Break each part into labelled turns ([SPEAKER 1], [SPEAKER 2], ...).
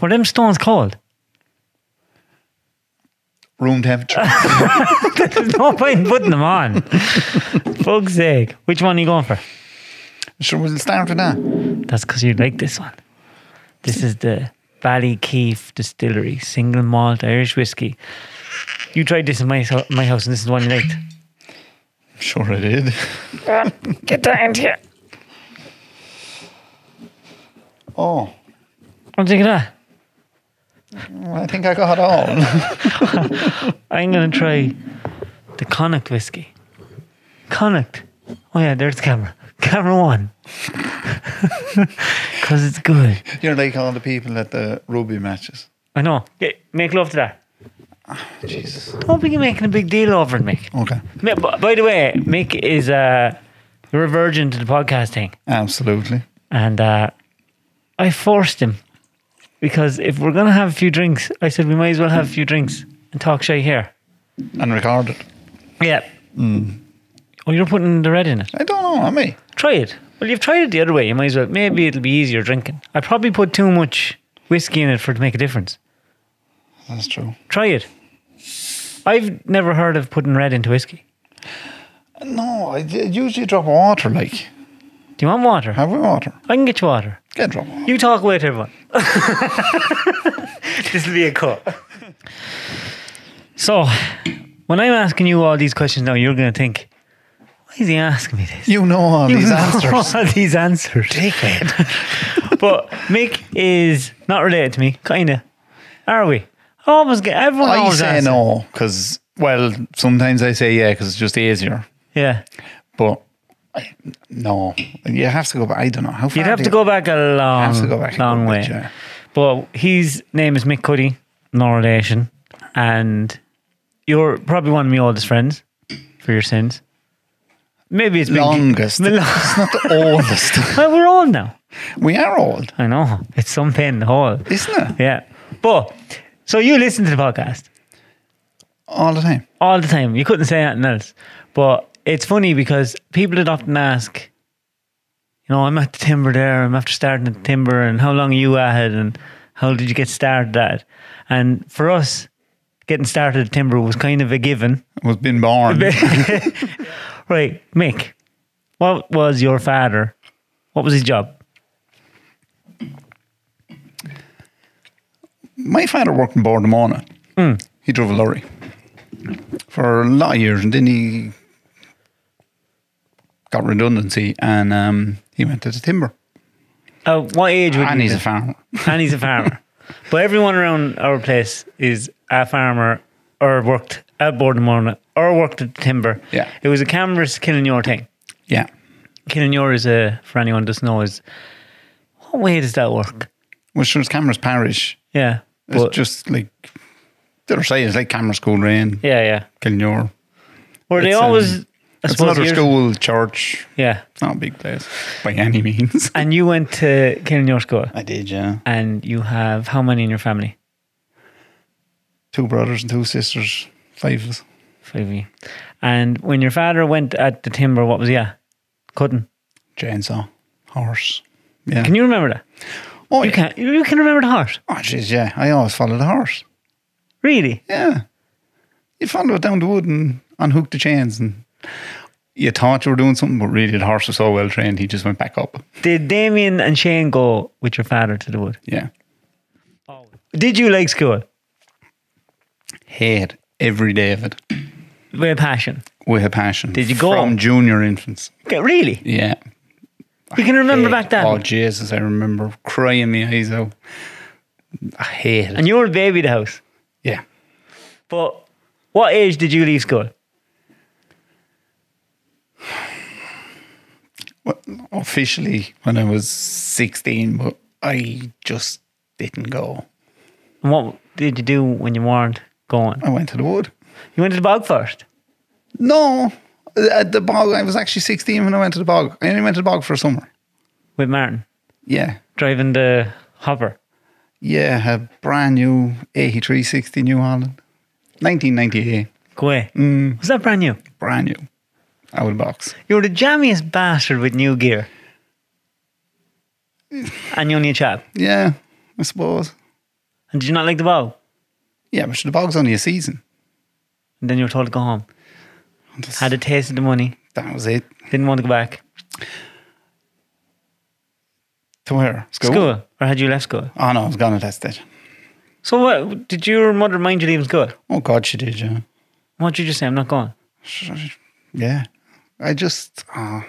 [SPEAKER 1] Were them stones cold?
[SPEAKER 2] Room temperature.
[SPEAKER 1] There's no point in putting them on. Fuck's sake. Which one are you going for?
[SPEAKER 2] sure, we'll start with that.
[SPEAKER 1] That's because you like this one. This is the Ballykeefe Distillery single malt Irish whiskey. You tried this in my so- my house, and this is the one you liked.
[SPEAKER 2] Sure, I did.
[SPEAKER 1] Get that into here.
[SPEAKER 2] Oh,
[SPEAKER 1] I'm thinking that.
[SPEAKER 2] well, I think I got all.
[SPEAKER 1] I'm gonna try the Connacht whiskey. Connacht. Oh yeah, there's the camera. Camera one. Cause it's good.
[SPEAKER 2] You're like all the people at the rugby matches.
[SPEAKER 1] I know. Yeah, Make love to that.
[SPEAKER 2] Jesus.
[SPEAKER 1] Don't be making a big deal over it, Mick.
[SPEAKER 2] Okay.
[SPEAKER 1] Ma- b- By the way, Mick is uh, you're a virgin to the podcast thing,
[SPEAKER 2] Absolutely.
[SPEAKER 1] and uh, I forced him because if we're gonna have a few drinks, I said we might as well have a few drinks and talk shy here.
[SPEAKER 2] And recorded.
[SPEAKER 1] Yeah. Oh, you're putting the red in it.
[SPEAKER 2] I don't know, am I?
[SPEAKER 1] Try it. Well, you've tried it the other way. You might as well. Maybe it'll be easier drinking. I probably put too much whiskey in it for it to make a difference.
[SPEAKER 2] That's true.
[SPEAKER 1] Try it. I've never heard of putting red into whiskey.
[SPEAKER 2] No, I d- usually drop water, like.
[SPEAKER 1] Do you want water?
[SPEAKER 2] Have we water?
[SPEAKER 1] I can get you water.
[SPEAKER 2] Get drop water.
[SPEAKER 1] You talk away to everyone. this will be a cut. So, when I'm asking you all these questions now, you're going to think, why is he asking me this?
[SPEAKER 2] You know all these
[SPEAKER 1] know
[SPEAKER 2] answers.
[SPEAKER 1] All these answers. but Mick is not related to me, kind of. Are we? I always get everyone.
[SPEAKER 2] I
[SPEAKER 1] always
[SPEAKER 2] say
[SPEAKER 1] asks.
[SPEAKER 2] no, because, well, sometimes I say yeah, because it's just easier.
[SPEAKER 1] Yeah,
[SPEAKER 2] But I, no, you have to go back. I don't know. How far
[SPEAKER 1] you'd have
[SPEAKER 2] do
[SPEAKER 1] to
[SPEAKER 2] you-
[SPEAKER 1] go back a long,
[SPEAKER 2] have to go back a
[SPEAKER 1] long
[SPEAKER 2] good
[SPEAKER 1] way.
[SPEAKER 2] bit, yeah.
[SPEAKER 1] But his name is Mick Cuddy, no relation, and you're probably one of my oldest friends for your sins. Maybe it's been
[SPEAKER 2] Longest.
[SPEAKER 1] The lo-
[SPEAKER 2] it's not the oldest.
[SPEAKER 1] Well, we're old now.
[SPEAKER 2] we are old,
[SPEAKER 1] I know it's some pain in the hole.
[SPEAKER 2] isn't it?
[SPEAKER 1] Yeah, but so you listen to the podcast.
[SPEAKER 2] All the time.
[SPEAKER 1] all the time. You couldn't say anything else. But it's funny because people would often ask, you know, I'm at the timber there, I'm after starting at the timber, and how long are you at it, and how did you get started at? it? And for us, getting started at the timber was kind of a given.
[SPEAKER 2] Was been born.
[SPEAKER 1] Right, Mick, what was your father? What was his job?
[SPEAKER 2] My father worked in Bordemona.
[SPEAKER 1] Hmm.
[SPEAKER 2] He drove a lorry for a lot of years, and then he got redundancy, and um, he went to the timber.
[SPEAKER 1] Uh, what age would
[SPEAKER 2] And
[SPEAKER 1] you
[SPEAKER 2] he's
[SPEAKER 1] be?
[SPEAKER 2] a farmer.
[SPEAKER 1] and he's a farmer. but everyone around our place is a farmer or worked at Bordemona or worked at the timber.
[SPEAKER 2] Yeah.
[SPEAKER 1] It was a canvas killing your thing.
[SPEAKER 2] Yeah,
[SPEAKER 1] Killing your is a, for anyone who doesn't know, is what way does that work?
[SPEAKER 2] well, sure, it's Cameras Parish.
[SPEAKER 1] Yeah.
[SPEAKER 2] It's
[SPEAKER 1] But,
[SPEAKER 2] just like the other side is like Cameras School Rain,
[SPEAKER 1] yeah, yeah.
[SPEAKER 2] Kilnure.
[SPEAKER 1] Were they
[SPEAKER 2] It's, um,
[SPEAKER 1] always, I
[SPEAKER 2] It's
[SPEAKER 1] suppose,
[SPEAKER 2] another
[SPEAKER 1] years-
[SPEAKER 2] school, church.
[SPEAKER 1] Yeah.
[SPEAKER 2] It's not a big place by any means.
[SPEAKER 1] And you went to killing your school
[SPEAKER 2] I did, yeah.
[SPEAKER 1] and you have how many in your family?
[SPEAKER 2] Two brothers and two sisters, five of us.
[SPEAKER 1] Five of you. And when your father went at the timber, what was he at? Cutting.
[SPEAKER 2] Chainsaw, horse. Yeah.
[SPEAKER 1] Can you remember that?
[SPEAKER 2] oh,
[SPEAKER 1] You
[SPEAKER 2] yeah.
[SPEAKER 1] can you can remember the horse.
[SPEAKER 2] Oh, jeez, yeah. I always follow the horse.
[SPEAKER 1] Really?
[SPEAKER 2] Yeah. You follow it down the wood and unhook the chains and you thought you were doing something, but really the horse was so well trained he just went back up.
[SPEAKER 1] Did Damien and Shane go with your father to the wood?
[SPEAKER 2] Yeah.
[SPEAKER 1] Did you like school?
[SPEAKER 2] Hate every day of it
[SPEAKER 1] With a passion.
[SPEAKER 2] with a passion.
[SPEAKER 1] Did you go?
[SPEAKER 2] From junior infants.
[SPEAKER 1] Okay, really?
[SPEAKER 2] Yeah.
[SPEAKER 1] You can remember
[SPEAKER 2] Hate-
[SPEAKER 1] back then.
[SPEAKER 2] Oh Jesus, I remember crying my eyes out. I hate it.
[SPEAKER 1] and you were a baby at the house.
[SPEAKER 2] Yeah.
[SPEAKER 1] But what age did you leave school?
[SPEAKER 2] Well, officially when I was sixteen, but I just didn't go.
[SPEAKER 1] And what did you do when you weren't going?
[SPEAKER 2] I went to the wood.
[SPEAKER 1] You went to the bog first.
[SPEAKER 2] No. At the bog, I was actually 16 when I went to the bog. I only went to the bog for a summer.
[SPEAKER 1] with Martin,
[SPEAKER 2] Yeah.
[SPEAKER 1] driving the hopper.
[SPEAKER 2] Yeah, a brand new 8360 New Holland. 1998.
[SPEAKER 1] Go away. Was that brand new?
[SPEAKER 2] Brand new. Out of the box.
[SPEAKER 1] You were the jammiest bastard with new gear. and you only a chap.
[SPEAKER 2] Yeah, I suppose.
[SPEAKER 1] And did you not like the bog?
[SPEAKER 2] Yeah, but the bog's only a season.
[SPEAKER 1] And then you were told to go home.
[SPEAKER 2] That's-
[SPEAKER 1] Had a taste of the money.
[SPEAKER 2] that was it.
[SPEAKER 1] Didn't want to go back.
[SPEAKER 2] To where? School?
[SPEAKER 1] School. Or had you left school?
[SPEAKER 2] Oh, no, I was gone at that stage.
[SPEAKER 1] So what? Did your mother mind you leaving school?
[SPEAKER 2] Oh, God, she did, yeah.
[SPEAKER 1] What did you just say? I'm not going.
[SPEAKER 2] Yeah. I just, uh,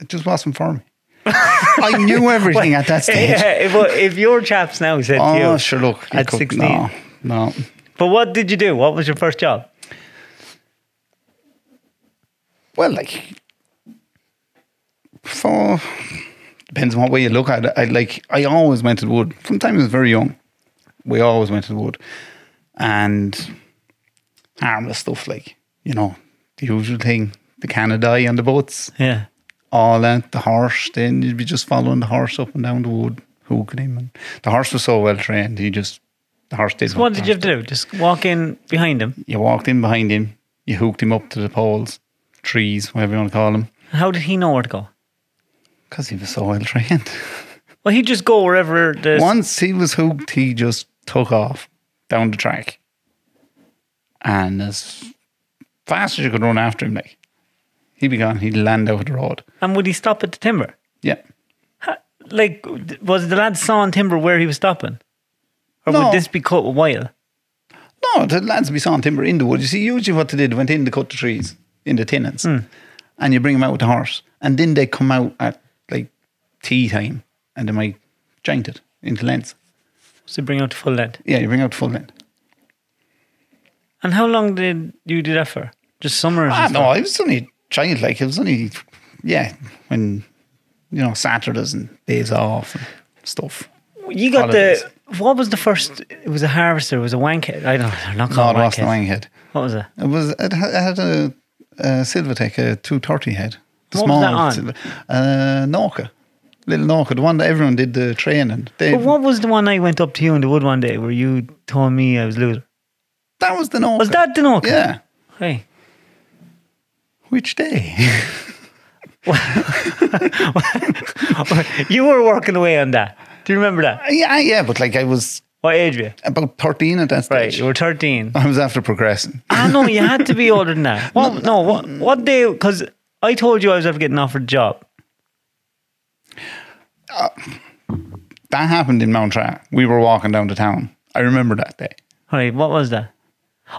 [SPEAKER 2] it just wasn't for me. I knew everything at that stage.
[SPEAKER 1] Yeah, if, if your chaps now said to you.
[SPEAKER 2] Oh, sure, look. you
[SPEAKER 1] At
[SPEAKER 2] could-
[SPEAKER 1] 16.
[SPEAKER 2] No, no.
[SPEAKER 1] But what did you do? What was your first job?
[SPEAKER 2] Well, like, for, depends on what way you look at it. I like, I always went to the wood. From the time I was very young, we always went to the wood. And harmless stuff, like, you know, the usual thing, the Canada on the boats.
[SPEAKER 1] Yeah.
[SPEAKER 2] all out the horse. Then you'd be just following the horse up and down the wood, hooking him. And the horse was so well trained, he just the horse did.
[SPEAKER 1] So what did you have to do? Just walk in behind him.
[SPEAKER 2] You walked in behind him, you hooked him up to the poles, trees, whatever you want to call them,
[SPEAKER 1] How did he know where to go?
[SPEAKER 2] because he was so well trained.
[SPEAKER 1] Well, he'd just go wherever the.
[SPEAKER 2] Once he was hooked, he just took off down the track, and as fast as you could run after him, like he'd be gone. He'd land out the road.
[SPEAKER 1] And would he stop at the timber?
[SPEAKER 2] Yeah.
[SPEAKER 1] Like, was the lad sawing timber where he was stopping? Or
[SPEAKER 2] No.
[SPEAKER 1] would this be cut a while?
[SPEAKER 2] No, the lads be sawing timber in the wood. You see, usually what they did, went in to cut the trees in the tenants, and you bring them out with the horse, and then they come out at like tea time, and they might giant it into length.
[SPEAKER 1] So bring out the full length.
[SPEAKER 2] Yeah, you bring out the full length.
[SPEAKER 1] And how long did you do that for? Just summers?
[SPEAKER 2] Ah,
[SPEAKER 1] and
[SPEAKER 2] no,
[SPEAKER 1] stuff?
[SPEAKER 2] I was only child, like it was only, yeah, when you know Saturdays and days off and stuff.
[SPEAKER 1] You got
[SPEAKER 2] holidays.
[SPEAKER 1] the. What was the first? It was a harvester. It was a wanket. I don't know. They're not
[SPEAKER 2] No,
[SPEAKER 1] called
[SPEAKER 2] it
[SPEAKER 1] wankhead.
[SPEAKER 2] wasn't a wang head.
[SPEAKER 1] What was it?
[SPEAKER 2] It was. It ha- it had a, a Silvertech, a two thirty head. The
[SPEAKER 1] What was that on?
[SPEAKER 2] Silver, uh, Norca, little Norca, the one that everyone did the training. They,
[SPEAKER 1] But what was the one I went up to you in the wood one day where you told me I was loser?
[SPEAKER 2] that was the Norca.
[SPEAKER 1] Was that the Norca?
[SPEAKER 2] Yeah.
[SPEAKER 1] Hey.
[SPEAKER 2] Which day?
[SPEAKER 1] you were working away on that. Do you remember that?
[SPEAKER 2] yeah, yeah, but like I was
[SPEAKER 1] What age were you?
[SPEAKER 2] about thirteen at that
[SPEAKER 1] Right,
[SPEAKER 2] stage.
[SPEAKER 1] you were 13.
[SPEAKER 2] I was after progressing.
[SPEAKER 1] Ah, no, you had to be older than that. What, no, what, what day? Because I told you I was ever getting offered a job.
[SPEAKER 2] That happened in Mount Tra. We were walking down to town. I remember that day.
[SPEAKER 1] All right, what was that?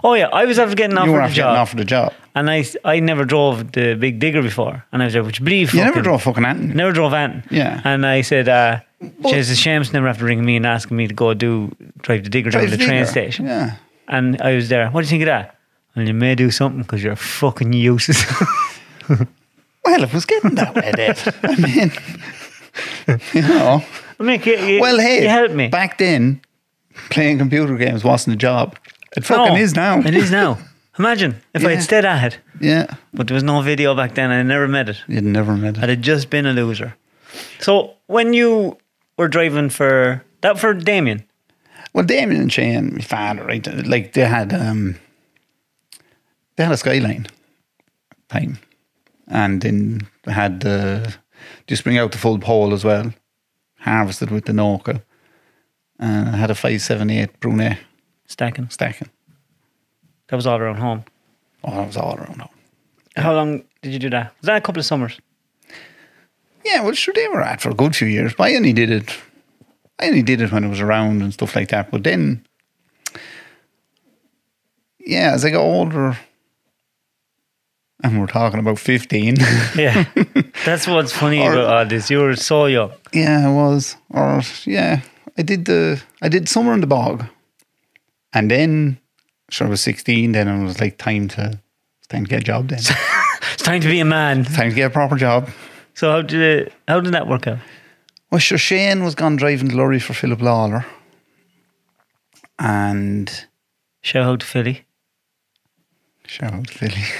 [SPEAKER 1] Oh, yeah, I was ever getting offered
[SPEAKER 2] you were
[SPEAKER 1] a
[SPEAKER 2] after getting
[SPEAKER 1] job.
[SPEAKER 2] offered a job.
[SPEAKER 1] And I, I never drove the big digger before. And I was like, would you believe
[SPEAKER 2] You never
[SPEAKER 1] fucking-
[SPEAKER 2] drove fucking anything.
[SPEAKER 1] Never drove anything.
[SPEAKER 2] Yeah.
[SPEAKER 1] And I said, uh, "Jeez, it's a shame to never have to ring me and asking me to go do drive the digger down to the train station.
[SPEAKER 2] Yeah.
[SPEAKER 1] And I was there. What do you think of that? And you may do something because you're fucking useless.
[SPEAKER 2] Well, it was getting that way, Dave. I mean, you know.
[SPEAKER 1] Mick, you, you,
[SPEAKER 2] Well, hey,
[SPEAKER 1] you helped me.
[SPEAKER 2] Back then, playing computer games wasn't a job. It
[SPEAKER 1] No,
[SPEAKER 2] fucking is now.
[SPEAKER 1] It is now. Imagine if I
[SPEAKER 2] Yeah.
[SPEAKER 1] had stayed at it.
[SPEAKER 2] Yeah,
[SPEAKER 1] But there was no video back then. I never met it.
[SPEAKER 2] you'd never met
[SPEAKER 1] I'd
[SPEAKER 2] it.
[SPEAKER 1] have just been a loser. So when you were driving for that for Damien,
[SPEAKER 2] Well, Damien and Shane, my father, right? Like they had, um, they had a skyline time, and then they had uh, just bring out the full pole as well, harvested with the Norca, and I had a five seven eight Brunet
[SPEAKER 1] stacking,
[SPEAKER 2] stacking.
[SPEAKER 1] that was all around home.
[SPEAKER 2] Oh, that was all around. home.
[SPEAKER 1] How long did you do that? Was that a couple of summers?
[SPEAKER 2] Yeah, well, sure, they were at for a good few years, but I only did it. I only did it when it was around and stuff like that. But then, yeah, as I got older, and we're talking about 15.
[SPEAKER 1] Yeah, that's what's funny
[SPEAKER 2] Or-
[SPEAKER 1] about all this. You were so young.
[SPEAKER 2] yeah, I was. Or, yeah, I did the, I did Summer in the Bog. And then, sure, I was 16, then it was like time to, it's time to get a job then.
[SPEAKER 1] It's time to be a man.
[SPEAKER 2] time to get a proper job.
[SPEAKER 1] So how did it, how did that work out?
[SPEAKER 2] Well, sure, Shane was gone driving the lorry for Philip Lawler. And
[SPEAKER 1] Shout out to Philly.
[SPEAKER 2] Shout out to Philly.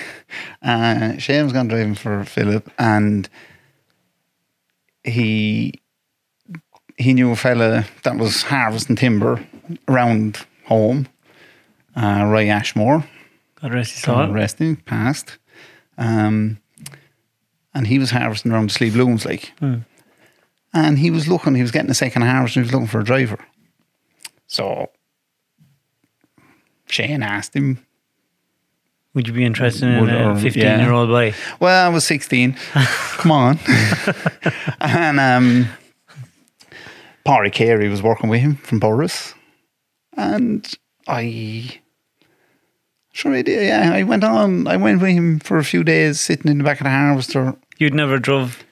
[SPEAKER 2] Uh, Shane was gone driving for Philip, and he he knew a fella that was harvesting timber around home, uh, Roy Ashmore.
[SPEAKER 1] God rest his
[SPEAKER 2] God
[SPEAKER 1] soul.
[SPEAKER 2] rest him, passed. Um, and he was harvesting around the Slee Blooms, like. And he was looking, he was getting a second harvest and he was looking for a driver. So Shane asked him.
[SPEAKER 1] Would you be interested in
[SPEAKER 2] Would-
[SPEAKER 1] a
[SPEAKER 2] or-
[SPEAKER 1] 15
[SPEAKER 2] yeah.
[SPEAKER 1] year old boy?
[SPEAKER 2] Well, I was 16. Come on. and um, Parry Carey was working with him from Boris. And I. Sure, I did. Yeah, I went on. I went with him for a few days, sitting in the back of the harvester.
[SPEAKER 1] You'd never drove.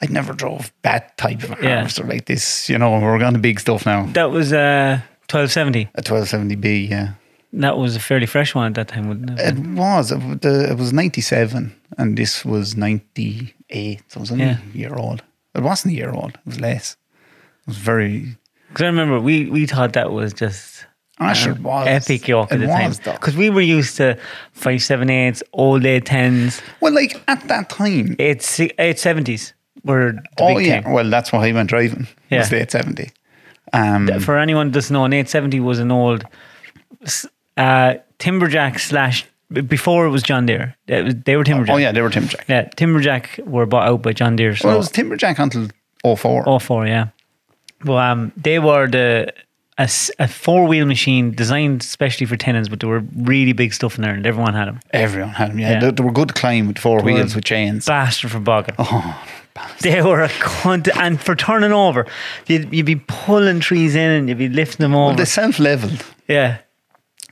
[SPEAKER 2] I never drove that type of
[SPEAKER 1] Yeah.
[SPEAKER 2] harvester like this. You know, we're on to big stuff now.
[SPEAKER 1] That was uh, 1270.
[SPEAKER 2] A 1270B, yeah.
[SPEAKER 1] That was a fairly fresh one at that time, wouldn't it?
[SPEAKER 2] It was. It, w- the- it was 97 and this was 98. So it was only
[SPEAKER 1] Yeah.
[SPEAKER 2] a year old. It wasn't a year old. It was less. It was very.
[SPEAKER 1] Because I remember we, we thought that was just
[SPEAKER 2] I sure it was.
[SPEAKER 1] epic yoke at
[SPEAKER 2] It
[SPEAKER 1] the time.
[SPEAKER 2] was, though.
[SPEAKER 1] Because we were used to 578s, old 810s,
[SPEAKER 2] Well, like at that time.
[SPEAKER 1] 870s were the
[SPEAKER 2] oh,
[SPEAKER 1] big
[SPEAKER 2] yeah.
[SPEAKER 1] thing.
[SPEAKER 2] Well, that's why I went driving. Yeah.
[SPEAKER 1] Yeah.
[SPEAKER 2] was the 870. Um,
[SPEAKER 1] Mm-hmm. For anyone that doesn't know, an 870 was an old s- uh, Timberjack slash, b- before it was John Deere. It was- They were Timberjack.
[SPEAKER 2] oh, yeah. They were Timberjack.
[SPEAKER 1] Yeah, Timberjack were bought out by John Deere. So
[SPEAKER 2] Well, it was Timberjack until 04.
[SPEAKER 1] All four, yeah. Well, um, they were the a, four wheel machine designed especially for tenants, but they were really big stuff in Ireland. Everyone had them.
[SPEAKER 2] Everyone had them. Yeah.
[SPEAKER 1] Yeah.
[SPEAKER 2] They, they were good to climb with four wheels with chains.
[SPEAKER 1] Bastard for bogging.
[SPEAKER 2] Oh,
[SPEAKER 1] They were a cunt, and for turning over, you'd, you'd be pulling trees in and you'd be lifting them over.
[SPEAKER 2] They self leveled.
[SPEAKER 1] yeah,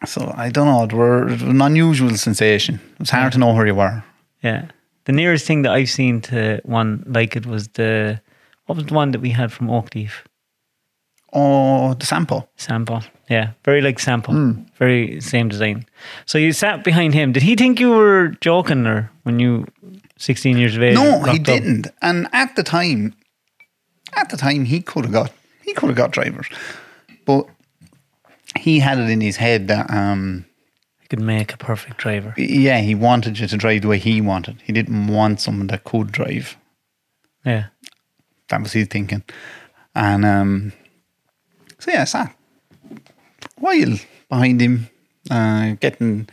[SPEAKER 2] So I don't know. It were it was an unusual sensation. It was hard to know where you were.
[SPEAKER 1] yeah. The nearest thing that I've seen to one like it was the what was the one that we had from Oakleaf
[SPEAKER 2] Oh, the sample.
[SPEAKER 1] Sample. Yeah, very like Sample,
[SPEAKER 2] Hmm.
[SPEAKER 1] very same design. So you sat behind him. Did he think you were joking or when you sixteen years of age?
[SPEAKER 2] No,
[SPEAKER 1] rocked
[SPEAKER 2] he
[SPEAKER 1] up?
[SPEAKER 2] didn't. And at the time, at the time, he could have got he could have got drivers, but he had it in his head that um,
[SPEAKER 1] He could make a perfect driver.
[SPEAKER 2] yeah, he wanted you to drive the way he wanted. He didn't want someone that could drive.
[SPEAKER 1] Yeah,
[SPEAKER 2] That was his thinking. And um, so yeah, I sat a while behind him, uh, getting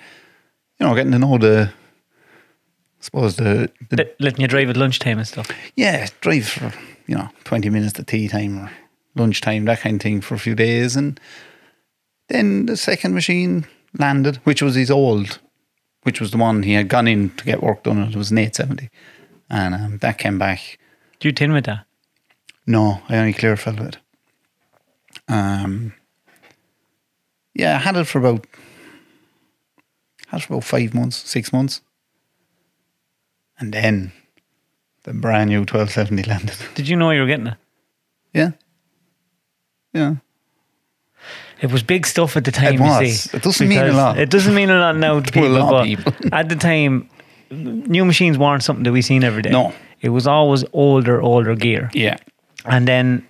[SPEAKER 2] you know, getting to know the I suppose the, the
[SPEAKER 1] Let- letting you drive at lunchtime and stuff.
[SPEAKER 2] yeah, drive for, you know, 20 minutes to tea time or lunchtime, that kind of thing for a few days. And then the second machine landed, which was his old, which was the one he had gone in to get work done. and It was an 870. And um, that came back.
[SPEAKER 1] Do you tin with that?
[SPEAKER 2] No, I only clear fell with it. Um, yeah, I had it for about, had it for about five months, six months. And then the brand new 1270 landed.
[SPEAKER 1] Did you know you were getting it?
[SPEAKER 2] Yeah. Yeah.
[SPEAKER 1] It was big stuff at the time.
[SPEAKER 2] It
[SPEAKER 1] You
[SPEAKER 2] was.
[SPEAKER 1] see,
[SPEAKER 2] It doesn't mean a
[SPEAKER 1] because
[SPEAKER 2] lot.
[SPEAKER 1] It doesn't mean a lot now to
[SPEAKER 2] To a
[SPEAKER 1] people.
[SPEAKER 2] lot of
[SPEAKER 1] but
[SPEAKER 2] people.
[SPEAKER 1] at the time, new machines weren't something that we seen every day.
[SPEAKER 2] No.
[SPEAKER 1] it was always older, older gear.
[SPEAKER 2] Yeah.
[SPEAKER 1] And then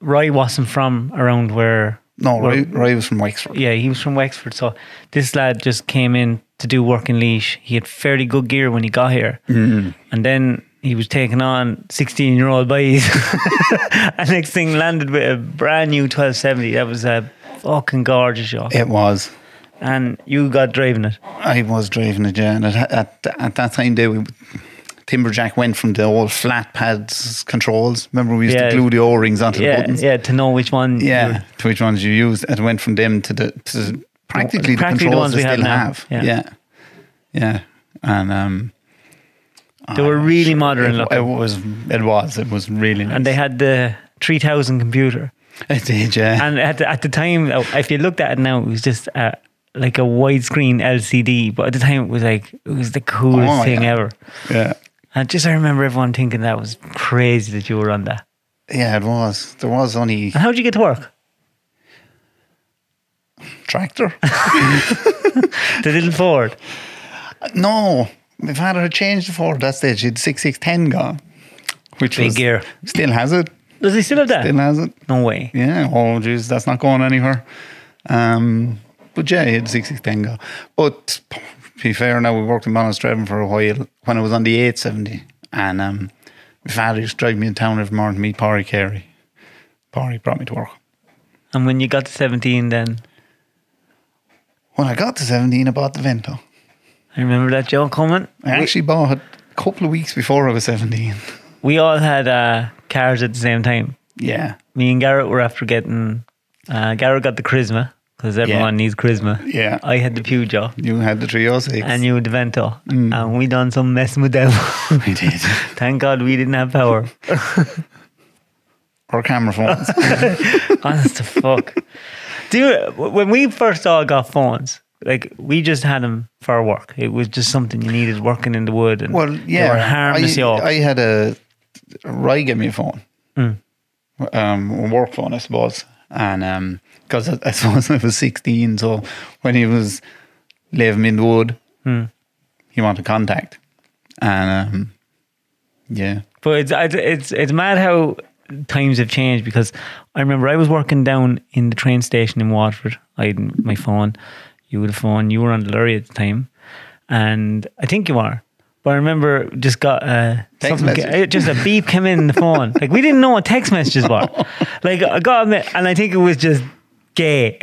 [SPEAKER 1] Roy wasn't from around where.
[SPEAKER 2] No,
[SPEAKER 1] where-
[SPEAKER 2] Ray, Ray was from Wexford.
[SPEAKER 1] Yeah, he was from Wexford. So this lad just came in to do work in Leash. He had fairly good gear when he got here.
[SPEAKER 2] Mm-hmm.
[SPEAKER 1] And then he was taking on 16 year old boys. and next thing landed with a brand new 1270. That was a fucking gorgeous yacht.
[SPEAKER 2] It was.
[SPEAKER 1] And you got driving it.
[SPEAKER 2] I was driving it, yeah. And at, at, at that time, they were, Timberjack went from the old flat pads controls. Remember, we used
[SPEAKER 1] Yeah.
[SPEAKER 2] to glue the O rings onto the
[SPEAKER 1] Yeah,
[SPEAKER 2] buttons?
[SPEAKER 1] yeah, to know which one. you
[SPEAKER 2] Yeah,
[SPEAKER 1] were-
[SPEAKER 2] to which ones you used. It went from them to the to practically,
[SPEAKER 1] Practically the
[SPEAKER 2] the controls
[SPEAKER 1] ones
[SPEAKER 2] they
[SPEAKER 1] we have
[SPEAKER 2] still
[SPEAKER 1] now.
[SPEAKER 2] have.
[SPEAKER 1] Yeah.
[SPEAKER 2] yeah, yeah, and um,
[SPEAKER 1] They were really modern
[SPEAKER 2] Oh, it, it
[SPEAKER 1] looking.
[SPEAKER 2] was it was it was really nice.
[SPEAKER 1] And they had the 3000 computer.
[SPEAKER 2] it did, yeah,
[SPEAKER 1] and at the, at the time, uh, if you looked at it now, it was just uh, like a widescreen LCD. But at the time, it was like it was the coolest
[SPEAKER 2] Oh,
[SPEAKER 1] thing
[SPEAKER 2] yeah.
[SPEAKER 1] ever.
[SPEAKER 2] yeah.
[SPEAKER 1] And just I remember everyone thinking that was crazy that you were on that.
[SPEAKER 2] Yeah, it was. There was only
[SPEAKER 1] And how would you get to work?
[SPEAKER 2] tractor.
[SPEAKER 1] The little Ford.
[SPEAKER 2] No, my father had changed the Ford at that stage. He had 6610 gone, which
[SPEAKER 1] Big
[SPEAKER 2] was
[SPEAKER 1] gear.
[SPEAKER 2] Still has it.
[SPEAKER 1] Does he still have that?
[SPEAKER 2] Still has it.
[SPEAKER 1] no way.
[SPEAKER 2] Yeah. Oh, jeez, that's not going anywhere. Um, but yeah, he had 6610 go. But to be fair, now we worked in Monastrevin for a while when I was on the 870. And um, my father used to drive me in town every morning to meet Parry Carey. Parry brought me to work.
[SPEAKER 1] And when you got to seventeen, then
[SPEAKER 2] When I got to 17, I bought the Vento.
[SPEAKER 1] I remember that Joe coming.
[SPEAKER 2] I actually bought it a couple of weeks before I was 17.
[SPEAKER 1] We all had uh, cars at the same time.
[SPEAKER 2] Yeah.
[SPEAKER 1] Me and Garrett were after getting Uh, Garrett got the charisma because everyone needs charisma.
[SPEAKER 2] Yeah.
[SPEAKER 1] I had the Peugeot
[SPEAKER 2] You had the 306.
[SPEAKER 1] and you had the Vento,
[SPEAKER 2] Mm.
[SPEAKER 1] and we done some messing with them.
[SPEAKER 2] I did.
[SPEAKER 1] Thank God we didn't have power.
[SPEAKER 2] Or camera phones.
[SPEAKER 1] Honest to fuck. Do you- when we first all got phones, like we just had them for work. It was just something you needed working in the wood, and
[SPEAKER 2] well, yeah.
[SPEAKER 1] they were harmless.
[SPEAKER 2] I,
[SPEAKER 1] yokes.
[SPEAKER 2] I had a. Rye gave me a phone.
[SPEAKER 1] Hmm.
[SPEAKER 2] Um, a work phone, I suppose. And because I, I suppose I was 16, so when he was leaving me in the wood,
[SPEAKER 1] Hmm.
[SPEAKER 2] he wanted contact. And um, yeah.
[SPEAKER 1] But it's I- it's it's mad how times have changed because I remember I was working down in the train station in Waterford. I had my phone, you had a phone. You were on the lorry at the time, and I think you are. But I remember just got uh,
[SPEAKER 2] Text
[SPEAKER 1] something ca-
[SPEAKER 2] message.
[SPEAKER 1] uh, just a beep came in the phone. Like we didn't know what text messages were. Like I got admit, and I think it was just gay,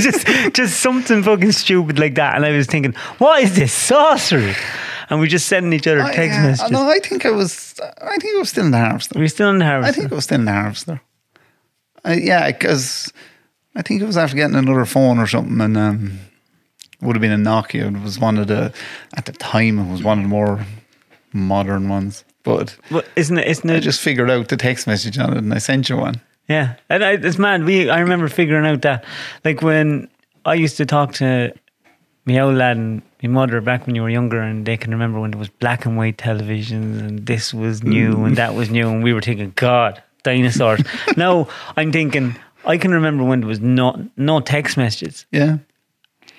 [SPEAKER 1] just just something fucking stupid like that. And I was thinking, what is this sorcery? And we just sending each other
[SPEAKER 2] I-
[SPEAKER 1] text
[SPEAKER 2] Oh, yeah,
[SPEAKER 1] messages.
[SPEAKER 2] No, I think I was. I think I was still in the harvester.
[SPEAKER 1] We We're still in the harvest.
[SPEAKER 2] I think I was still in the harvester. I, Uh, yeah, because I think it was after getting another phone or something, and um, it would have been a Nokia. And it was one of the at the time it was one of the more modern ones. But
[SPEAKER 1] Well, isn't it? Isn't
[SPEAKER 2] I
[SPEAKER 1] it?
[SPEAKER 2] just figured out the text message on it, and I sent you one.
[SPEAKER 1] yeah, and I, it's mad. We I remember figuring out that, like when I used to talk to my old lad and my mother back when you were younger, and they can remember when there was black and white televisions, and this was new and that was new, and we were thinking, God, dinosaurs. now I'm thinking. I can remember when there was no no text messages,
[SPEAKER 2] Yeah,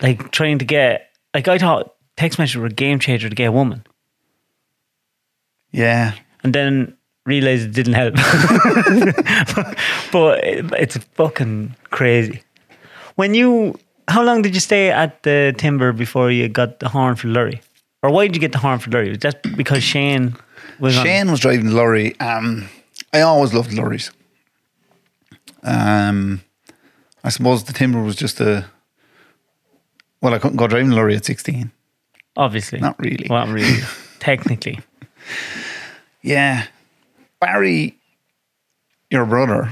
[SPEAKER 1] like trying to get like I thought text messages were a game changer to get a woman,
[SPEAKER 2] yeah.
[SPEAKER 1] and then realized it didn't help. but it, it's fucking crazy. When you, how long did you stay at the timber before you got the horn for Lurry? Or why did you get the horn for Lurry? Was that because Shane was on-
[SPEAKER 2] Shane was driving the lorry. Um, I always loved lorries. Um, I suppose the timber was just a. Well, I couldn't go driving the lorry at sixteen.
[SPEAKER 1] obviously
[SPEAKER 2] Not really.
[SPEAKER 1] Well, not really. Technically,
[SPEAKER 2] Yeah. Barry, your brother,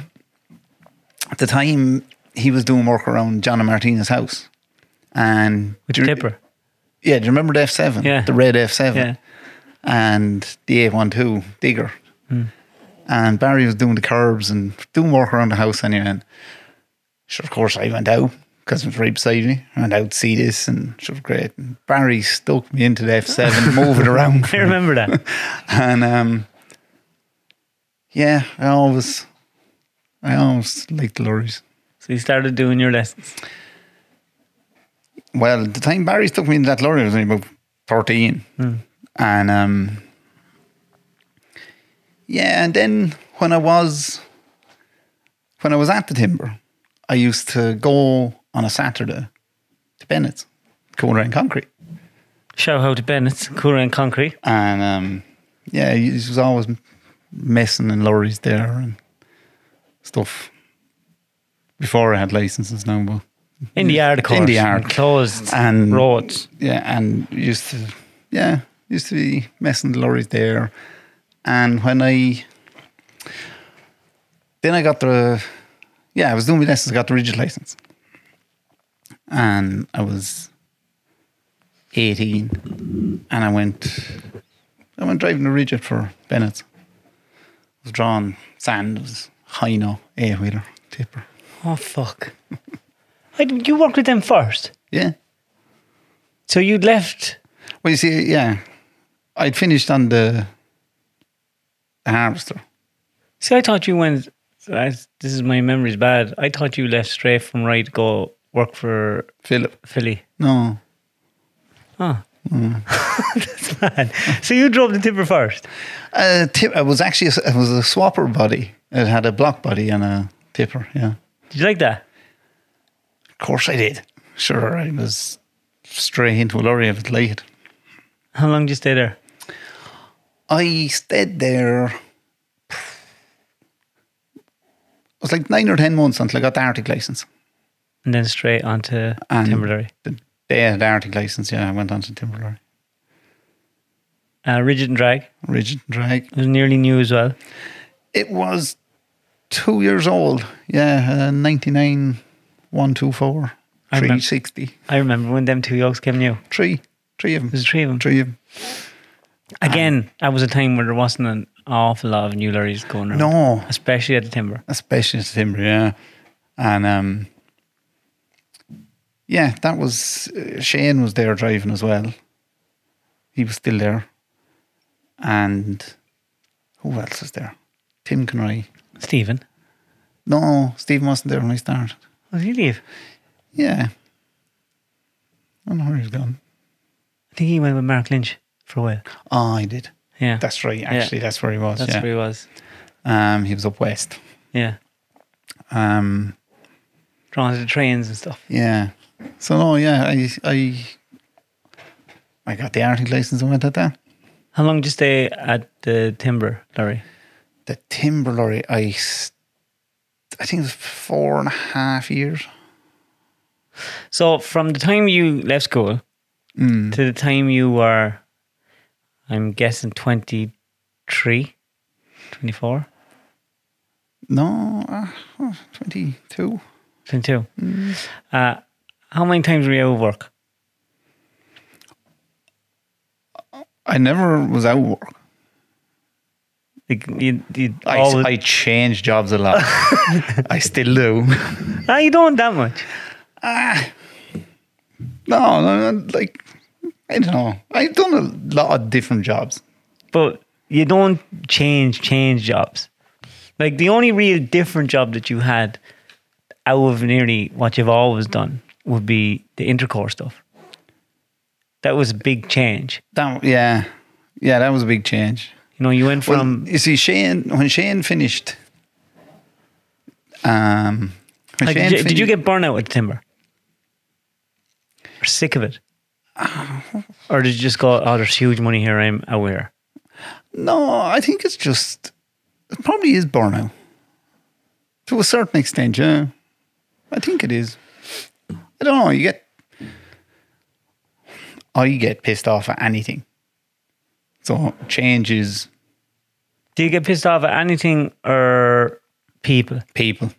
[SPEAKER 2] at the time he was doing work around John and Martina's house. And
[SPEAKER 1] with
[SPEAKER 2] do you-
[SPEAKER 1] Tipper.
[SPEAKER 2] Yeah, do you remember the F seven?
[SPEAKER 1] Yeah.
[SPEAKER 2] The red F seven
[SPEAKER 1] Yeah,
[SPEAKER 2] and the A one two digger.
[SPEAKER 1] Hmm.
[SPEAKER 2] And Barry was doing the curbs and doing work around the house anyway. And sure, of course, I went out because it was right beside me. I went out to see this and sure, great. And Barry stuck me into the F seven, moving around
[SPEAKER 1] I remember that.
[SPEAKER 2] and um, yeah, I always, I always liked lorries.
[SPEAKER 1] So you started doing your lessons.
[SPEAKER 2] Well, the time Barry took me into that lorry, I was only about thirteen, and um, yeah, and then when I was, when I was at the timber, I used to go on a Saturday to Bennett's, corner and concrete,
[SPEAKER 1] Shout out to Bennett's, Cooler and Concrete.
[SPEAKER 2] and um, yeah, he was always messing in lorries there and stuff. Before I had licenses now, but
[SPEAKER 1] In the yard, of course.
[SPEAKER 2] In the yard.
[SPEAKER 1] and Closed
[SPEAKER 2] And-
[SPEAKER 1] roads.
[SPEAKER 2] yeah, and used to yeah used to be messing the lorries there, and when I then I got the yeah I was doing my lessons, got the rigid license, and I was eighteen, and I went I went driving the rigid for Bennett. I was drawing sand, it was Hino A wheeler tipper,
[SPEAKER 1] Oh fuck! I, you worked with them first,
[SPEAKER 2] yeah.
[SPEAKER 1] so you'd left.
[SPEAKER 2] Well, you see, yeah, I'd finished on the, the harvester.
[SPEAKER 1] See, I thought you went. I, this is my memory's bad. I thought you left straight from right to go work for
[SPEAKER 2] Philip,
[SPEAKER 1] Philly.
[SPEAKER 2] no,
[SPEAKER 1] Oh, that's mad. So you drove the tipper first.
[SPEAKER 2] uh, tip, it was actually a, s- it was a swapper body. It had a block body and a tipper. Yeah,
[SPEAKER 1] Did you like that?
[SPEAKER 2] of course I did. Sure, I was straight into a lorry if it late.
[SPEAKER 1] How long did you stay there?
[SPEAKER 2] I stayed there. It was like nine or ten months until I got the Arctic license.
[SPEAKER 1] And then straight onto
[SPEAKER 2] And-
[SPEAKER 1] Timberlary.
[SPEAKER 2] The day I had the Arctic license, yeah, I went on to timber lorry,
[SPEAKER 1] Uh, rigid and drag.
[SPEAKER 2] rigid and drag.
[SPEAKER 1] It was nearly new as well.
[SPEAKER 2] It was two years old. Yeah, uh, 99, 124,
[SPEAKER 1] I remember.
[SPEAKER 2] 360.
[SPEAKER 1] I remember when them two yokes came new.
[SPEAKER 2] Three. Three of them.
[SPEAKER 1] There's three of them.
[SPEAKER 2] Three of them.
[SPEAKER 1] Again, that was a time where there wasn't an awful lot of new lorries going around.
[SPEAKER 2] No.
[SPEAKER 1] Especially at the timber.
[SPEAKER 2] especially timber, yeah. And um, yeah, that was uh, Shane was there driving as well. He was still there, and who else was there? Tim Conroy.
[SPEAKER 1] Stephen,
[SPEAKER 2] No, Stephen wasn't there when I started.
[SPEAKER 1] was he leave?
[SPEAKER 2] Yeah, I don't know where he's gone.
[SPEAKER 1] I think he went with Mark Lynch for a while.
[SPEAKER 2] Ah, I did.
[SPEAKER 1] Yeah.
[SPEAKER 2] That's right. Actually, that's where he was.
[SPEAKER 1] That's
[SPEAKER 2] yeah.
[SPEAKER 1] where he was.
[SPEAKER 2] Um, he was up west.
[SPEAKER 1] Yeah.
[SPEAKER 2] Um,
[SPEAKER 1] Drawn to the trains and stuff.
[SPEAKER 2] Yeah. So no, yeah, I I I got the arctic license and went at that.
[SPEAKER 1] How long did you stay at the timber lorry?
[SPEAKER 2] The timber lorry, I s- I think it was four and a half years.
[SPEAKER 1] So from the time you left school
[SPEAKER 2] Mm.
[SPEAKER 1] to the time you were, I'm guessing 23, 24,
[SPEAKER 2] No, uh, oh, 22.
[SPEAKER 1] 22.
[SPEAKER 2] Mm.
[SPEAKER 1] Uh, how many times were you out of work?
[SPEAKER 2] I never was out of work.
[SPEAKER 1] Like, you, you
[SPEAKER 2] I,
[SPEAKER 1] always-
[SPEAKER 2] I changed jobs a lot. I still do.
[SPEAKER 1] Ah, you don't that much.
[SPEAKER 2] No, no, no, like, I don't know. I've done a lot of different jobs.
[SPEAKER 1] But you don't change change jobs. Like the only real different job that you had out of nearly what you've always done would be the intercourse stuff. That was a big change.
[SPEAKER 2] That, yeah. Yeah, that was a big change.
[SPEAKER 1] You know, you went
[SPEAKER 2] Well,
[SPEAKER 1] from
[SPEAKER 2] you see Shane when Shane finished. Um, when
[SPEAKER 1] like,
[SPEAKER 2] Shane
[SPEAKER 1] did, you, did you
[SPEAKER 2] fini-
[SPEAKER 1] get burnout with timber? Or sick of it? or did you just go, oh, there's huge money here, I'm aware.
[SPEAKER 2] No, I think it's just it probably is burnout to a certain extent. Yeah, I think it is. I don't know. You get I get pissed off at anything. So changes
[SPEAKER 1] Do you get pissed off at anything or people?
[SPEAKER 2] people.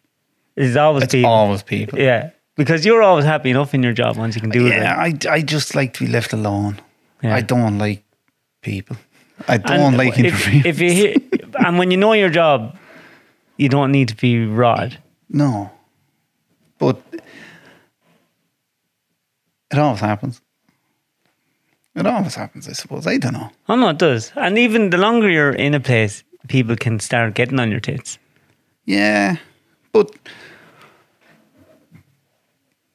[SPEAKER 1] It's always
[SPEAKER 2] It's
[SPEAKER 1] people.
[SPEAKER 2] always people.
[SPEAKER 1] Yeah, because you're always happy enough in your job once you can do
[SPEAKER 2] Yeah,
[SPEAKER 1] it.
[SPEAKER 2] I, I just like to be left alone.
[SPEAKER 1] Yeah.
[SPEAKER 2] I don't like people. I
[SPEAKER 1] And
[SPEAKER 2] don't like interference.
[SPEAKER 1] if, if you hear, and when you know your job, you don't need to be rod.
[SPEAKER 2] No. But it always happens. It always happens, I suppose. I don't know.
[SPEAKER 1] Oh no, it does. And even the longer you're in a place, people can start getting on your tits.
[SPEAKER 2] Yeah. But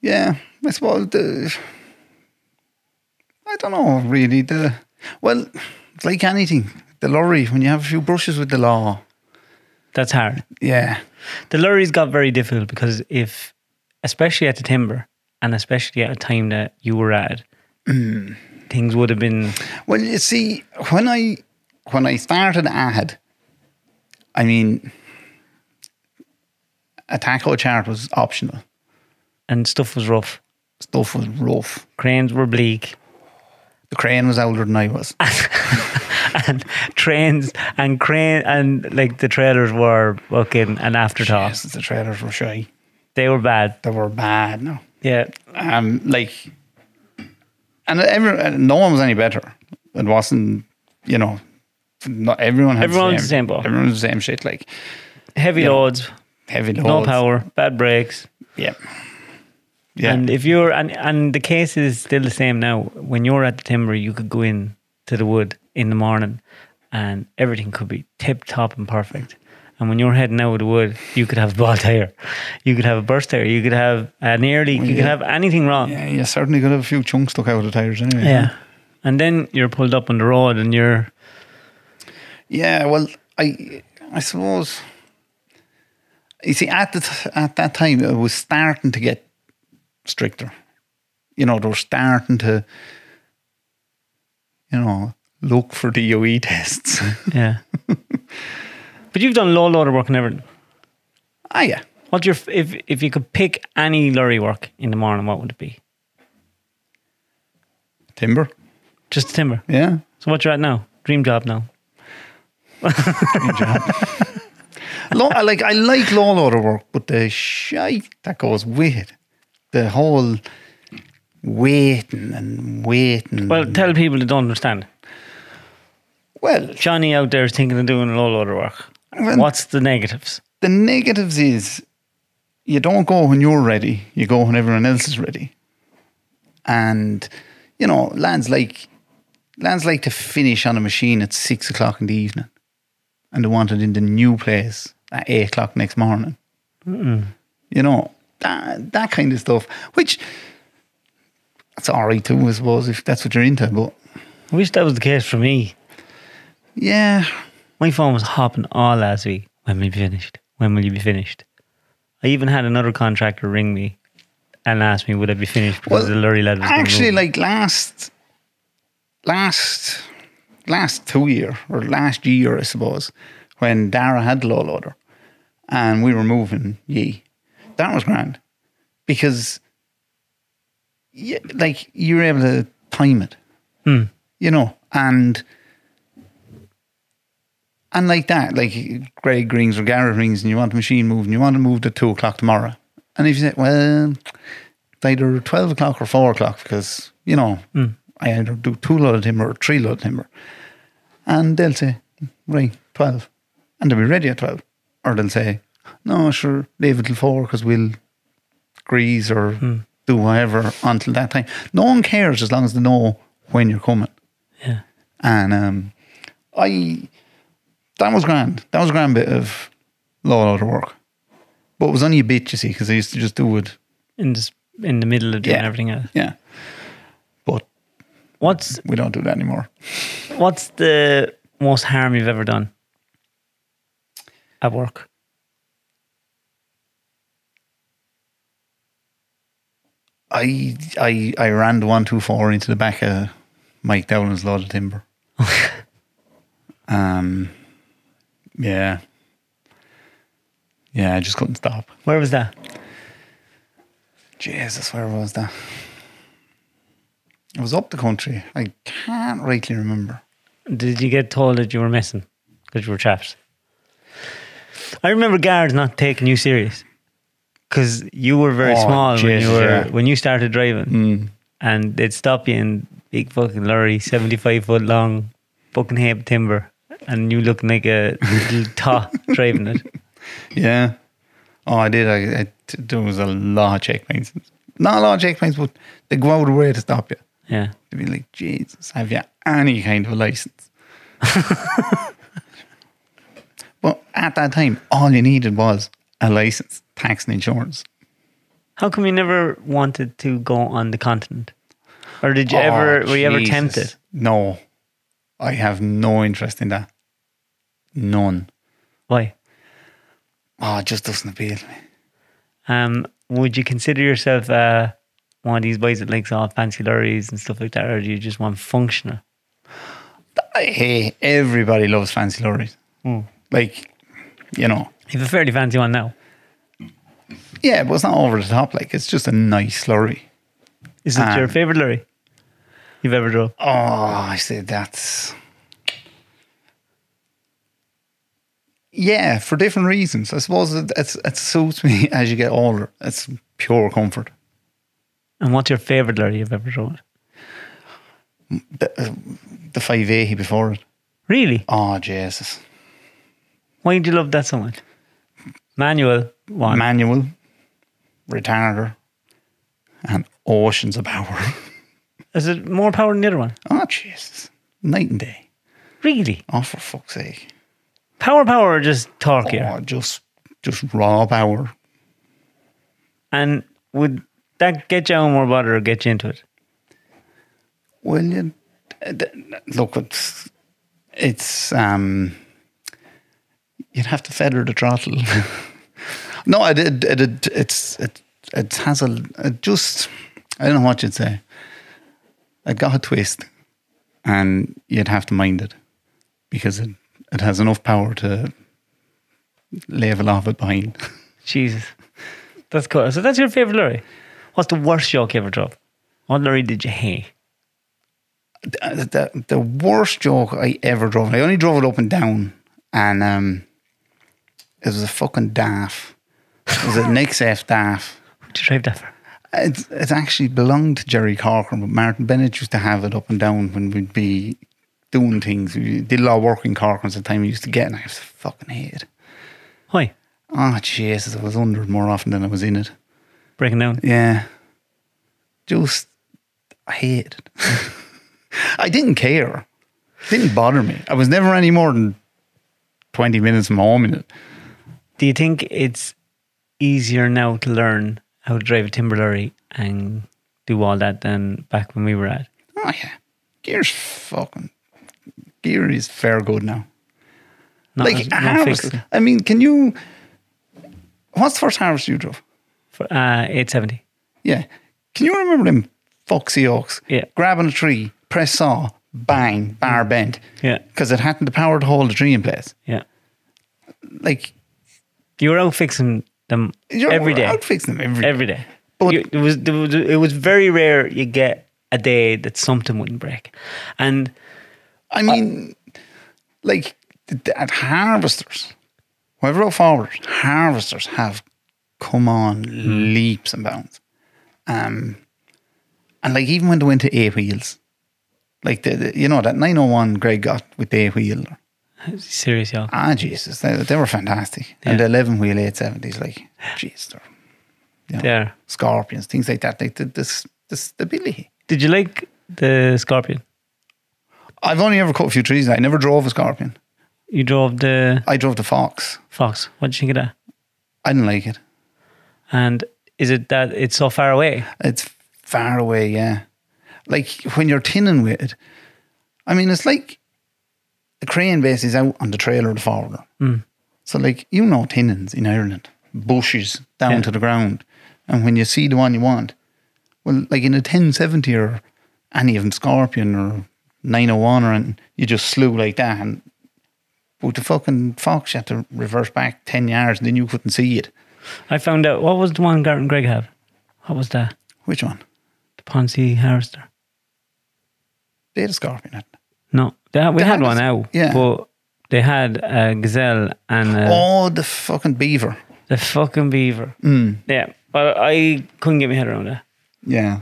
[SPEAKER 2] yeah, I suppose the I don't know really the well, it's like anything. The lorry, when you have a few brushes with the law.
[SPEAKER 1] That's hard.
[SPEAKER 2] Yeah.
[SPEAKER 1] The lorries got very difficult because if, especially at the timber, and especially at a time that you were at, things would have been.
[SPEAKER 2] Well, you see, when I when I started AHED, I mean, a taco chart was optional.
[SPEAKER 1] And stuff was rough.
[SPEAKER 2] Stuff was rough.
[SPEAKER 1] Cranes were bleak.
[SPEAKER 2] The crane was older than I was.
[SPEAKER 1] Ah, and trains and crane and like the trailers were fucking an afterthought.
[SPEAKER 2] Yes, the trailers were shy.
[SPEAKER 1] They were bad.
[SPEAKER 2] They were bad. No,
[SPEAKER 1] Yeah.
[SPEAKER 2] um, like, and every, and no one was any better. It wasn't, you know, not everyone had
[SPEAKER 1] Everyone
[SPEAKER 2] the
[SPEAKER 1] was the same
[SPEAKER 2] same,
[SPEAKER 1] boat.
[SPEAKER 2] Everyone was the same shit. Like
[SPEAKER 1] Heavy
[SPEAKER 2] Yeah.
[SPEAKER 1] loads,
[SPEAKER 2] heavy loads.
[SPEAKER 1] no power, bad brakes.
[SPEAKER 2] Yep. Yeah.
[SPEAKER 1] And if you're and and the case is still the same now. When you're at the timber, you could go in to the wood in the morning and everything could be tip top and perfect. And when you're heading out of the wood, you could have a ball tire, you could have a burst tire, you could have an air leak, you
[SPEAKER 2] yeah.
[SPEAKER 1] could have anything wrong.
[SPEAKER 2] yeah, you certainly could have a few chunks stuck out of the tires anyway.
[SPEAKER 1] yeah. And then you're pulled up on the road and you're
[SPEAKER 2] Yeah, well, I I suppose you see at the t- at that time it was starting to get stricter. You know, they were starting to you know look for DOE tests.
[SPEAKER 1] Yeah. but you've done low loader work and everything.
[SPEAKER 2] ah, yeah,
[SPEAKER 1] What's your f- if if you could pick any lorry work in the morning, what would it be?
[SPEAKER 2] timber.
[SPEAKER 1] Just timber.
[SPEAKER 2] Yeah,
[SPEAKER 1] So what you're at now? Dream job now.
[SPEAKER 2] Lo- I like I like lawloader work, but the shite that goes with it, the whole waiting and waiting.
[SPEAKER 1] Well, tell people that don't understand.
[SPEAKER 2] well,
[SPEAKER 1] Johnny out there is thinking of doing a low loader work.
[SPEAKER 2] Well-
[SPEAKER 1] What's the negatives?
[SPEAKER 2] the negatives is you don't go when you're ready, you go when everyone else is ready. And, you know, lads like lads like to finish on a machine at six o'clock in the evening. And they want it in the new place at eight o'clock next morning. You know, that that kind of stuff. Which that's alright too, I suppose, if that's what you're into, but
[SPEAKER 1] I wish that was the case for me.
[SPEAKER 2] yeah.
[SPEAKER 1] My phone was hopping all last week. When will you be finished? When will you be finished? I even had another contractor ring me and ask me would I be finished because the lorry lad was gonna
[SPEAKER 2] actually
[SPEAKER 1] move.
[SPEAKER 2] like last last last two year or last year I suppose when Dara had the low loader and we were moving ye that was grand because yeah, like you were able to time it you know and and like that like Greg rings or Garrett rings and you want the machine moving you want it moved at two o'clock tomorrow and if you say well it's either 12 o'clock or 4 o'clock because, you know, I either do two load of timber or three load of timber. And they'll say, right, 12. And they'll be ready at 12. Or they'll say, no, sure, leave it till 4 because we'll grease or do whatever until that time. No one cares as long as they know when you're coming.
[SPEAKER 1] Yeah.
[SPEAKER 2] And um, I, that was grand. That was a grand bit of low load of work. But it was only a bit, you see, because I used to just do it.
[SPEAKER 1] in this in the middle of doing
[SPEAKER 2] Yeah.
[SPEAKER 1] everything else.
[SPEAKER 2] Yeah. But
[SPEAKER 1] What's
[SPEAKER 2] we don't do that anymore.
[SPEAKER 1] what's the most harm you've ever done at work?
[SPEAKER 2] I I I ran the one two four into the back of Mike Dowland's load of timber. um, yeah, yeah, I just couldn't stop.
[SPEAKER 1] Where was that?
[SPEAKER 2] Jesus, where was that? It was up the country. I can't rightly remember.
[SPEAKER 1] Did you get told that you were missing because you were trapped? I remember guards not taking you serious because you were very
[SPEAKER 2] Oh,
[SPEAKER 1] small when
[SPEAKER 2] Jesus,
[SPEAKER 1] you were
[SPEAKER 2] yeah.
[SPEAKER 1] when you started driving, and they'd stop you in big fucking lorry, seventy five foot long, fucking hip timber, and you looking like a little tot driving it.
[SPEAKER 2] Yeah. Oh, I did. I, I t- there was a lot of checkpoints. Not a lot of checkpoints, but they go out of their way to stop you.
[SPEAKER 1] Yeah,
[SPEAKER 2] to be like, Jesus, have you any kind of a license? but at that time, all you needed was a license, tax, and insurance.
[SPEAKER 1] how come you never wanted to go on the continent, or did you ever
[SPEAKER 2] Oh,
[SPEAKER 1] were you ever
[SPEAKER 2] Jesus.
[SPEAKER 1] tempted?
[SPEAKER 2] No, I have no interest in that. None.
[SPEAKER 1] Why?
[SPEAKER 2] Oh, it just doesn't appeal to me.
[SPEAKER 1] Um, would you consider yourself uh, one of these boys that likes all fancy lorries and stuff like that, or do you just want functional?
[SPEAKER 2] I- Hey, everybody loves fancy lorries.
[SPEAKER 1] Hmm.
[SPEAKER 2] Like, you know,
[SPEAKER 1] You have a fairly fancy one now.
[SPEAKER 2] yeah, but it's not over the top. Like, it's just a nice lorry.
[SPEAKER 1] Is it your
[SPEAKER 2] Um,
[SPEAKER 1] favorite lorry you've ever drove?
[SPEAKER 2] Oh, I see. That's yeah, for different reasons. I suppose it, it's, it suits me as you get older. It's pure comfort.
[SPEAKER 1] And what's your favorite lorry you've ever drove?
[SPEAKER 2] The five eighty before it.
[SPEAKER 1] Really?
[SPEAKER 2] Oh Jesus!
[SPEAKER 1] Why do you love that so much? Manual one.
[SPEAKER 2] Manual, retarder, and oceans of power.
[SPEAKER 1] Is it more power than the other one?
[SPEAKER 2] oh Jesus! Night and day.
[SPEAKER 1] Really?
[SPEAKER 2] Oh, for fuck's sake!
[SPEAKER 1] Power, power, or just torque here?
[SPEAKER 2] Oh, just just raw power.
[SPEAKER 1] And would that get you out more water or get you into it?
[SPEAKER 2] Well, you, uh, th- look, it's it's um, you'd have to feather the throttle. no, it, it, it, it it's it it has a it just I don't know what you'd say. It got a twist, and you'd have to mind it because it it has enough power to level off it behind.
[SPEAKER 1] Jesus. That's cool. So that's your favorite lorry. What's the worst joke you ever drove? What lorry did you hate?
[SPEAKER 2] the, uh, the- the worst joke I ever drove. I only drove it up and down, and um, It was a fucking daff. It was a Nick's F daff.
[SPEAKER 1] What did you drive that for?
[SPEAKER 2] It, it actually belonged to Jerry Corcoran, but Martin Bennett used to have it up and down when we'd be doing things. We did a lot of work in Corcoran's at the time we used to get, it, and I used to fucking hate it.
[SPEAKER 1] Why?
[SPEAKER 2] Oh, Jesus, I was under it more often than I was in it.
[SPEAKER 1] Breaking down.
[SPEAKER 2] Yeah. Just, I hated it. I didn't care. It didn't bother me. I was never any more than 20 minutes from home in it.
[SPEAKER 1] Do you think it's easier now to learn how to drive a timber lorry and do all that than back when we were at?
[SPEAKER 2] Oh yeah, gear's fucking gear is fair good now.
[SPEAKER 1] Not
[SPEAKER 2] like
[SPEAKER 1] as- not
[SPEAKER 2] harvest,
[SPEAKER 1] fixed.
[SPEAKER 2] I mean, can you? What's the first harvest you drove?
[SPEAKER 1] For, uh, 870.
[SPEAKER 2] Yeah, can you remember them foxy oaks?
[SPEAKER 1] Yeah.
[SPEAKER 2] grabbing a tree, press saw, bang, bar bent.
[SPEAKER 1] Yeah.
[SPEAKER 2] because it hadn't the power to hold the tree in place.
[SPEAKER 1] Yeah.
[SPEAKER 2] Like
[SPEAKER 1] You were out fixing them
[SPEAKER 2] you're
[SPEAKER 1] every day.
[SPEAKER 2] out fixing them every.
[SPEAKER 1] every day.
[SPEAKER 2] But-
[SPEAKER 1] You- it was there was- it was very rare you get a day that something wouldn't break, and
[SPEAKER 2] I mean, like th- th- at harvesters, whoever go forward, harvesters have come on
[SPEAKER 1] Hmm.
[SPEAKER 2] leaps and bounds. Um, and like even when they went to eight wheels, like the, the- you know that nine hundred one Greg got with the eight wheel.
[SPEAKER 1] serious, y'all.
[SPEAKER 2] Ah, Jesus, they, they were fantastic. And the
[SPEAKER 1] Yeah.
[SPEAKER 2] eleven wheel eight seventies, like jeez, they're you know,
[SPEAKER 1] Yeah.
[SPEAKER 2] scorpions, things like that. Like the, this, the stability.
[SPEAKER 1] Did you like the Scorpion?
[SPEAKER 2] I've only ever cut a few trees. I never drove a scorpion.
[SPEAKER 1] You drove the
[SPEAKER 2] I drove the fox.
[SPEAKER 1] Fox. What did you think of that?
[SPEAKER 2] I didn't like it.
[SPEAKER 1] And is it that it's so far away?
[SPEAKER 2] It's far away, yeah. Like when you're tinning with it, I mean, it's like the crane base is out on the trailer of the forwarder. Mm. So, like, you know, tinnings in Ireland, bushes down
[SPEAKER 1] Yeah.
[SPEAKER 2] to the ground. And when you see the one you want, well, like in a 1070 or any of them, Scorpion or 901 or anything, you just slew like that. And but the fucking fox, you had to reverse back 10 yards and then you couldn't see it.
[SPEAKER 1] I found out what was the one Garrett and Greg have. What was that?
[SPEAKER 2] Which one?
[SPEAKER 1] The Ponzi Harvester.
[SPEAKER 2] They had a scorpion, hadn't they?
[SPEAKER 1] No, that we
[SPEAKER 2] They
[SPEAKER 1] had
[SPEAKER 2] had
[SPEAKER 1] one
[SPEAKER 2] a-
[SPEAKER 1] out.
[SPEAKER 2] yeah.
[SPEAKER 1] but they had a gazelle and a,
[SPEAKER 2] Oh, the fucking beaver.
[SPEAKER 1] the fucking beaver.
[SPEAKER 2] Mm.
[SPEAKER 1] Yeah, but I couldn't get my head around that.
[SPEAKER 2] Yeah.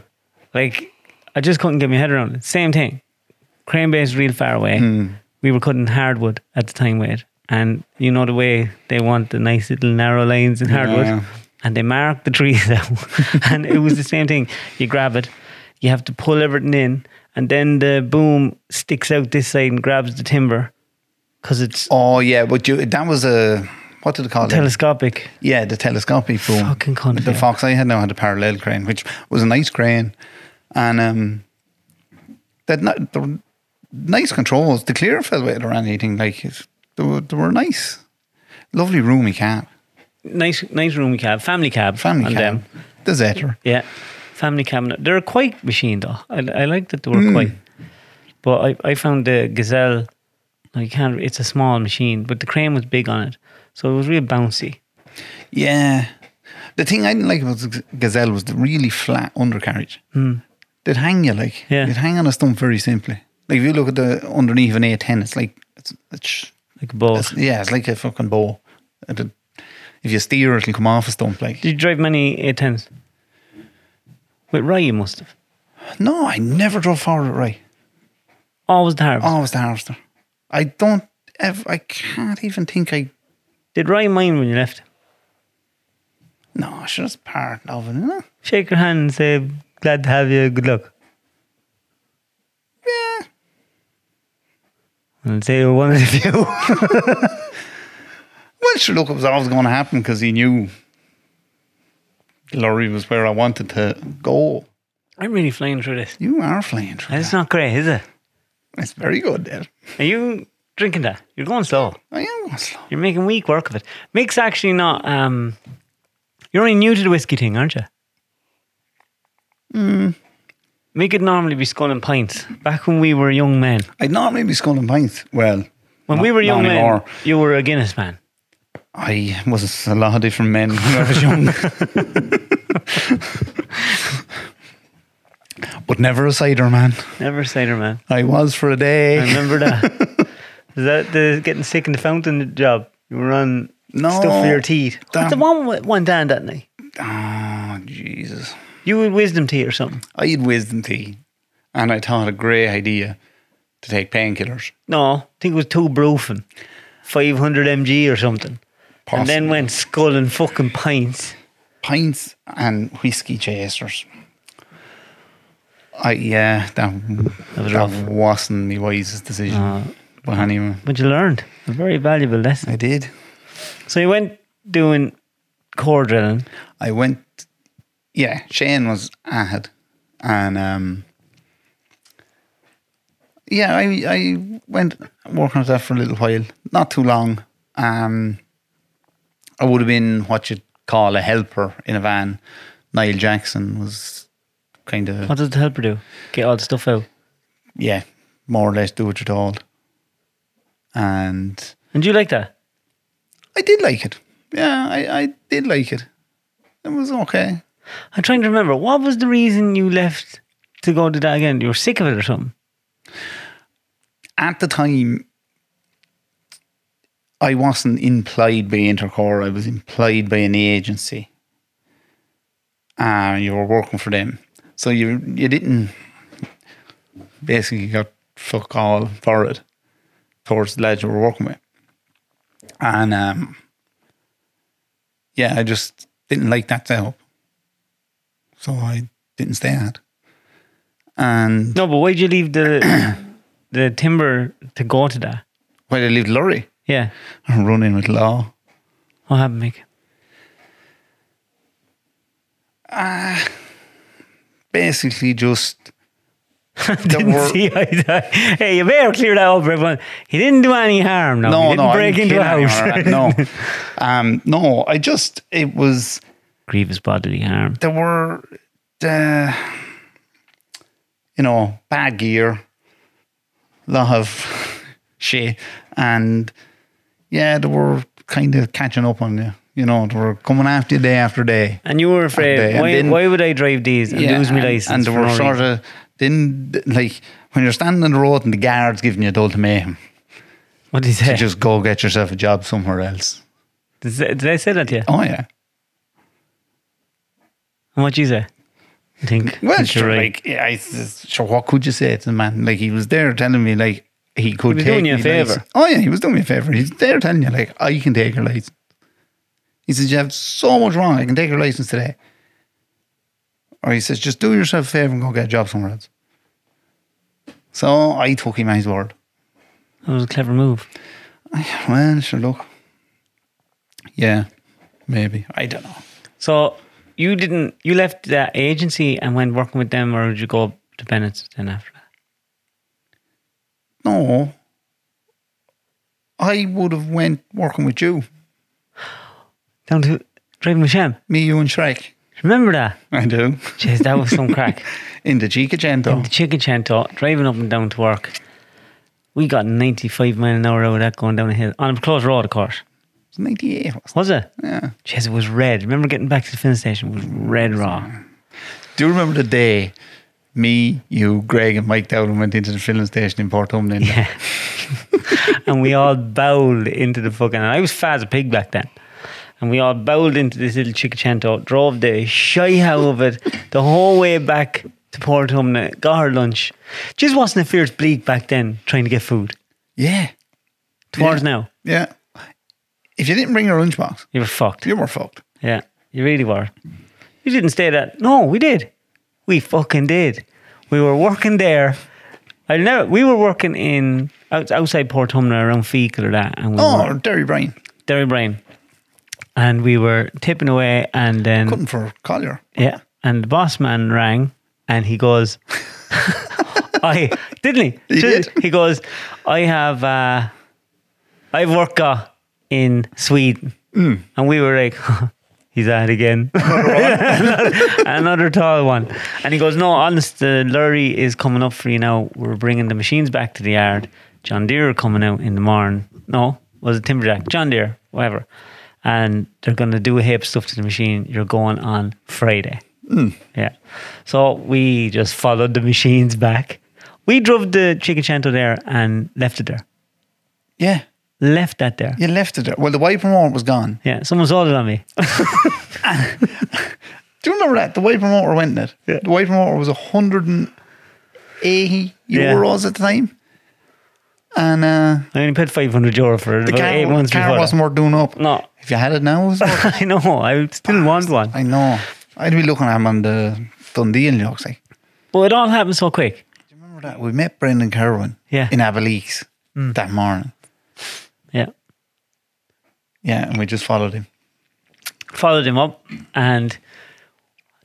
[SPEAKER 1] Like, I just couldn't get my head around it. Same thing. Crane Bay is real far away.
[SPEAKER 2] Hmm.
[SPEAKER 1] We were cutting hardwood at the time with it. And you know the way they want the nice little narrow lines in hardwood.
[SPEAKER 2] Yeah.
[SPEAKER 1] And they mark the trees out. and it was the same thing. You grab it, you have to pull everything in, and then the boom sticks out this side and grabs the timber because it's
[SPEAKER 2] Oh yeah, but you that was a what did they call it?
[SPEAKER 1] telescopic.
[SPEAKER 2] Yeah, the telescopic boom.
[SPEAKER 1] Fucking cunt,
[SPEAKER 2] The
[SPEAKER 1] yeah.
[SPEAKER 2] fox I had now had a parallel crane, which was a nice crane, and um, that ni- there were nice controls. The clear fell with it or anything like it. They were, they were nice, lovely roomy cab,
[SPEAKER 1] Nice, nice room cab, family cab.
[SPEAKER 2] family
[SPEAKER 1] on
[SPEAKER 2] cab,
[SPEAKER 1] them.
[SPEAKER 2] the Zetter.
[SPEAKER 1] Yeah, family cabinet. They're a quiet machine though. I, I like that they were quiet. But I, I found the gazelle. I can't. It's a small machine, but the crane was big on it, so it was real bouncy.
[SPEAKER 2] Yeah. The thing I didn't like about the Gazelle was the really flat undercarriage. Mm. They'd hang you like,
[SPEAKER 1] Hmm. Yeah.
[SPEAKER 2] you'd hang on a stump very simply. Like if you look at the underneath an A10, it's like, it's, it's,
[SPEAKER 1] Like a boat.
[SPEAKER 2] it's yeah, it's like a fucking bow. And it- If you steer, it'll come off a stump. Like,
[SPEAKER 1] Did you drive many A10s? With Rye, you must have.
[SPEAKER 2] no, I never drove forward it right.
[SPEAKER 1] Always the harvest.
[SPEAKER 2] Always the harvester. I don't, ever, I can't even think I,
[SPEAKER 1] Did Rye mind when you left?
[SPEAKER 2] no, I should have part of it, you know?
[SPEAKER 1] Shake your hand and say, glad to have you, good luck.
[SPEAKER 2] Yeah.
[SPEAKER 1] And say you're one of the few.
[SPEAKER 2] Well, sure, look, it was always going to happen because he knew Lorry was where I wanted to go.
[SPEAKER 1] I'm really flying through this.
[SPEAKER 2] You are flying through.
[SPEAKER 1] It's
[SPEAKER 2] that.
[SPEAKER 1] not great, is it?
[SPEAKER 2] It's very good there.
[SPEAKER 1] Are you drinking that? You're going slow.
[SPEAKER 2] I am going slow.
[SPEAKER 1] You're making weak work of it. Mick's actually not. Um, you're only new to the whiskey thing, aren't you? Mm. Mick would normally be sculling pints back when we were young men.
[SPEAKER 2] I'd normally be sculling pints. Well,
[SPEAKER 1] When
[SPEAKER 2] not-
[SPEAKER 1] we were
[SPEAKER 2] not
[SPEAKER 1] young men,
[SPEAKER 2] anymore.
[SPEAKER 1] you were a Guinness man.
[SPEAKER 2] I was a lot of different men when I was young. but never a cider man.
[SPEAKER 1] Never a cider man.
[SPEAKER 2] I was for a
[SPEAKER 1] I
[SPEAKER 2] day.
[SPEAKER 1] remember that. Is that the getting sick in the fountain job? You were on
[SPEAKER 2] No.
[SPEAKER 1] stuff for your teeth.
[SPEAKER 2] Damn.
[SPEAKER 1] What's the one with- one down that night?
[SPEAKER 2] Oh, Jesus.
[SPEAKER 1] You with wisdom teeth or something?
[SPEAKER 2] I had wisdom tea, and I thought a great idea to take painkillers.
[SPEAKER 1] No, I think it was two brufen, five hundred mg or something, and then
[SPEAKER 2] Possibly.
[SPEAKER 1] went sculling fucking pints.
[SPEAKER 2] pints and whiskey chasers. I yeah, that that,
[SPEAKER 1] was rough.
[SPEAKER 2] wasn't my wisest decision. but anyway,
[SPEAKER 1] But you learned a very valuable lesson.
[SPEAKER 2] I did.
[SPEAKER 1] So you went doing core drilling.
[SPEAKER 2] I went. Yeah, Shane was ahead, and um, yeah, I I went working on that for a little while, not too long. Um, I would have been what you'd call a helper in a van. Niall Jackson was kind of
[SPEAKER 1] What does the helper do? Get all the stuff out.
[SPEAKER 2] yeah, more or less do what you're told. And
[SPEAKER 1] And do you like that?
[SPEAKER 2] I did like it. Yeah, I, I did like it. It was okay.
[SPEAKER 1] I'm trying to remember what was the reason you left to go do that again. You were sick of it or something.
[SPEAKER 2] At the time, I wasn't implied by Intercore, I was implied by an agency. And you were working for them. So you you didn't basically got fuck all for it towards the lads you were working with. And um, yeah, I just didn't like that setup. So I didn't stay at. And
[SPEAKER 1] No, but why'd you leave the the timber to go to that?
[SPEAKER 2] when I left Lorry,
[SPEAKER 1] Yeah.
[SPEAKER 2] I'm running with Law.
[SPEAKER 1] What happened, Mick?
[SPEAKER 2] Basically just
[SPEAKER 1] Didn't
[SPEAKER 2] were-
[SPEAKER 1] see eye to eye. Hey, you better clear that up, everyone. He didn't do any harm. No, he didn't
[SPEAKER 2] I
[SPEAKER 1] break
[SPEAKER 2] didn't
[SPEAKER 1] into a
[SPEAKER 2] kill
[SPEAKER 1] house.
[SPEAKER 2] anyone or that, No, um, no. I just it was
[SPEAKER 1] Grievous bodily harm.
[SPEAKER 2] there were the you know bad gear, lot of shit, and yeah, they were kind of catching up on you. You know, they were coming after you day after day.
[SPEAKER 1] And you were afraid.
[SPEAKER 2] And, uh, and
[SPEAKER 1] why,
[SPEAKER 2] then-
[SPEAKER 1] why would I drive these and lose my
[SPEAKER 2] and-
[SPEAKER 1] license?
[SPEAKER 2] And they
[SPEAKER 1] for
[SPEAKER 2] were
[SPEAKER 1] no
[SPEAKER 2] sort
[SPEAKER 1] reason?
[SPEAKER 2] of then like when you're standing on the road and the guards giving you the ultimatum
[SPEAKER 1] What did he say?
[SPEAKER 2] to just go get yourself a job somewhere else.
[SPEAKER 1] Did they- did I say that to you?
[SPEAKER 2] Oh yeah.
[SPEAKER 1] And what you say? I think.
[SPEAKER 2] Well,
[SPEAKER 1] you're
[SPEAKER 2] sure, like yeah, I, s- sure, what could you say to the man? Like he was there telling me like he could
[SPEAKER 1] was
[SPEAKER 2] take
[SPEAKER 1] doing you a
[SPEAKER 2] me
[SPEAKER 1] favour.
[SPEAKER 2] license. Oh yeah, he was doing me a favor. He's there telling you like I can take your license. He says you have so much wrong. I can take your license today. Or he says just do yourself a favor and go get a job somewhere else. So I took him at his word.
[SPEAKER 1] That was a clever move.
[SPEAKER 2] Well, sure, look. Yeah, maybe I don't know.
[SPEAKER 1] So you didn't. You left that agency and went working with them, or did you go to Bennett's then after that?
[SPEAKER 2] No, I would have went working with you,
[SPEAKER 1] Down to driving with Shem.
[SPEAKER 2] me, you, and Shrek.
[SPEAKER 1] Remember that?
[SPEAKER 2] I do.
[SPEAKER 1] Jeez, that was some crack.
[SPEAKER 2] In the Gigagento.
[SPEAKER 1] The chicken chanto driving up and down to work. We got 95 mile an hour out of that going down a hill on a closed road, of course.
[SPEAKER 2] It's 98. wasn't
[SPEAKER 1] Was it?
[SPEAKER 2] it? Yeah.
[SPEAKER 1] Jeez, it was red. Remember getting back to the finish station? It was red raw.
[SPEAKER 2] Do you remember the day me, you, Greg, and Mike Dowden went into the filling station in Port Umlin?
[SPEAKER 1] Yeah. and we all bowled into the fucking. And I was fat as a pig back then. And we all bowled into this little Chicachanto, drove the shy hell of it the whole way back to Portumna, got her lunch. Just wasn't a fierce bleak back then trying to get food.
[SPEAKER 2] Yeah.
[SPEAKER 1] Towards
[SPEAKER 2] Yeah.
[SPEAKER 1] now,
[SPEAKER 2] Yeah. If you didn't bring your lunchbox,
[SPEAKER 1] you were fucked.
[SPEAKER 2] you were fucked.
[SPEAKER 1] Yeah, you really were. You didn't stay that. No, we did. We fucking did. We were working there. I know we were working in out, outside Portumna around Fecal or that, and we
[SPEAKER 2] Oh,
[SPEAKER 1] were
[SPEAKER 2] or Derry Bryan.
[SPEAKER 1] Derry Brain, and we were tipping away, and then
[SPEAKER 2] Couldn't for Collier.
[SPEAKER 1] yeah, and the boss man rang, and he goes, "I didn't he?
[SPEAKER 2] He did.
[SPEAKER 1] He goes, I have, uh, I've worked uh, in Sweden,
[SPEAKER 2] Hmm.
[SPEAKER 1] and we were like." He's at it again. Another tall one. And he goes, No, honest, the lorry is coming up for you now. We're bringing the machines back to the yard. John Deere are coming out in the morning. No, was it Timberjack? John Deere, whatever. And they're going to do hip stuff to the machine. You're going on Friday.
[SPEAKER 2] Hmm.
[SPEAKER 1] Yeah. So we just followed the machines back. We drove the Chicken Chanto there and left it there.
[SPEAKER 2] Yeah.
[SPEAKER 1] left that there.
[SPEAKER 2] You left it there. Well, the wiper motor was gone.
[SPEAKER 1] Yeah, someone sold it on me.
[SPEAKER 2] Do you remember that? The wiper motor went in it.
[SPEAKER 1] Yeah.
[SPEAKER 2] The wiper motor was 180
[SPEAKER 1] Yeah.
[SPEAKER 2] euros at the time. And uh,
[SPEAKER 1] I only paid 500 euro for it
[SPEAKER 2] the
[SPEAKER 1] about
[SPEAKER 2] car,
[SPEAKER 1] eight months
[SPEAKER 2] car
[SPEAKER 1] before.
[SPEAKER 2] wasn't worth doing up.
[SPEAKER 1] No.
[SPEAKER 2] If you had it now, it was worth
[SPEAKER 1] I know, I still want one.
[SPEAKER 2] I know. I'd be looking at him on the Dundee and York say,
[SPEAKER 1] But it all happened so quick.
[SPEAKER 2] Do you remember that? We met Brendan Kerwin
[SPEAKER 1] Yeah. Mm.
[SPEAKER 2] in Abilene that morning.
[SPEAKER 1] Yeah.
[SPEAKER 2] Yeah, and we just followed him.
[SPEAKER 1] Followed him up and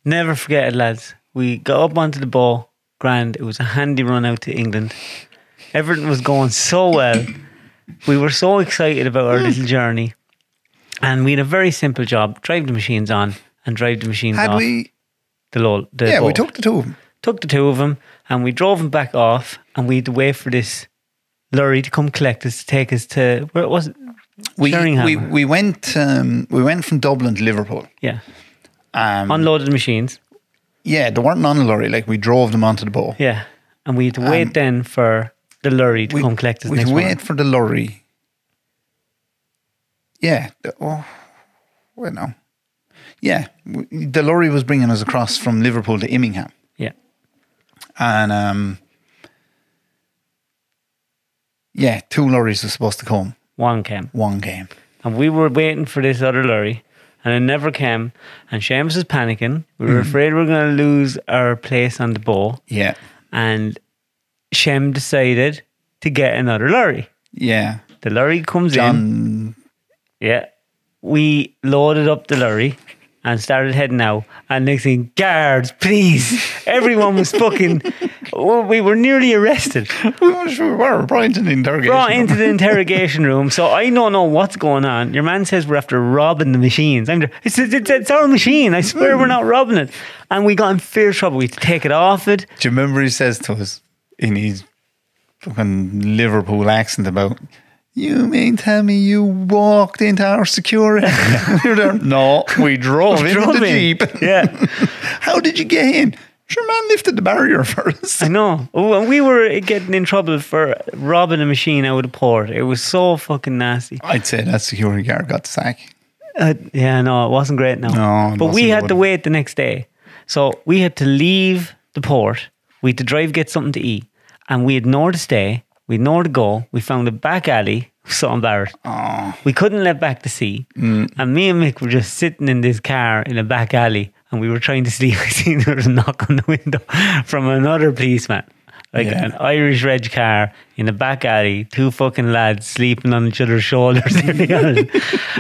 [SPEAKER 1] never forget it, lads. We got up onto the ball, grand. It was a handy run out to England. Everything was going so well. We were so excited about our little journey. And we had a very simple job drive the machines on and drive the machines
[SPEAKER 2] Had
[SPEAKER 1] off.
[SPEAKER 2] we?
[SPEAKER 1] the lol, the
[SPEAKER 2] Yeah, we
[SPEAKER 1] boat.
[SPEAKER 2] took the two of them.
[SPEAKER 1] took the two of them and we drove them back off and we had to wait for this lorry to come collect us to take us to where it was
[SPEAKER 2] We,
[SPEAKER 1] Sheringham.
[SPEAKER 2] we, we, went, um, we went from Dublin to Liverpool.
[SPEAKER 1] yeah
[SPEAKER 2] Um,
[SPEAKER 1] unloaded machines
[SPEAKER 2] yeah, they weren't on a lorry. Like, we drove them onto the boat.
[SPEAKER 1] yeah and we had to wait then for the lorry to
[SPEAKER 2] Um, we,
[SPEAKER 1] come collect us
[SPEAKER 2] we
[SPEAKER 1] next
[SPEAKER 2] wait
[SPEAKER 1] morning
[SPEAKER 2] for the lorry. Yeah. the- oh, well, no. Yeah, w- the lorry was bringing us across from Liverpool to Immingham.
[SPEAKER 1] yeah
[SPEAKER 2] and um, yeah, two lorries were supposed to come
[SPEAKER 1] one came
[SPEAKER 2] one game.
[SPEAKER 1] and we were waiting for this other lorry and it never came and Seamus was panicking we were
[SPEAKER 2] Mm.
[SPEAKER 1] afraid we were going to lose our place on the boat
[SPEAKER 2] Yeah,
[SPEAKER 1] and Shem decided to get another lorry
[SPEAKER 2] yeah.
[SPEAKER 1] the lorry comes in
[SPEAKER 2] John,
[SPEAKER 1] Yeah. We loaded up the lorry and started heading out. And next thing, guards, please. Everyone was fucking. Oh, we were nearly arrested.
[SPEAKER 2] we were sure we were brought into the interrogation.
[SPEAKER 1] Brought
[SPEAKER 2] room.
[SPEAKER 1] into the interrogation room. So I don't know what's going on. Your man says we're after robbing the machines. I'm just, it's, it's, it's our machine. I swear we're not robbing it. And we got in fierce trouble. We had to take it off it.
[SPEAKER 2] Do you remember he says to us in his fucking Liverpool accent about? You mean tell me you walked into our security? You're there. No, we drove into
[SPEAKER 1] Drove
[SPEAKER 2] the
[SPEAKER 1] in.
[SPEAKER 2] jeep.
[SPEAKER 1] Yeah,
[SPEAKER 2] How did you get in? Your man lifted the barrier for us.
[SPEAKER 1] I know. Oh, and we were getting in trouble for robbing a machine out of the port. It was so fucking nasty.
[SPEAKER 2] I'd say that security guard got the sack.
[SPEAKER 1] Uh, yeah, no, it wasn't great. No,
[SPEAKER 2] No, it
[SPEAKER 1] but we
[SPEAKER 2] wasn't
[SPEAKER 1] had to
[SPEAKER 2] good.
[SPEAKER 1] wait the next day, so we had to leave the port. We had to drive, get something to eat, and we had nowhere to stay. We had nowhere to go. We found a back alley. So embarrassed. We couldn't let back to sea, and me and Mick were just sitting in this car in a back alley, and we were trying to sleep. I seen there was a knock on the window from another policeman. Like
[SPEAKER 2] Yeah.
[SPEAKER 1] an Irish reg car in a back alley, two fucking lads sleeping on each other's shoulders. and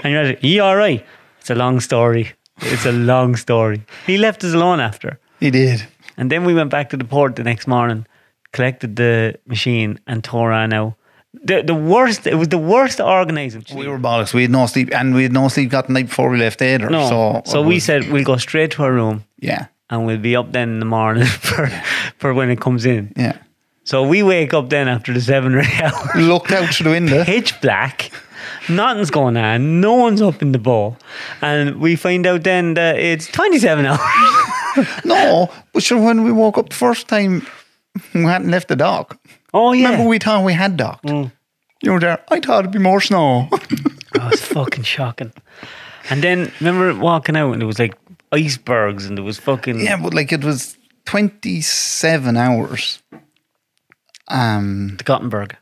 [SPEAKER 1] you're like, you all right? It's a long story. It's a long story. He left us alone after.
[SPEAKER 2] He did.
[SPEAKER 1] And then we went back to the port the next morning, collected the machine and tore on out. The, the worst, it was the worst organising.
[SPEAKER 2] We were bollocks. We had no sleep, and we had no sleep got the night before we left either.
[SPEAKER 1] no. So,
[SPEAKER 2] so, it
[SPEAKER 1] we
[SPEAKER 2] was-
[SPEAKER 1] said we'll go straight to our room
[SPEAKER 2] yeah,
[SPEAKER 1] and we'll be up then in the morning for, for when it comes in.
[SPEAKER 2] yeah.
[SPEAKER 1] So we wake up then after the seven or eight hours.
[SPEAKER 2] Looked out through the window.
[SPEAKER 1] pitch black. Nothing's going on. No one's up in the ball. And we find out then that it's 27 hours.
[SPEAKER 2] No, but sure, when we woke up the first time, we hadn't left the dock.
[SPEAKER 1] Oh, yeah. Mm.
[SPEAKER 2] Remember, we thought we had docked. You were there. I thought it'd be more snow.
[SPEAKER 1] Oh, it's fucking shocking. And then remember walking out and there was like icebergs and there was fucking.
[SPEAKER 2] yeah, but like it was twenty-seven hours. Um.
[SPEAKER 1] The Gothenburg.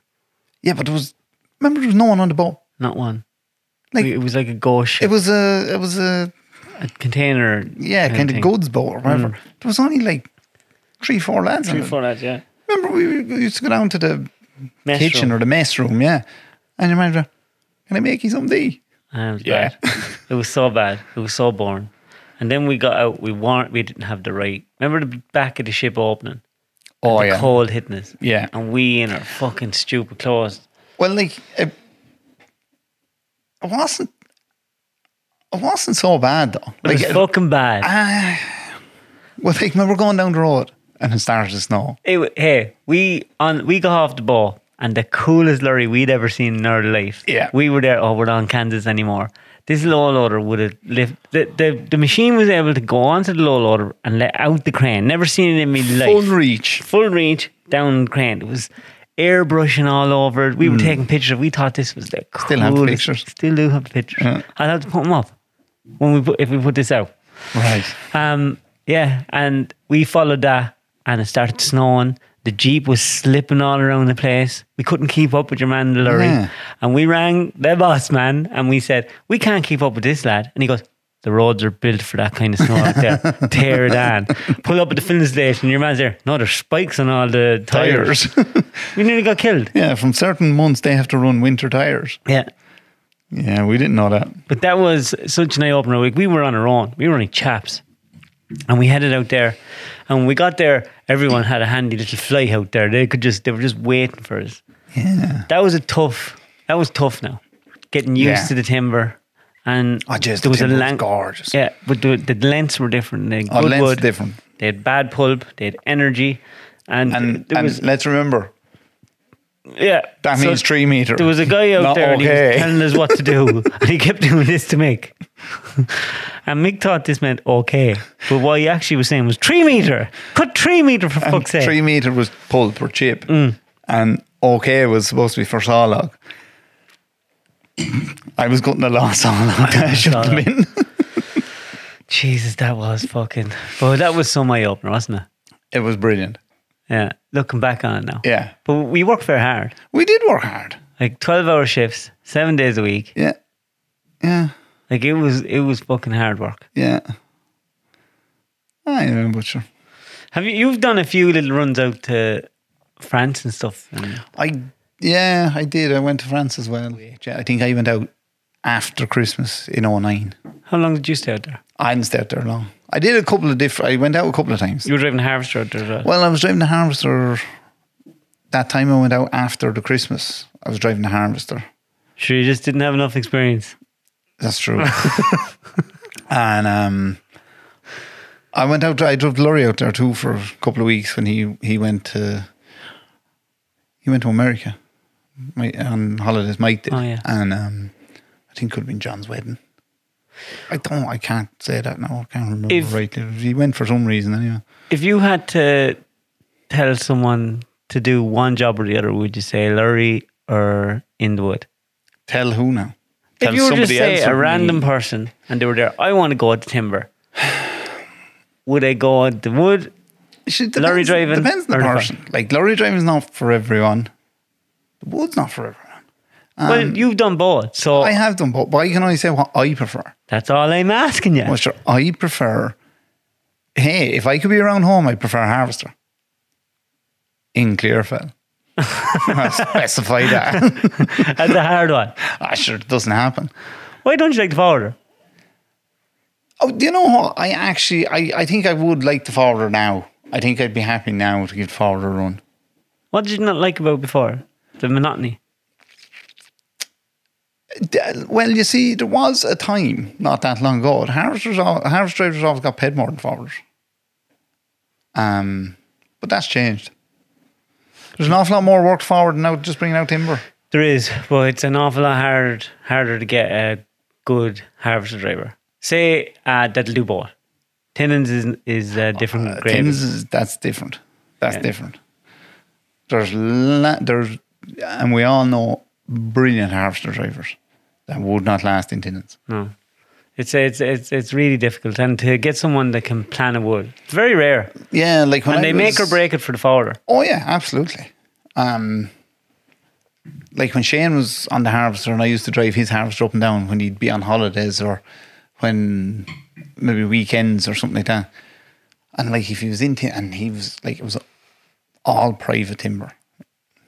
[SPEAKER 2] Yeah, but it was. Remember, there was no one on the boat.
[SPEAKER 1] Not one.
[SPEAKER 2] Like-
[SPEAKER 1] Like, it was like a gauche
[SPEAKER 2] It was a. It was a.
[SPEAKER 1] a container.
[SPEAKER 2] Yeah, kind of
[SPEAKER 1] thing.
[SPEAKER 2] goods boat or whatever. There was only like three, four lads. on
[SPEAKER 1] Mm. Three,
[SPEAKER 2] it.
[SPEAKER 1] four lads, yeah.
[SPEAKER 2] Remember, we we used to go down to the
[SPEAKER 1] Mess
[SPEAKER 2] kitchen
[SPEAKER 1] room.
[SPEAKER 2] or the mess room, yeah. And your manager, can I make you some tea?
[SPEAKER 1] And it was
[SPEAKER 2] Yeah.
[SPEAKER 1] bad. it was so bad. It was so boring. And then we got out. We weren't. We didn't have the right. Remember the back of the ship opening.
[SPEAKER 2] Oh
[SPEAKER 1] the cold hitting us.
[SPEAKER 2] Yeah.
[SPEAKER 1] And we in our fucking stupid clothes.
[SPEAKER 2] Well, like it, it wasn't. It wasn't so bad though.
[SPEAKER 1] It
[SPEAKER 2] Like, uh,
[SPEAKER 1] was fucking bad.
[SPEAKER 2] well, like remember going down the road and it started to snow.
[SPEAKER 1] It wa- hey, we on we got off the ball and the coolest lorry we'd ever seen in our life.
[SPEAKER 2] Yeah.
[SPEAKER 1] We were there, oh, we're not in Kansas anymore. This low loader would have lift the, the the machine was able to go onto the low loader and let out the crane. Never seen it in my life.
[SPEAKER 2] Full reach.
[SPEAKER 1] Full reach down crane. It was airbrushing all over. it. We were taking pictures. of- We thought this was the coolest.
[SPEAKER 2] Hmm. Still have pictures.
[SPEAKER 1] Still do have pictures.
[SPEAKER 2] Yeah.
[SPEAKER 1] I'll have to put them up when we put, if we put this out.
[SPEAKER 2] Right.
[SPEAKER 1] Um, yeah, and we followed that, and it started snowing. The jeep was slipping all around the place. We couldn't keep up with your man in the lorry,
[SPEAKER 2] Yeah.
[SPEAKER 1] and we rang the boss man, and we said we can't keep up with this lad. And he goes, "The roads are built for that kind of snow out there. Tear down. Pull up at the filling station. Your man's there. No, there's spikes on all the tires.
[SPEAKER 2] Tires.
[SPEAKER 1] We nearly got killed.
[SPEAKER 2] yeah, from certain months they have to run winter tires.
[SPEAKER 1] Yeah."
[SPEAKER 2] Yeah, we didn't know that.
[SPEAKER 1] But that was such an eye opener. Like we were on our own. We were only chaps. And we headed out there. And when we got there, everyone had a handy little fly out there. They could just they were just waiting for us.
[SPEAKER 2] Yeah.
[SPEAKER 1] That was a tough that was tough now. Getting used
[SPEAKER 2] Yeah.
[SPEAKER 1] to the timber. And
[SPEAKER 2] Oh, jeez, the timber was gorgeous.
[SPEAKER 1] Yeah, but the, the lengths were different. They had
[SPEAKER 2] Oh,
[SPEAKER 1] good
[SPEAKER 2] lengths
[SPEAKER 1] wood.
[SPEAKER 2] different.
[SPEAKER 1] They had bad pulp. They had energy, and,
[SPEAKER 2] And,
[SPEAKER 1] there
[SPEAKER 2] and
[SPEAKER 1] was
[SPEAKER 2] let's remember,
[SPEAKER 1] yeah.
[SPEAKER 2] that
[SPEAKER 1] so
[SPEAKER 2] means three meter.
[SPEAKER 1] there was a guy out
[SPEAKER 2] Not
[SPEAKER 1] there and he
[SPEAKER 2] okay.
[SPEAKER 1] was telling us what to do, and he kept doing this to Mick. and Mick thought this meant okay, but what he actually was saying was three meter. Cut three meter for fuck's sake. Mm.
[SPEAKER 2] Three meter was pulp or chip, and okay was supposed to be for saw log. I was cutting a lot of saw log. I shoved
[SPEAKER 1] saw
[SPEAKER 2] them
[SPEAKER 1] log.
[SPEAKER 2] in.
[SPEAKER 1] Jesus, that was fucking. But that was some eye opener, wasn't it?
[SPEAKER 2] It was brilliant.
[SPEAKER 1] Yeah, looking back on it now.
[SPEAKER 2] Yeah,
[SPEAKER 1] But we worked very hard,
[SPEAKER 2] we did work hard.
[SPEAKER 1] like twelve hour shifts, seven days a week.
[SPEAKER 2] Yeah, yeah,
[SPEAKER 1] Like it was, it was fucking hard work.
[SPEAKER 2] yeah. I am but sure.
[SPEAKER 1] Have you? You've done a few little runs out to France and stuff. And,
[SPEAKER 2] I yeah, I did. I went to France as well. Yeah, I think I went out after Christmas in 09.
[SPEAKER 1] how long did you stay out there?
[SPEAKER 2] I didn't stay out there long. I did a couple of different. I went out a couple of times.
[SPEAKER 1] You were driving Harvester out there as well.
[SPEAKER 2] Well, I was driving the harvester. That time I went out after the Christmas, I was driving the harvester.
[SPEAKER 1] Sure, you just didn't have enough experience.
[SPEAKER 2] That's true. and um, I went out. I drove Laurie out there too for a couple of weeks when he he went to he went to America my, on holidays. Mike did,
[SPEAKER 1] Oh, yeah.
[SPEAKER 2] and um, I think it could have been John's wedding. I don't. I can't say that now. I can't remember
[SPEAKER 1] If-
[SPEAKER 2] rightly. He went for some reason anyway.
[SPEAKER 1] If you had to tell someone to do one job or the other, would you say Lurie or Inwood?
[SPEAKER 2] Tell who now? Tell
[SPEAKER 1] if you were just say
[SPEAKER 2] or
[SPEAKER 1] a
[SPEAKER 2] me?
[SPEAKER 1] random person and they were there, I want to go to timber. would I go to wood?
[SPEAKER 2] She,
[SPEAKER 1] Lorry driving
[SPEAKER 2] depends on
[SPEAKER 1] or
[SPEAKER 2] the
[SPEAKER 1] the
[SPEAKER 2] person. Like lorry driving's not for everyone. The wood's not for everyone.
[SPEAKER 1] well, you've done both, so
[SPEAKER 2] Um, I have done both, but I can only say what I prefer.
[SPEAKER 1] that's all I'm asking you.
[SPEAKER 2] Well, sure, I prefer. Hey, if I could be around home, I prefer harvester. In Clearfell, I specify that.
[SPEAKER 1] That's a hard one.
[SPEAKER 2] I sure it doesn't happen.
[SPEAKER 1] Why don't you like the powder?
[SPEAKER 2] Oh, do you know what? I actually, I, I think I would like the forwarder now. I think I'd be happy now to give forwarder a run.
[SPEAKER 1] What did you not like about before? The monotony.
[SPEAKER 2] D- Well, you see, there was a time not that long ago. Harvesters, al- harvest drivers always got paid more than forwarders. Um, but that's changed. There's an awful lot more work forward now, just bringing out timber.
[SPEAKER 1] There is, but it's an awful lot hard, harder to get a good harvester driver. Say uh, that'll do both. Tinnins is is a different
[SPEAKER 2] Uh,
[SPEAKER 1] grade.
[SPEAKER 2] Tim's is, that's different. That's
[SPEAKER 1] Yeah.
[SPEAKER 2] different. There's la- there's, and we all know brilliant harvester drivers that would not last in tenants.
[SPEAKER 1] No, it's it's it's it's really difficult, and to get someone that can plan a wood, it's very rare,
[SPEAKER 2] Yeah, like when
[SPEAKER 1] and
[SPEAKER 2] I
[SPEAKER 1] they make or
[SPEAKER 2] was-
[SPEAKER 1] break it for the forwarder.
[SPEAKER 2] Oh yeah, absolutely. Um, like when Shane was on the harvester, and I used to drive his harvester up and down when he'd be on holidays or when maybe weekends or something like that. And like if he was into, and he was like it was all private timber.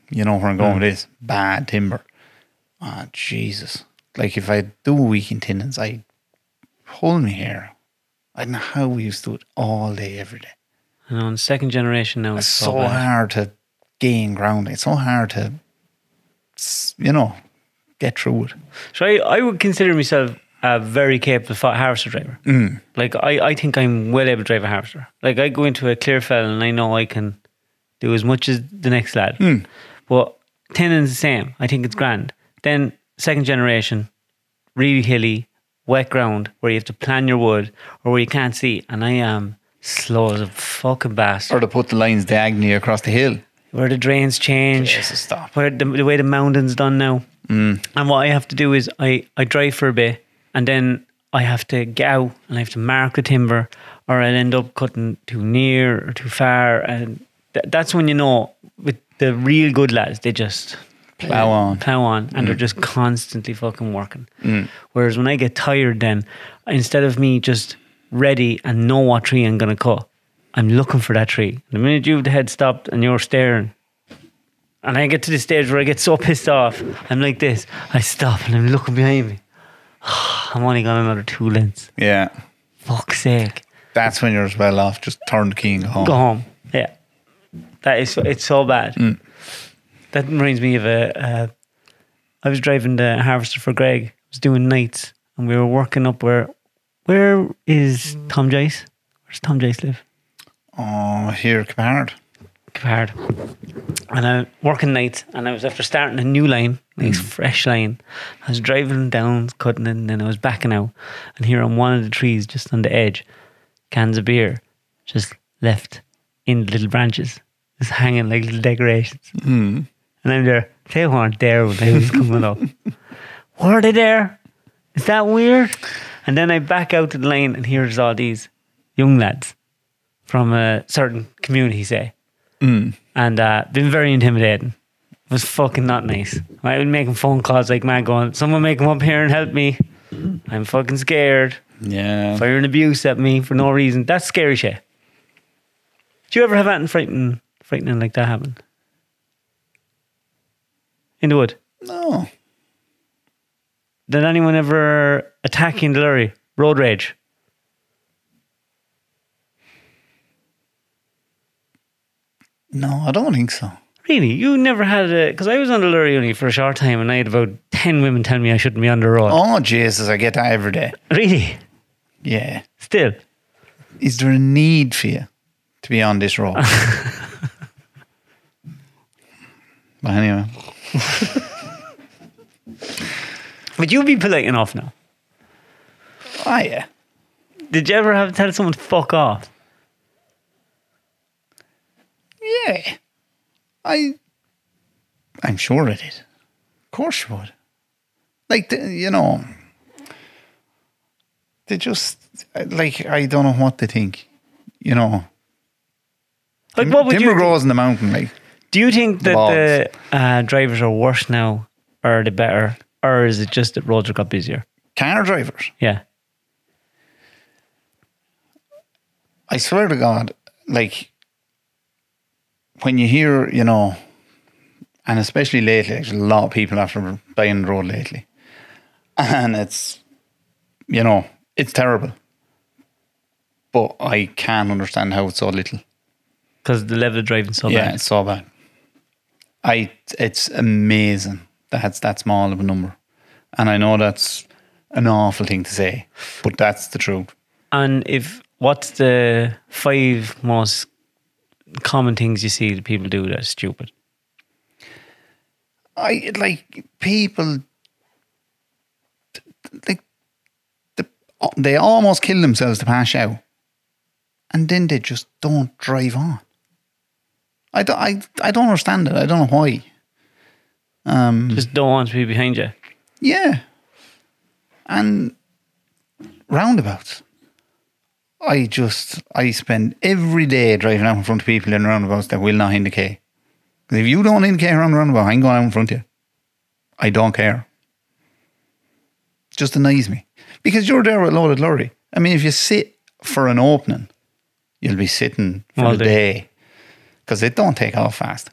[SPEAKER 2] You know where I'm going with this? Bad timber. Ah, Jesus! Like if I do a week in tenants, I pull me hair. I don't know how we used to do it all day, every day
[SPEAKER 1] You know, in second generation now, it's
[SPEAKER 2] it's
[SPEAKER 1] so
[SPEAKER 2] so
[SPEAKER 1] bad.
[SPEAKER 2] hard to gain ground. It's so hard to, s- you know, get through it.
[SPEAKER 1] So I, I would consider myself a very capable fa- harvester driver. Mm. Like I, I think I'm well able to drive a harvester. Like I go into a clear fell and I know I can do as much as the next lad.
[SPEAKER 2] Mm.
[SPEAKER 1] But tenon's the same. I think it's grand. Then second generation, really hilly, wet ground where you have to plan your wood or where you can't see. And I am slow as a fucking bastard.
[SPEAKER 2] Or to put the lines diagonally across the hill.
[SPEAKER 1] where the drains change,
[SPEAKER 2] Jesus, stop.
[SPEAKER 1] where the, the way the mountain's done now. Mm. And what I have to do is I, I drive for a bit and then I have to get out and I have to mark the timber or I'll end up cutting too near or too far. And th- that's when you know with the real good lads, they just
[SPEAKER 2] Plow on.
[SPEAKER 1] plow on and they're just constantly fucking working. Whereas when I get tired, then instead of me just ready and know what tree I'm gonna cut, I'm looking for that tree. The minute you've the head stopped and you're staring, and I get to the stage where I get so pissed off, I'm like this. I stop and I'm looking behind me. I'm only got another two lengths.
[SPEAKER 2] Yeah.
[SPEAKER 1] Fuck's sake.
[SPEAKER 2] That's when you're as well off. Just turn the key and go home.
[SPEAKER 1] Go home. Yeah. That is, it's so bad. That reminds me of a, uh, I was driving the harvester for Greg. I was doing nights and we were working up where, where is Tom Jace? Where's Tom Jace live?
[SPEAKER 2] Oh, here, compared.
[SPEAKER 1] Hard. And I working nights, and I was after starting a new line, nice fresh line. I was driving down, cutting it, and then I was backing out. And here on one of the trees, just on the edge, cans of beer, just left in the little branches, just hanging like little decorations.
[SPEAKER 2] Mm.
[SPEAKER 1] And I'm there. They weren't there when I was coming up. Were they there? Is that weird? And then I back out to the lane, and here's all these young lads from a certain community, say
[SPEAKER 2] Mm.
[SPEAKER 1] and uh, been very intimidating. It was fucking not nice. I've been making phone calls like mad, going, "Someone make him up here and help me. I'm fucking scared.
[SPEAKER 2] Yeah.
[SPEAKER 1] Firing abuse at me for no reason. That's scary shit." Do you ever have anything frightening, frightening like that happen in the wood?
[SPEAKER 2] No.
[SPEAKER 1] Did anyone ever attack you in the lorry? Road rage.
[SPEAKER 2] No, I don't think so.
[SPEAKER 1] Really, you never had a? Because I was on the lorry only for a short time, and I had about ten women tell me I shouldn't be on the road.
[SPEAKER 2] Oh, Jesus, I get that every day.
[SPEAKER 1] Really,
[SPEAKER 2] Yeah.
[SPEAKER 1] still.
[SPEAKER 2] Is there a need for you to be on this road? but anyway,
[SPEAKER 1] But you'd be polite enough now.
[SPEAKER 2] oh, yeah.
[SPEAKER 1] Did you ever have to tell someone to fuck off?
[SPEAKER 2] Yeah. I. I'm sure I did. Of course you would. Like, the, you know, they just, like, I don't know what they think. You know,
[SPEAKER 1] Like, what would
[SPEAKER 2] timber
[SPEAKER 1] you
[SPEAKER 2] grows in the mountain, like.
[SPEAKER 1] do? You think that the uh, drivers are worse now, or are they better, or is it just that roads have got busier?
[SPEAKER 2] car drivers.
[SPEAKER 1] Yeah,
[SPEAKER 2] I swear to God, like when you hear, you know, and especially lately, there's a lot of people after buying the road lately, and it's, you know, it's terrible. But I can understand how it's so little.
[SPEAKER 1] because the level of driving so
[SPEAKER 2] yeah,
[SPEAKER 1] bad.
[SPEAKER 2] it's so bad. I it's amazing that that's that small of a number, and I know that's an awful thing to say, but that's the truth.
[SPEAKER 1] And if what's the five most common things you see that people do that are stupid?
[SPEAKER 2] I like people like the, they almost kill themselves to pass out, and then they just don't drive on. I don't, I, I don't understand it. I don't know why. Um,
[SPEAKER 1] Just don't want to be behind you.
[SPEAKER 2] yeah, and roundabouts. I just I spend every day driving out in front of people in roundabouts that will not indicate. 'Cause if you don't indicate around the roundabout, I'm going out in front of you. I don't care. Just annoys me. Because you're there with a loaded lorry. I mean, if you sit for an opening, you'll be sitting for
[SPEAKER 1] All
[SPEAKER 2] the
[SPEAKER 1] day.
[SPEAKER 2] day. Because they don't take off fast.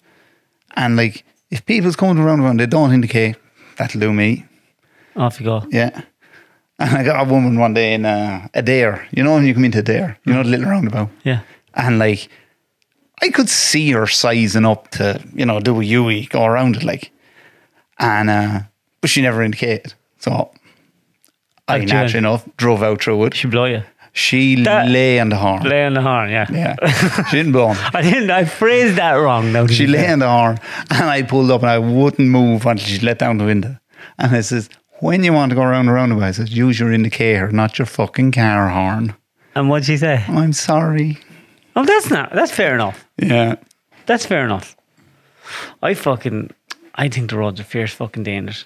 [SPEAKER 2] And like, if people's coming to the roundabout and they don't indicate, that'll do me.
[SPEAKER 1] Off you go.
[SPEAKER 2] Yeah. And I got a woman one day in uh, Adair. You know when you come into Adair? You know the little roundabout?
[SPEAKER 1] Yeah,
[SPEAKER 2] And like, I could see her sizing up to, you know, do a Yui, go around it like. And, uh, but she never indicated. So I
[SPEAKER 1] Like
[SPEAKER 2] naturally
[SPEAKER 1] Jen.
[SPEAKER 2] enough drove out through it.
[SPEAKER 1] she blow you.
[SPEAKER 2] She
[SPEAKER 1] That-
[SPEAKER 2] lay on the horn.
[SPEAKER 1] Lay on the horn. Yeah.
[SPEAKER 2] Yeah. She didn't blow him.
[SPEAKER 1] I didn't. I phrased that wrong. Now
[SPEAKER 2] She lay on the horn and I pulled up and I wouldn't move until she let down the window. And I says, when you want to go around the roundabout, I says, use your indicator, not your fucking car horn.
[SPEAKER 1] And what'd she say?
[SPEAKER 2] I'm sorry.
[SPEAKER 1] Oh, that's not. That's fair enough.
[SPEAKER 2] Yeah.
[SPEAKER 1] That's fair enough. I fucking, I think the roads are fierce fucking dangerous.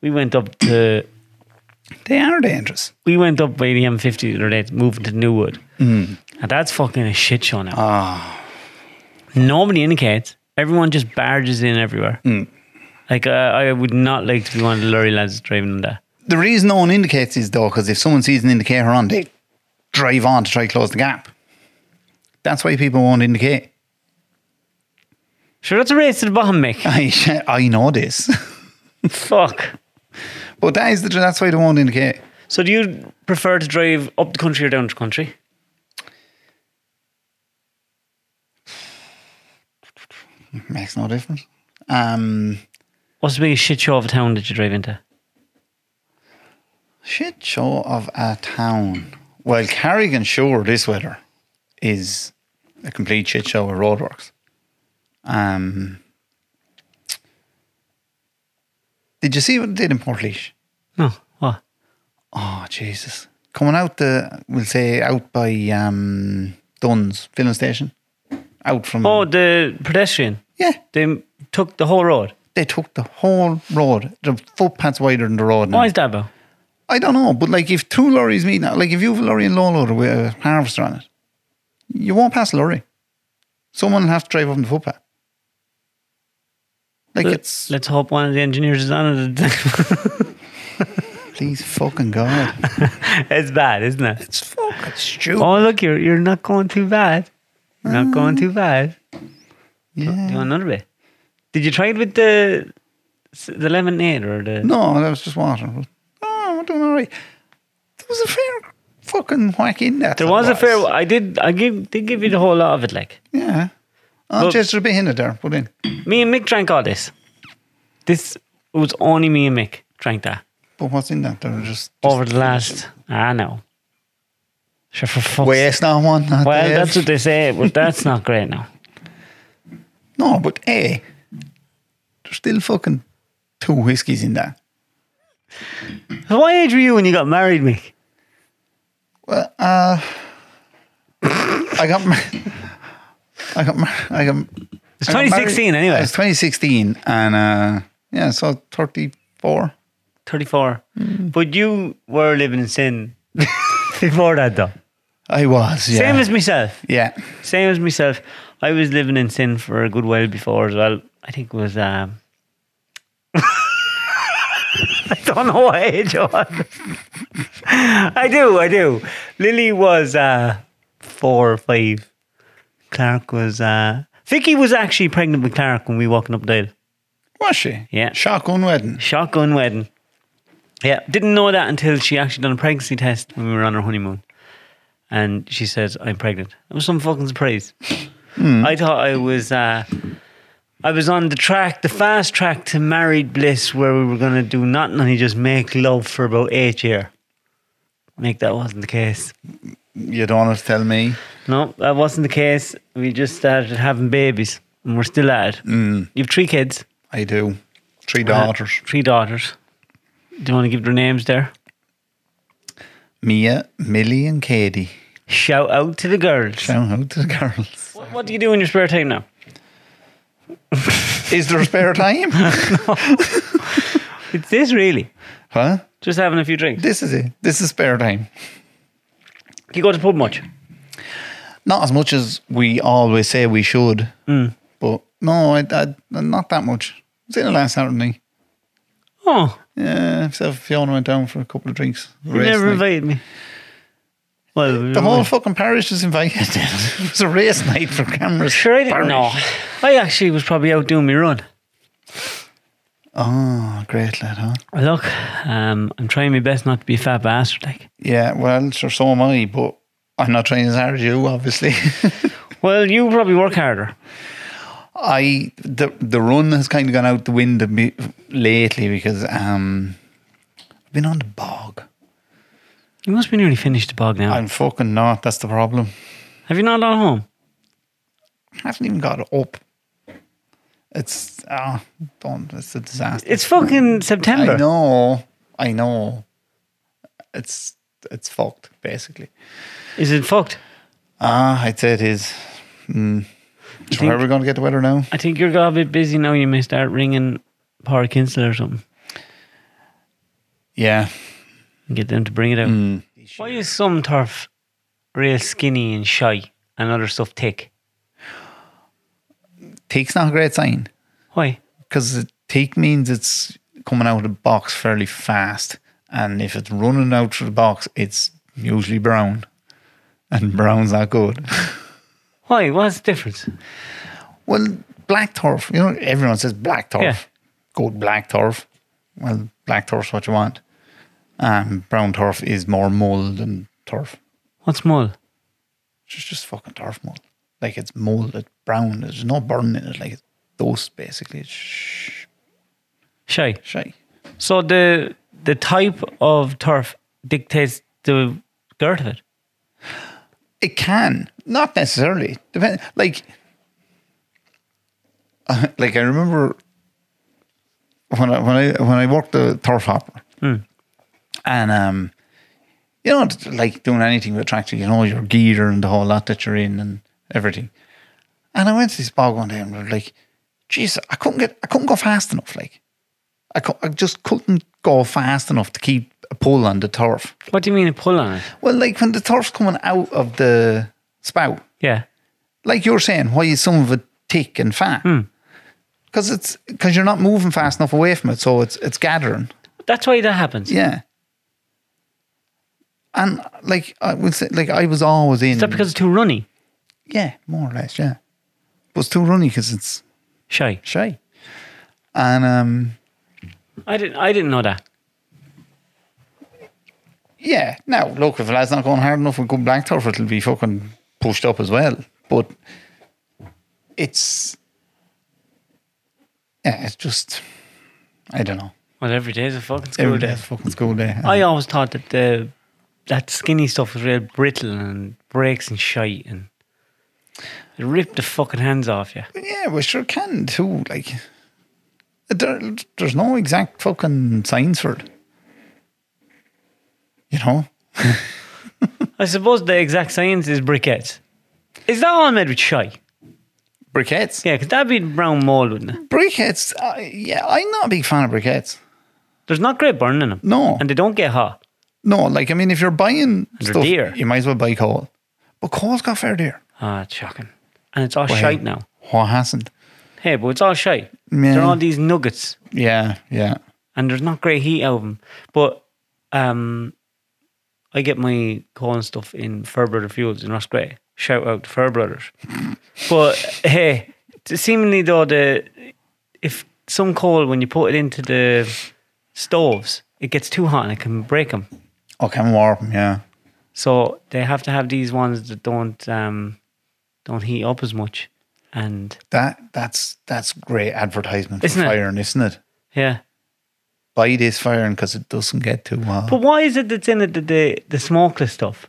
[SPEAKER 1] We went up to,
[SPEAKER 2] They are dangerous.
[SPEAKER 1] we went up by the M50 the other day, moving to Newwood. Mm. And that's fucking a shit show now.
[SPEAKER 2] Ah,
[SPEAKER 1] Nobody indicates. Everyone just barges in everywhere. Like, uh, I would not like to be one of the lorry lads driving on that.
[SPEAKER 2] the reason no one indicates is though because if someone sees an indicator on, they drive on to try to close the gap. That's why people won't indicate.
[SPEAKER 1] Sure, that's a race to the bottom, Mick.
[SPEAKER 2] I I know this,
[SPEAKER 1] Fuck.
[SPEAKER 2] but that is the, that's why they won't indicate.
[SPEAKER 1] So, do you prefer to drive up the country or down the country?
[SPEAKER 2] Makes no difference. Um,
[SPEAKER 1] What's the biggest shit show of a town that you drive into?
[SPEAKER 2] shit show of a town. Well, Carrigan Shore this weather is a complete shit show of roadworks. Um, did you see what they did in Portleash?
[SPEAKER 1] No. What?
[SPEAKER 2] Oh Jesus! Coming out the we'll say out by um, Dunn's filling station, out from
[SPEAKER 1] Oh, the pedestrian.
[SPEAKER 2] yeah.
[SPEAKER 1] They took the whole road.
[SPEAKER 2] They took the whole road. The footpath's wider than the road now.
[SPEAKER 1] Why is that about?
[SPEAKER 2] I don't know, but like if two lorries meet now, like if you have a lorry and low loader with a harvester on it, you won't pass a lorry. Someone will have to drive up on the footpath. Like it's
[SPEAKER 1] Let's hope one of the engineers is on it.
[SPEAKER 2] please fucking god,
[SPEAKER 1] it's bad, isn't it?
[SPEAKER 2] it's fucking stupid.
[SPEAKER 1] Oh, look, you're you're not going too bad. You're not going
[SPEAKER 2] Mm-hmm.
[SPEAKER 1] too bad. Do you
[SPEAKER 2] yeah.
[SPEAKER 1] want another bit? Did you try it with the the lemonade or the?
[SPEAKER 2] No, that was just water. Oh, I'm doing all right. There was a fair fucking whack in that.
[SPEAKER 1] There
[SPEAKER 2] that
[SPEAKER 1] was a fair. I did. I give. Did give you the whole lot of it. Like
[SPEAKER 2] Yeah. Oh,
[SPEAKER 1] Look-
[SPEAKER 2] just a bit in it there. Put in.
[SPEAKER 1] me and Mick drank all this. This it was only me and Mick drank that
[SPEAKER 2] But what's in that? There was just, just
[SPEAKER 1] over the last. I know. Sure, for fuck's
[SPEAKER 2] waste on one. not
[SPEAKER 1] Well,
[SPEAKER 2] the
[SPEAKER 1] that's what they say, but that's not great now.
[SPEAKER 2] No, but hey, there's still fucking two whiskies in that.
[SPEAKER 1] So what age were you when you got married, Mick?
[SPEAKER 2] Well, uh, I got, mar- I got, mar- I got.
[SPEAKER 1] It's
[SPEAKER 2] I got
[SPEAKER 1] 2016
[SPEAKER 2] married-
[SPEAKER 1] anyway.
[SPEAKER 2] It's 2016, and uh, yeah, so 34.
[SPEAKER 1] 34. Mm. But you were living in sin before that, though.
[SPEAKER 2] I was, yeah,
[SPEAKER 1] Same as myself.
[SPEAKER 2] yeah.
[SPEAKER 1] Same as myself. I was living in sin for a good while before as well. I think it was. Um, I don't know what age I was. I do, I do. Lily was uh, four or five. Clark was. Uh, Vicky was actually pregnant with Clark when we walking up the hill.
[SPEAKER 2] Was she?
[SPEAKER 1] Yeah.
[SPEAKER 2] Shotgun wedding.
[SPEAKER 1] Shotgun wedding. Yeah, didn't know that until she actually done a pregnancy test when we were on her honeymoon. And she says, I'm pregnant. It was some fucking surprise.
[SPEAKER 2] Hmm.
[SPEAKER 1] I thought I was uh, I was on the track, the fast track to married bliss where we were gonna do nothing and just make love for about eight year. Make that wasn't the case.
[SPEAKER 2] You don't have to tell me.
[SPEAKER 1] No, that wasn't the case. We just started having babies and we're still at it. Mm. You have three kids.
[SPEAKER 2] I do. Hmm. Three daughters:
[SPEAKER 1] Uh, three daughters. Do you want to give their names there?
[SPEAKER 2] Mia, Millie, and Katie.
[SPEAKER 1] Shout out to the girls.
[SPEAKER 2] Shout out to the girls.
[SPEAKER 1] What, what do you do in your spare time now?
[SPEAKER 2] Is there spare time?
[SPEAKER 1] It's this really.
[SPEAKER 2] huh?
[SPEAKER 1] Just having a few drinks.
[SPEAKER 2] This is it. This is spare time.
[SPEAKER 1] Do you go to pub much?
[SPEAKER 2] not as much as we always say we should.
[SPEAKER 1] Hmm.
[SPEAKER 2] But no, I, I not that much. I was in it last Saturday.
[SPEAKER 1] Oh,
[SPEAKER 2] Yeah, myself and Fiona went down for a couple of drinks.
[SPEAKER 1] you
[SPEAKER 2] Race
[SPEAKER 1] never
[SPEAKER 2] night.
[SPEAKER 1] invited me. Well,
[SPEAKER 2] the whole fucking parish is invited. it was a race night for cameras.
[SPEAKER 1] sure I didn't. No,
[SPEAKER 2] Parish.
[SPEAKER 1] I actually was probably out doing my run.
[SPEAKER 2] Oh, great lad, huh?
[SPEAKER 1] Look, um, I'm trying my best not to be a fat bastard. Like,
[SPEAKER 2] Yeah, well, sure, so am I, but I'm not trying as hard as you, obviously.
[SPEAKER 1] well, you probably work harder.
[SPEAKER 2] I the the run has kind of gone out the window me- lately because um, I've been on the bog.
[SPEAKER 1] You must be nearly finished the bog now.
[SPEAKER 2] I'm fucking not. That's the problem.
[SPEAKER 1] Have you not gone home?
[SPEAKER 2] haven't even got it up. It's ah, don't. It's a disaster.
[SPEAKER 1] It's fucking September.
[SPEAKER 2] I know. I know. It's it's fucked basically.
[SPEAKER 1] Is it fucked?
[SPEAKER 2] Ah, I'd say it is. Mm. So how are we going to get the weather now?
[SPEAKER 1] I think you're gonna be busy now. You may start ringing Power Kinsel or something
[SPEAKER 2] Yeah.
[SPEAKER 1] and get them to bring it out. Why is some turf real skinny and shy and other stuff thick?
[SPEAKER 2] Teak's not a great sign
[SPEAKER 1] Why?
[SPEAKER 2] because teak means it's coming out of the box fairly fast. And if it's running out through the box, it's usually brown. And brown's not good.
[SPEAKER 1] Why? What's the difference?
[SPEAKER 2] Well, black turf. You know, everyone says black turf.
[SPEAKER 1] Yeah.
[SPEAKER 2] Good black turf. Well, black turf's what you want. Um, brown turf is more mould than turf.
[SPEAKER 1] What's mole?
[SPEAKER 2] It's just fucking turf mould. Like it's moulded brown. There's no burn in it. Like it's dust, basically. It's sh-
[SPEAKER 1] Shy.
[SPEAKER 2] shy.
[SPEAKER 1] So the the type of turf dictates the girth of it.
[SPEAKER 2] It can, not necessarily. Depend like, like I remember when I when I when I worked the turf hopper, and um, you know, it's like doing anything with a tractor, you know, your gear and the whole lot that you're in and everything. And I went to this bog one day and was like, "Jeez, I couldn't get, I couldn't go fast enough. Like, I, cou- I just couldn't go fast enough to keep a pull on the turf.
[SPEAKER 1] What do you mean a pull on it?
[SPEAKER 2] Well, like when the turf's coming out of the spout,
[SPEAKER 1] Yeah.
[SPEAKER 2] like you're saying, why is some of it thick and fat?
[SPEAKER 1] Hmm.
[SPEAKER 2] Because it's because you're not moving fast enough away from it, so it's it's gathering.
[SPEAKER 1] That's why that happens.
[SPEAKER 2] Yeah. And like I would say, like I was always in.
[SPEAKER 1] Is that because it's too runny?
[SPEAKER 2] yeah, more or less, yeah. But it's too runny because it's
[SPEAKER 1] Shy.
[SPEAKER 2] shy. And um,
[SPEAKER 1] I didn't I didn't know that.
[SPEAKER 2] yeah. Now look, if a lad's not going hard enough with good black turf, it'll be fucking pushed up as well. But it's yeah, it's just I don't know.
[SPEAKER 1] Well every day is a fucking school
[SPEAKER 2] Every
[SPEAKER 1] day.
[SPEAKER 2] day is fucking school day.
[SPEAKER 1] I always thought that the that skinny stuff was real brittle and breaks and shite and it ripped the fucking hands off you.
[SPEAKER 2] Yeah, we sure can too. Like, there, there's no exact fucking signs for it. You know,
[SPEAKER 1] I suppose the exact science is briquettes. Is that all made with shy?
[SPEAKER 2] briquettes.
[SPEAKER 1] Yeah, because that'd be brown mold, wouldn't it?
[SPEAKER 2] Briquettes. Uh, yeah, I'm not a big fan of briquettes.
[SPEAKER 1] There's not great burn in them.
[SPEAKER 2] No,
[SPEAKER 1] And they don't get hot.
[SPEAKER 2] no. Like, I mean, if you're buying
[SPEAKER 1] They're
[SPEAKER 2] stuff,
[SPEAKER 1] dear.
[SPEAKER 2] you might as well buy coal. But coal's got fair dear.
[SPEAKER 1] Ah, it's shocking. And it's all shite now.
[SPEAKER 2] What hasn't?
[SPEAKER 1] Hey, but it's all shite.
[SPEAKER 2] Yeah.
[SPEAKER 1] There are all these nuggets
[SPEAKER 2] Yeah, yeah.
[SPEAKER 1] and there's not great heat out of them. But um, I get my coal and stuff in Fairbrother Fuels in Rossgrey. Shout out to Fairbrothers. but hey, t- seemingly though, the if some coal when you put it into the stoves, it gets too hot and it can break them.
[SPEAKER 2] Oh, can warp 'em, Yeah,
[SPEAKER 1] So they have to have these ones that don't um, don't heat up as much. And
[SPEAKER 2] that that's that's great advertisement for
[SPEAKER 1] Isn't it?
[SPEAKER 2] firing, is isn't it?
[SPEAKER 1] yeah.
[SPEAKER 2] Buy this firing because it doesn't get too hot.
[SPEAKER 1] But why is it that's in it the, the, the smokeless stuff?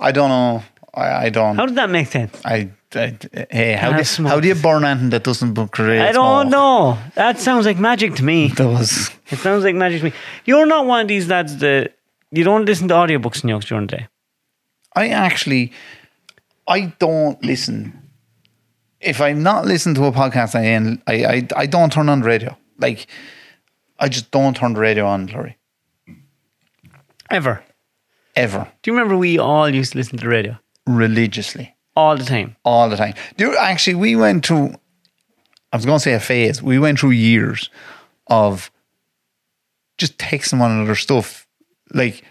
[SPEAKER 2] I don't know. I, I don't.
[SPEAKER 1] How does that make sense?
[SPEAKER 2] I, I hey, how
[SPEAKER 1] have
[SPEAKER 2] do,
[SPEAKER 1] smoke.
[SPEAKER 2] how do you burn anything that doesn't bu- create?
[SPEAKER 1] I don't
[SPEAKER 2] smoke?
[SPEAKER 1] know. That sounds like magic to me.
[SPEAKER 2] That was
[SPEAKER 1] It sounds like magic to me. You're not one of these lads that you don't listen to audiobooks in Yorks during the day.
[SPEAKER 2] I actually I don't listen. If I'm not listening to a podcast, I ain't- I I, I don't turn on the radio. Like I just don't turn the radio on, Laurie,
[SPEAKER 1] Ever.
[SPEAKER 2] ever
[SPEAKER 1] Do you remember we all used to listen to the radio?
[SPEAKER 2] religiously
[SPEAKER 1] All the time.
[SPEAKER 2] all the time. Do you, actually we went through. I was going to say a phase. We went through years of just texting one another stuff, like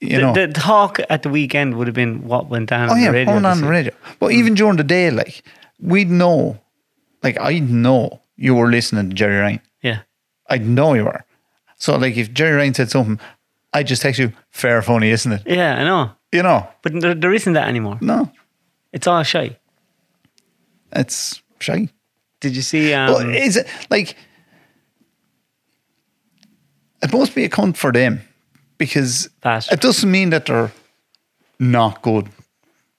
[SPEAKER 2] you know.
[SPEAKER 1] The, the talk at the weekend would have been what went down
[SPEAKER 2] Oh
[SPEAKER 1] on
[SPEAKER 2] yeah,
[SPEAKER 1] the radio.
[SPEAKER 2] on, on
[SPEAKER 1] this- Mm.
[SPEAKER 2] the radio. But even during the day, like we'd know, like I'd know you were listening to Jerry Ryan.
[SPEAKER 1] Yeah.
[SPEAKER 2] I'd know you were. So like if Jerry Ryan said something, I would just text you, fair funny, isn't it?
[SPEAKER 1] Yeah, I know.
[SPEAKER 2] You know?
[SPEAKER 1] But there, there isn't that anymore.
[SPEAKER 2] No.
[SPEAKER 1] It's all shy.
[SPEAKER 2] It's shy.
[SPEAKER 1] Did you see? Um,
[SPEAKER 2] But is it like it must be a cunt for them because
[SPEAKER 1] Fast.
[SPEAKER 2] it doesn't mean that they're not good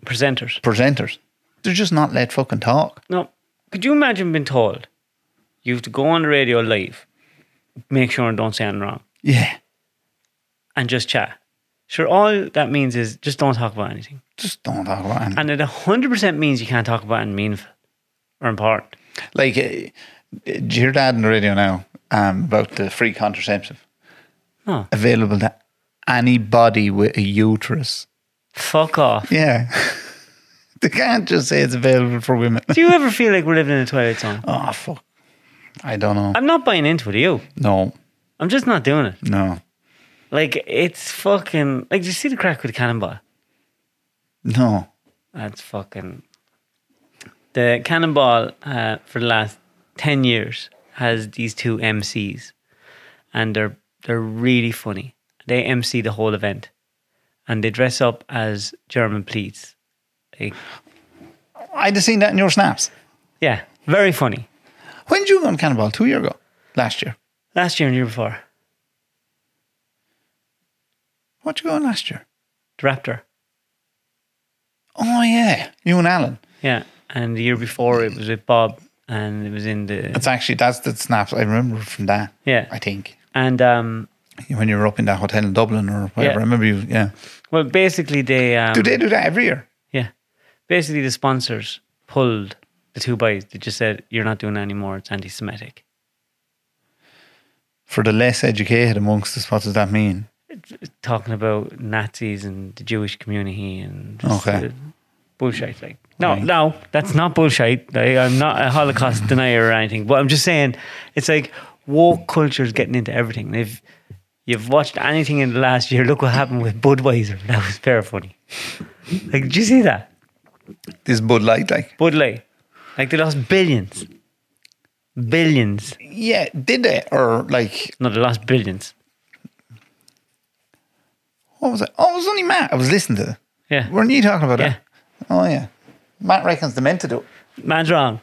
[SPEAKER 1] presenters.
[SPEAKER 2] presenters. They're just not let fucking talk.
[SPEAKER 1] No. Could you imagine being told you have to go on the radio live, make sure and don't say anything wrong?
[SPEAKER 2] Yeah.
[SPEAKER 1] and just chat. Sure, all that means is just don't talk about anything.
[SPEAKER 2] Just don't talk about it.
[SPEAKER 1] And it 100% means you can't talk about anything meaningful. are important.
[SPEAKER 2] Like, uh, did you hear dad on the radio now um, about the free contraceptive
[SPEAKER 1] Oh,
[SPEAKER 2] available to anybody with a uterus?
[SPEAKER 1] fuck off.
[SPEAKER 2] Yeah. they can't just say it's available for women.
[SPEAKER 1] Do you ever feel like we're living in a twilight zone?
[SPEAKER 2] Oh, fuck. I don't know.
[SPEAKER 1] I'm not buying into it, are you.
[SPEAKER 2] No,
[SPEAKER 1] I'm just not doing it.
[SPEAKER 2] no,
[SPEAKER 1] Like it's fucking like. Did you see the crack with the cannonball?
[SPEAKER 2] no.
[SPEAKER 1] That's fucking. The Cannonball uh, for the last ten years has these two MCs, and they're they're really funny. They MC the whole event, and they dress up as German police. Like,
[SPEAKER 2] I just seen that in your snaps.
[SPEAKER 1] yeah, very funny.
[SPEAKER 2] When did you go on Cannonball? Two year ago? Last year?
[SPEAKER 1] Last year and the year before,
[SPEAKER 2] What you go on last year?
[SPEAKER 1] the Raptor.
[SPEAKER 2] Oh, yeah. You and Alan.
[SPEAKER 1] Yeah, and the year before it was with Bob, and it was in the
[SPEAKER 2] That's actually, that's the snaps I remember from that.
[SPEAKER 1] Yeah.
[SPEAKER 2] I think.
[SPEAKER 1] and um.
[SPEAKER 2] When you were up in that hotel in Dublin or whatever. I remember you, yeah.
[SPEAKER 1] Well, basically they um,
[SPEAKER 2] Do they do that every year?
[SPEAKER 1] Yeah. Basically, the sponsors pulled the two boys. They just said, You're not doing it anymore. It's anti Semitic.
[SPEAKER 2] For the less educated amongst us, what does that mean?
[SPEAKER 1] Talking about Nazis and the Jewish community and just,
[SPEAKER 2] Okay.
[SPEAKER 1] uh, bullshit. Like, no, no, that's not bullshit. Like, I'm not a Holocaust denier or anything, but I'm just saying it's like woke culture is getting into everything. And If you've watched anything in the last year, look what happened with Budweiser. That was very funny. Like, did you see that?
[SPEAKER 2] This Bud Light, like.
[SPEAKER 1] Bud Light. Like, they lost billions. Billions.
[SPEAKER 2] Yeah, did they? Or like,
[SPEAKER 1] No, they lost billions.
[SPEAKER 2] what was it? Oh, it was only Matt. I was listening to.
[SPEAKER 1] Yeah.
[SPEAKER 2] Weren't you talking about that? Oh, yeah. Matt reckons they meant to do it.
[SPEAKER 1] Man's wrong.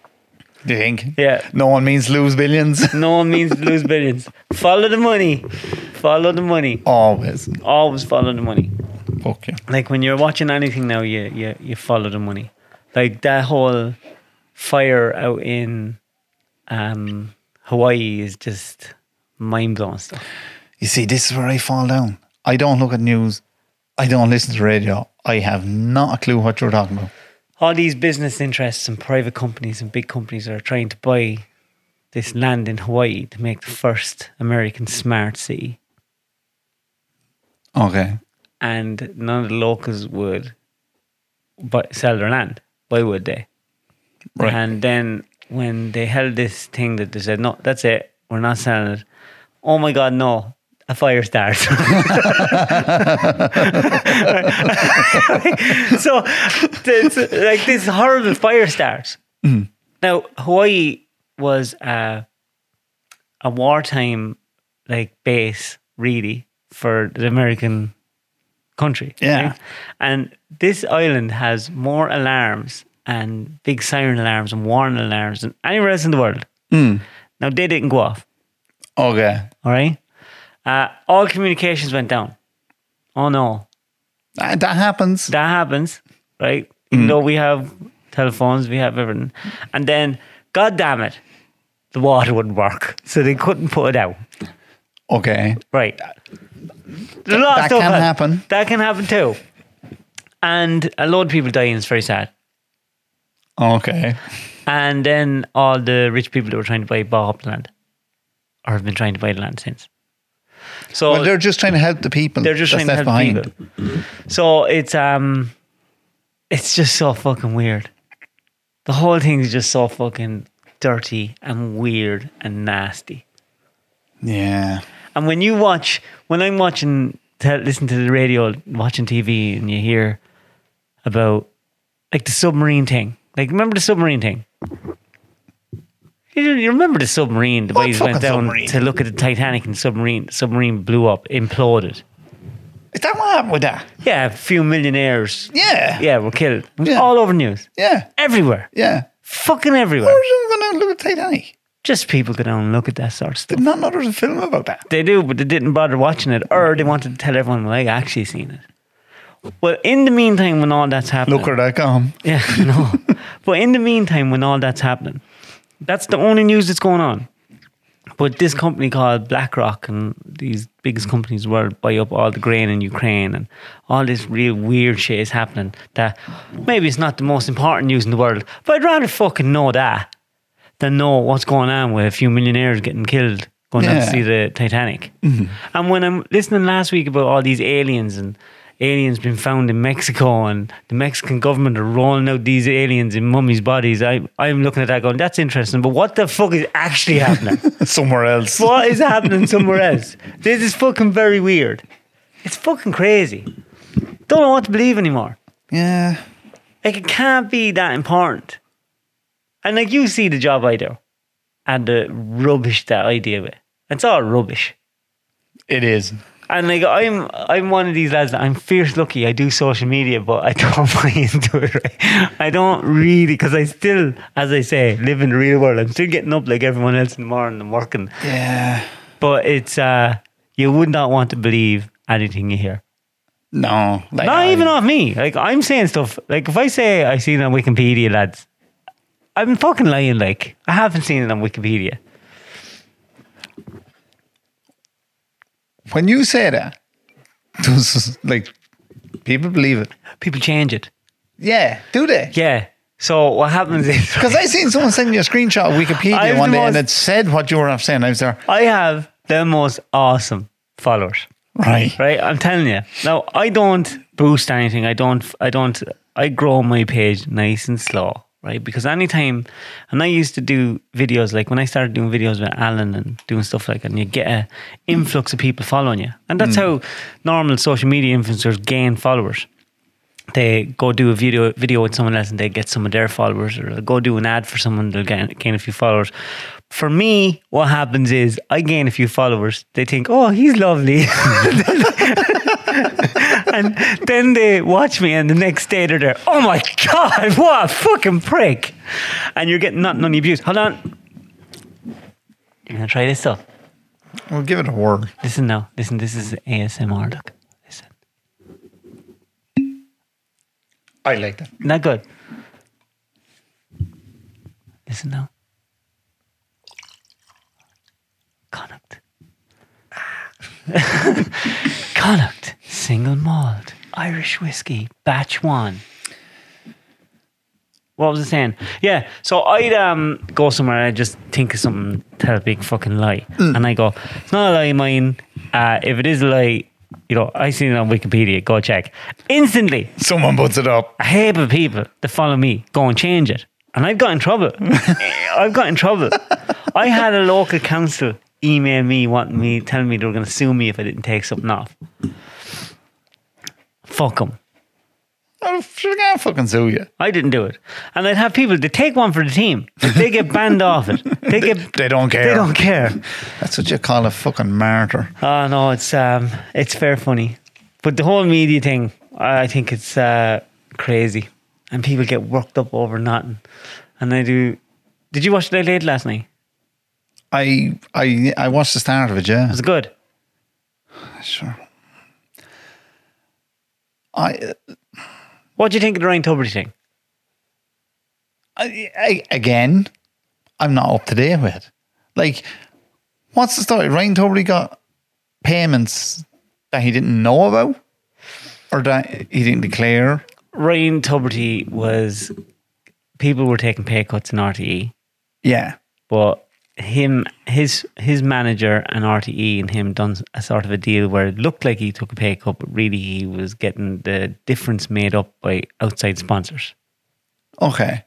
[SPEAKER 2] Do you think?
[SPEAKER 1] Yeah.
[SPEAKER 2] No one means lose billions.
[SPEAKER 1] No one means to lose billions. Follow the money. Follow the money.
[SPEAKER 2] Always.
[SPEAKER 1] Always follow the money.
[SPEAKER 2] Fuck you.
[SPEAKER 1] Like when you're watching anything now, you you, you follow the money. Like that whole fire out in um, Hawaii is just mind blowing stuff.
[SPEAKER 2] You see, this is where I fall down. I don't look at news. I don't listen to radio. I have not a clue what you're talking about.
[SPEAKER 1] All these business interests and private companies and big companies are trying to buy this land in Hawaii to make the first American smart city.
[SPEAKER 2] Okay.
[SPEAKER 1] and none of the locals would buy, sell their land. Why would they?
[SPEAKER 2] Right.
[SPEAKER 1] And then when they held this thing that they said, no, that's it, we're not selling it. Oh my God, no, a fire starts. so, it's like this horrible fire starts. Now, Hawaii was uh, a wartime like base, really, for the American country.
[SPEAKER 2] Yeah.
[SPEAKER 1] And this island has more alarms and big siren alarms and warning alarms than anywhere else in the world. Now, they didn't go off,
[SPEAKER 2] Okay.
[SPEAKER 1] all right? Uh, all communications went down. Oh, no.
[SPEAKER 2] That, that happens.
[SPEAKER 1] That happens, right?
[SPEAKER 2] Mm.
[SPEAKER 1] Even though we have telephones, we have everything. And then, God damn it, the water wouldn't work. So they couldn't put it out.
[SPEAKER 2] okay.
[SPEAKER 1] Right. There's a lot of
[SPEAKER 2] that
[SPEAKER 1] stuff
[SPEAKER 2] can happen.
[SPEAKER 1] That can happen too. And a lot of people dying is very sad.
[SPEAKER 2] Okay.
[SPEAKER 1] And then all the rich people that were trying to buy bought up the land or have been trying to buy the land since. So
[SPEAKER 2] Well, they're just trying to help the people.
[SPEAKER 1] they're just
[SPEAKER 2] that's
[SPEAKER 1] trying to
[SPEAKER 2] left
[SPEAKER 1] help
[SPEAKER 2] behind.
[SPEAKER 1] people. So it's um, it's just so fucking weird. The whole thing is just so fucking dirty and weird and nasty.
[SPEAKER 2] Yeah.
[SPEAKER 1] And when you watch, when I'm watching, te- listen to the radio, watching TV, and you hear about like the submarine thing. Like, remember the submarine thing? You, you remember the submarine? The
[SPEAKER 2] What
[SPEAKER 1] boys went
[SPEAKER 2] fucking
[SPEAKER 1] down
[SPEAKER 2] submarine?
[SPEAKER 1] to look at the Titanic and submarine. submarine blew up, imploded.
[SPEAKER 2] Is that what happened with that?
[SPEAKER 1] Yeah, a few millionaires.
[SPEAKER 2] Yeah.
[SPEAKER 1] Yeah, were killed. It was
[SPEAKER 2] Yeah.
[SPEAKER 1] all over news.
[SPEAKER 2] Yeah.
[SPEAKER 1] Everywhere.
[SPEAKER 2] Yeah.
[SPEAKER 1] Fucking everywhere.
[SPEAKER 2] Where's you going to look at Titanic?
[SPEAKER 1] Just people go down and look at that sort of stuff.
[SPEAKER 2] Did not know there was a film about that.
[SPEAKER 1] They do, but they didn't bother watching it, or they wanted to tell everyone, well, I actually seen it. Well, in the meantime, when all that's happening,
[SPEAKER 2] Look where that come.
[SPEAKER 1] yeah, no. but in the meantime, when all that's happening, that's the only news that's going on. But this company called BlackRock and these biggest companies were buy up all the grain in Ukraine and all this real weird shit is happening that maybe it's not the most important news in the world, but I'd rather fucking know that than know what's going on with a few millionaires getting killed going down to
[SPEAKER 2] Yeah.
[SPEAKER 1] see the Titanic. And when I'm listening last week about all these aliens and aliens being found in Mexico and the Mexican government are rolling out these aliens in mummies' bodies, I, I'm looking at that going, that's interesting, but what the fuck is actually happening?
[SPEAKER 2] Somewhere else.
[SPEAKER 1] what is happening somewhere else? This is fucking very weird. It's fucking crazy. Don't know what to believe anymore.
[SPEAKER 2] Yeah.
[SPEAKER 1] Like it can't be that important. And like you see the job I do and the rubbish that I deal with. It's all rubbish.
[SPEAKER 2] It is.
[SPEAKER 1] And like I'm I'm one of these lads that I'm fierce lucky I do social media but I don't buy into it right. I don't really because I still as I say live in the real world I'm still getting up like everyone else in the morning and working
[SPEAKER 2] Yeah.
[SPEAKER 1] but it's uh you would not want to believe anything you hear
[SPEAKER 2] No. Like,
[SPEAKER 1] not
[SPEAKER 2] I-
[SPEAKER 1] even off me like I'm saying stuff like if I say I seen it on Wikipedia lads I'm fucking lying like I haven't seen it on Wikipedia
[SPEAKER 2] When you say that, does, like, people believe it.
[SPEAKER 1] people change it
[SPEAKER 2] Yeah. Do they?
[SPEAKER 1] yeah so what happens is
[SPEAKER 2] Because I seen someone send me a screenshot of Wikipedia
[SPEAKER 1] I was
[SPEAKER 2] one
[SPEAKER 1] the
[SPEAKER 2] day and
[SPEAKER 1] most-
[SPEAKER 2] it said what you were saying. I was there,
[SPEAKER 1] I have the most awesome followers
[SPEAKER 2] right.
[SPEAKER 1] right? I'm telling you. Now, I don't boost anything. I don't. I don't. I grow my page nice and slow, right? Because anytime, and I used to do videos like when I started doing videos with Alan and doing stuff like, that, and you get a influx of people following you, and that's how normal social media influencers gain followers they go do a video video with someone else and they get some of their followers, or they'll go do an ad for someone they'll gain, gain a few followers. For me, what happens is I gain a few followers. They think, "Oh, he's lovely," and then they watch me, and the next day they're there. Oh my god, what a fucking prick! And you're getting not none of your views. Hold on, you're gonna try this though.
[SPEAKER 2] We'll give it a whirl.
[SPEAKER 1] Listen now. Listen, this is ASMR. Look, listen.
[SPEAKER 2] I like that.
[SPEAKER 1] Not good. Listen now. Connacht. Connacht. Single malt. Irish whiskey. Batch one. What was I saying? Yeah, so I'd um, go somewhere and I just think of something, tell a big fucking lie. And I go, it's not a lie, mine. Uh, if it is a lie, you know, I seen it on Wikipedia, go check. Instantly,
[SPEAKER 2] Someone puts it up.
[SPEAKER 1] a heap of people that follow me go and change it. And I've got in trouble. I've got in trouble. I had a local council email me wanting me, telling me they were going to sue me if I didn't take something off. Fuck them.
[SPEAKER 2] I'm gonna fucking sue you.
[SPEAKER 1] I didn't do it. And I'd have people, they take one for the team. They get banned off it. They get,
[SPEAKER 2] They don't care.
[SPEAKER 1] they don't care.
[SPEAKER 2] That's what you call a fucking martyr.
[SPEAKER 1] Oh no, it's um, it's fair funny, but the whole media thing, I think it's uh, crazy, and people get worked up over nothing. And I do. Did you watch Late Late last night?
[SPEAKER 2] I I I watched the start of it. Yeah,
[SPEAKER 1] Was it good?
[SPEAKER 2] sure. I,
[SPEAKER 1] What do you think of the Ryan Tuberty thing?
[SPEAKER 2] I, I again, I'm not up to date with. it. Like, what's the story? Ryan Tuberty got payments that he didn't know about, or that he didn't declare.
[SPEAKER 1] Ryan Tuberty was people were taking pay cuts in RTE,
[SPEAKER 2] Yeah,
[SPEAKER 1] but him his his manager and RTE and him done a sort of a deal where it looked like he took a pay cut, but really he was getting the difference made up by outside sponsors.
[SPEAKER 2] okay.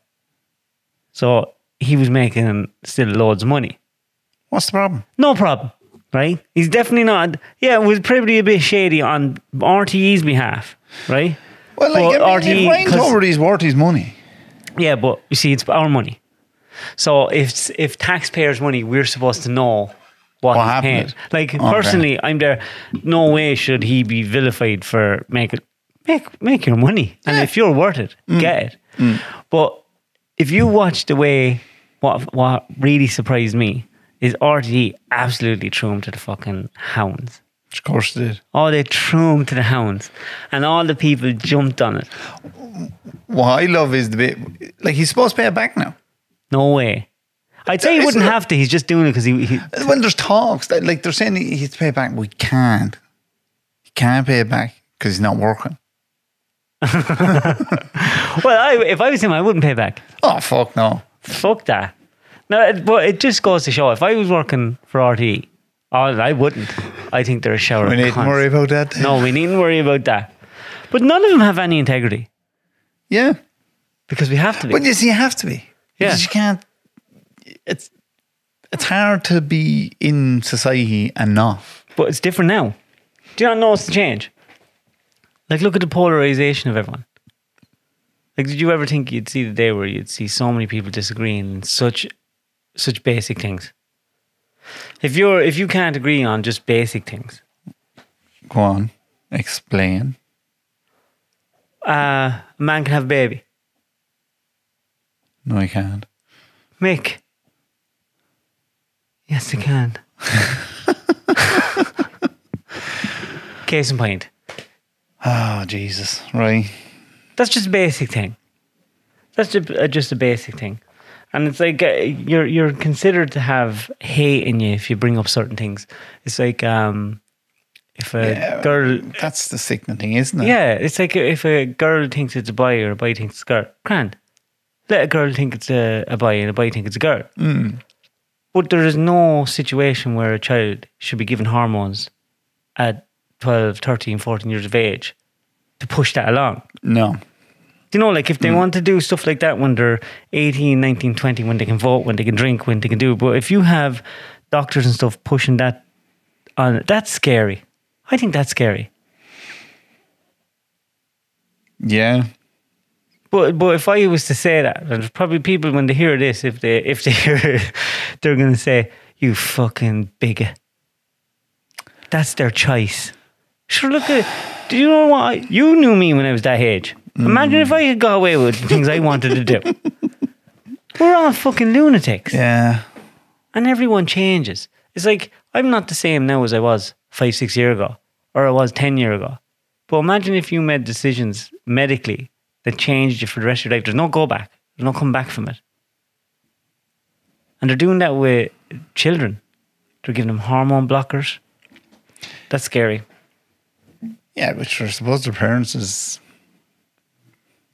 [SPEAKER 1] So he was making still loads of money.
[SPEAKER 2] What's the problem?
[SPEAKER 1] No problem, right? He's definitely not. Yeah, it was probably a bit shady on RTE's behalf, right?
[SPEAKER 2] Well, like,
[SPEAKER 1] But E,
[SPEAKER 2] I mean, if Ryan
[SPEAKER 1] 'cause-
[SPEAKER 2] Tuberty's worth his money.
[SPEAKER 1] yeah, but you see, it's our money. So if if taxpayers' money, we're supposed to know what,
[SPEAKER 2] What
[SPEAKER 1] he's
[SPEAKER 2] happened?
[SPEAKER 1] paid. Like personally, I'm there. No way should he be vilified for make it make make your money, and if you're worth it,
[SPEAKER 2] Mm.
[SPEAKER 1] get it. But if you watch the way what what really surprised me is RTE absolutely threw him to the fucking hounds.
[SPEAKER 2] Of course, he did.
[SPEAKER 1] Oh, they threw him to the hounds, and all the people jumped on it.
[SPEAKER 2] What I love is the bit like he's supposed to pay it back now.
[SPEAKER 1] No way. I'd say he
[SPEAKER 2] Isn't
[SPEAKER 1] wouldn't
[SPEAKER 2] it-
[SPEAKER 1] have to. He's just doing it because he, he.
[SPEAKER 2] When there's talks, that, like they're saying he has to pay it back, we can't. He can't pay it back because he's not working.
[SPEAKER 1] Well, I, if I was him, I wouldn't pay back.
[SPEAKER 2] Oh fuck no!
[SPEAKER 1] Fuck that. No, it, but it just goes to show. If I was working for RTE, oh, I wouldn't. I think they're a shower.
[SPEAKER 2] We
[SPEAKER 1] of
[SPEAKER 2] needn't
[SPEAKER 1] cunts.
[SPEAKER 2] worry about that.
[SPEAKER 1] No, we needn't worry about that. But none of them have any integrity
[SPEAKER 2] Yeah,
[SPEAKER 1] because we have to be.
[SPEAKER 2] but you see, you have to be.
[SPEAKER 1] Yeah.
[SPEAKER 2] because you can't. It's it's hard to be in society and not.
[SPEAKER 1] But it's different now. Do you not notice the change? Like, look at the polarization of everyone. Like, did you ever think you'd see the day where you'd see so many people disagreeing in such, such basic things? If you're if you can't agree on just basic things,
[SPEAKER 2] Go on, explain.
[SPEAKER 1] uh, a man can have a baby.
[SPEAKER 2] No, I can't.
[SPEAKER 1] Mick. Yes, they can. Case in point.
[SPEAKER 2] Oh Jesus! Right.
[SPEAKER 1] That's just a basic thing. That's just, uh, just a basic thing, and it's like uh, you're you're considered to have hate in you if you bring up certain things. It's like um, if a
[SPEAKER 2] Yeah.
[SPEAKER 1] girl,
[SPEAKER 2] That's the sickening thing, isn't it?
[SPEAKER 1] yeah, it's like if a girl thinks it's a boy or a boy thinks it's a girl. Grand, let a girl think it's a, a boy and a boy think it's a girl. But there is no situation where a child should be given hormones at 12, 13, 14 years of age to push that along.
[SPEAKER 2] No.
[SPEAKER 1] Do you know, like if they want to do stuff like that when they're 18, 19, 20, when they can vote, when they can drink, when they can do, but if you have doctors and stuff pushing that on, that's scary. I think that's scary.
[SPEAKER 2] Yeah.
[SPEAKER 1] But but if I was to say that, and there's probably people when they hear this, if they if they hear it, they're gonna say, "You fucking bigot." That's their choice. Sure, look at. Do you know what? I, you knew me when I was that age. Imagine if I had got away with the things I wanted to do. We're all fucking lunatics,
[SPEAKER 2] Yeah.
[SPEAKER 1] and everyone changes. It's like I'm not the same now as I was five, six years ago, or I was ten years ago. But imagine if you made decisions medically that changed you for the rest of your life. There's no go back. There's no come back from it. And they're doing that with children. They're giving them hormone blockers. That's scary.
[SPEAKER 2] Yeah, which I suppose their parents is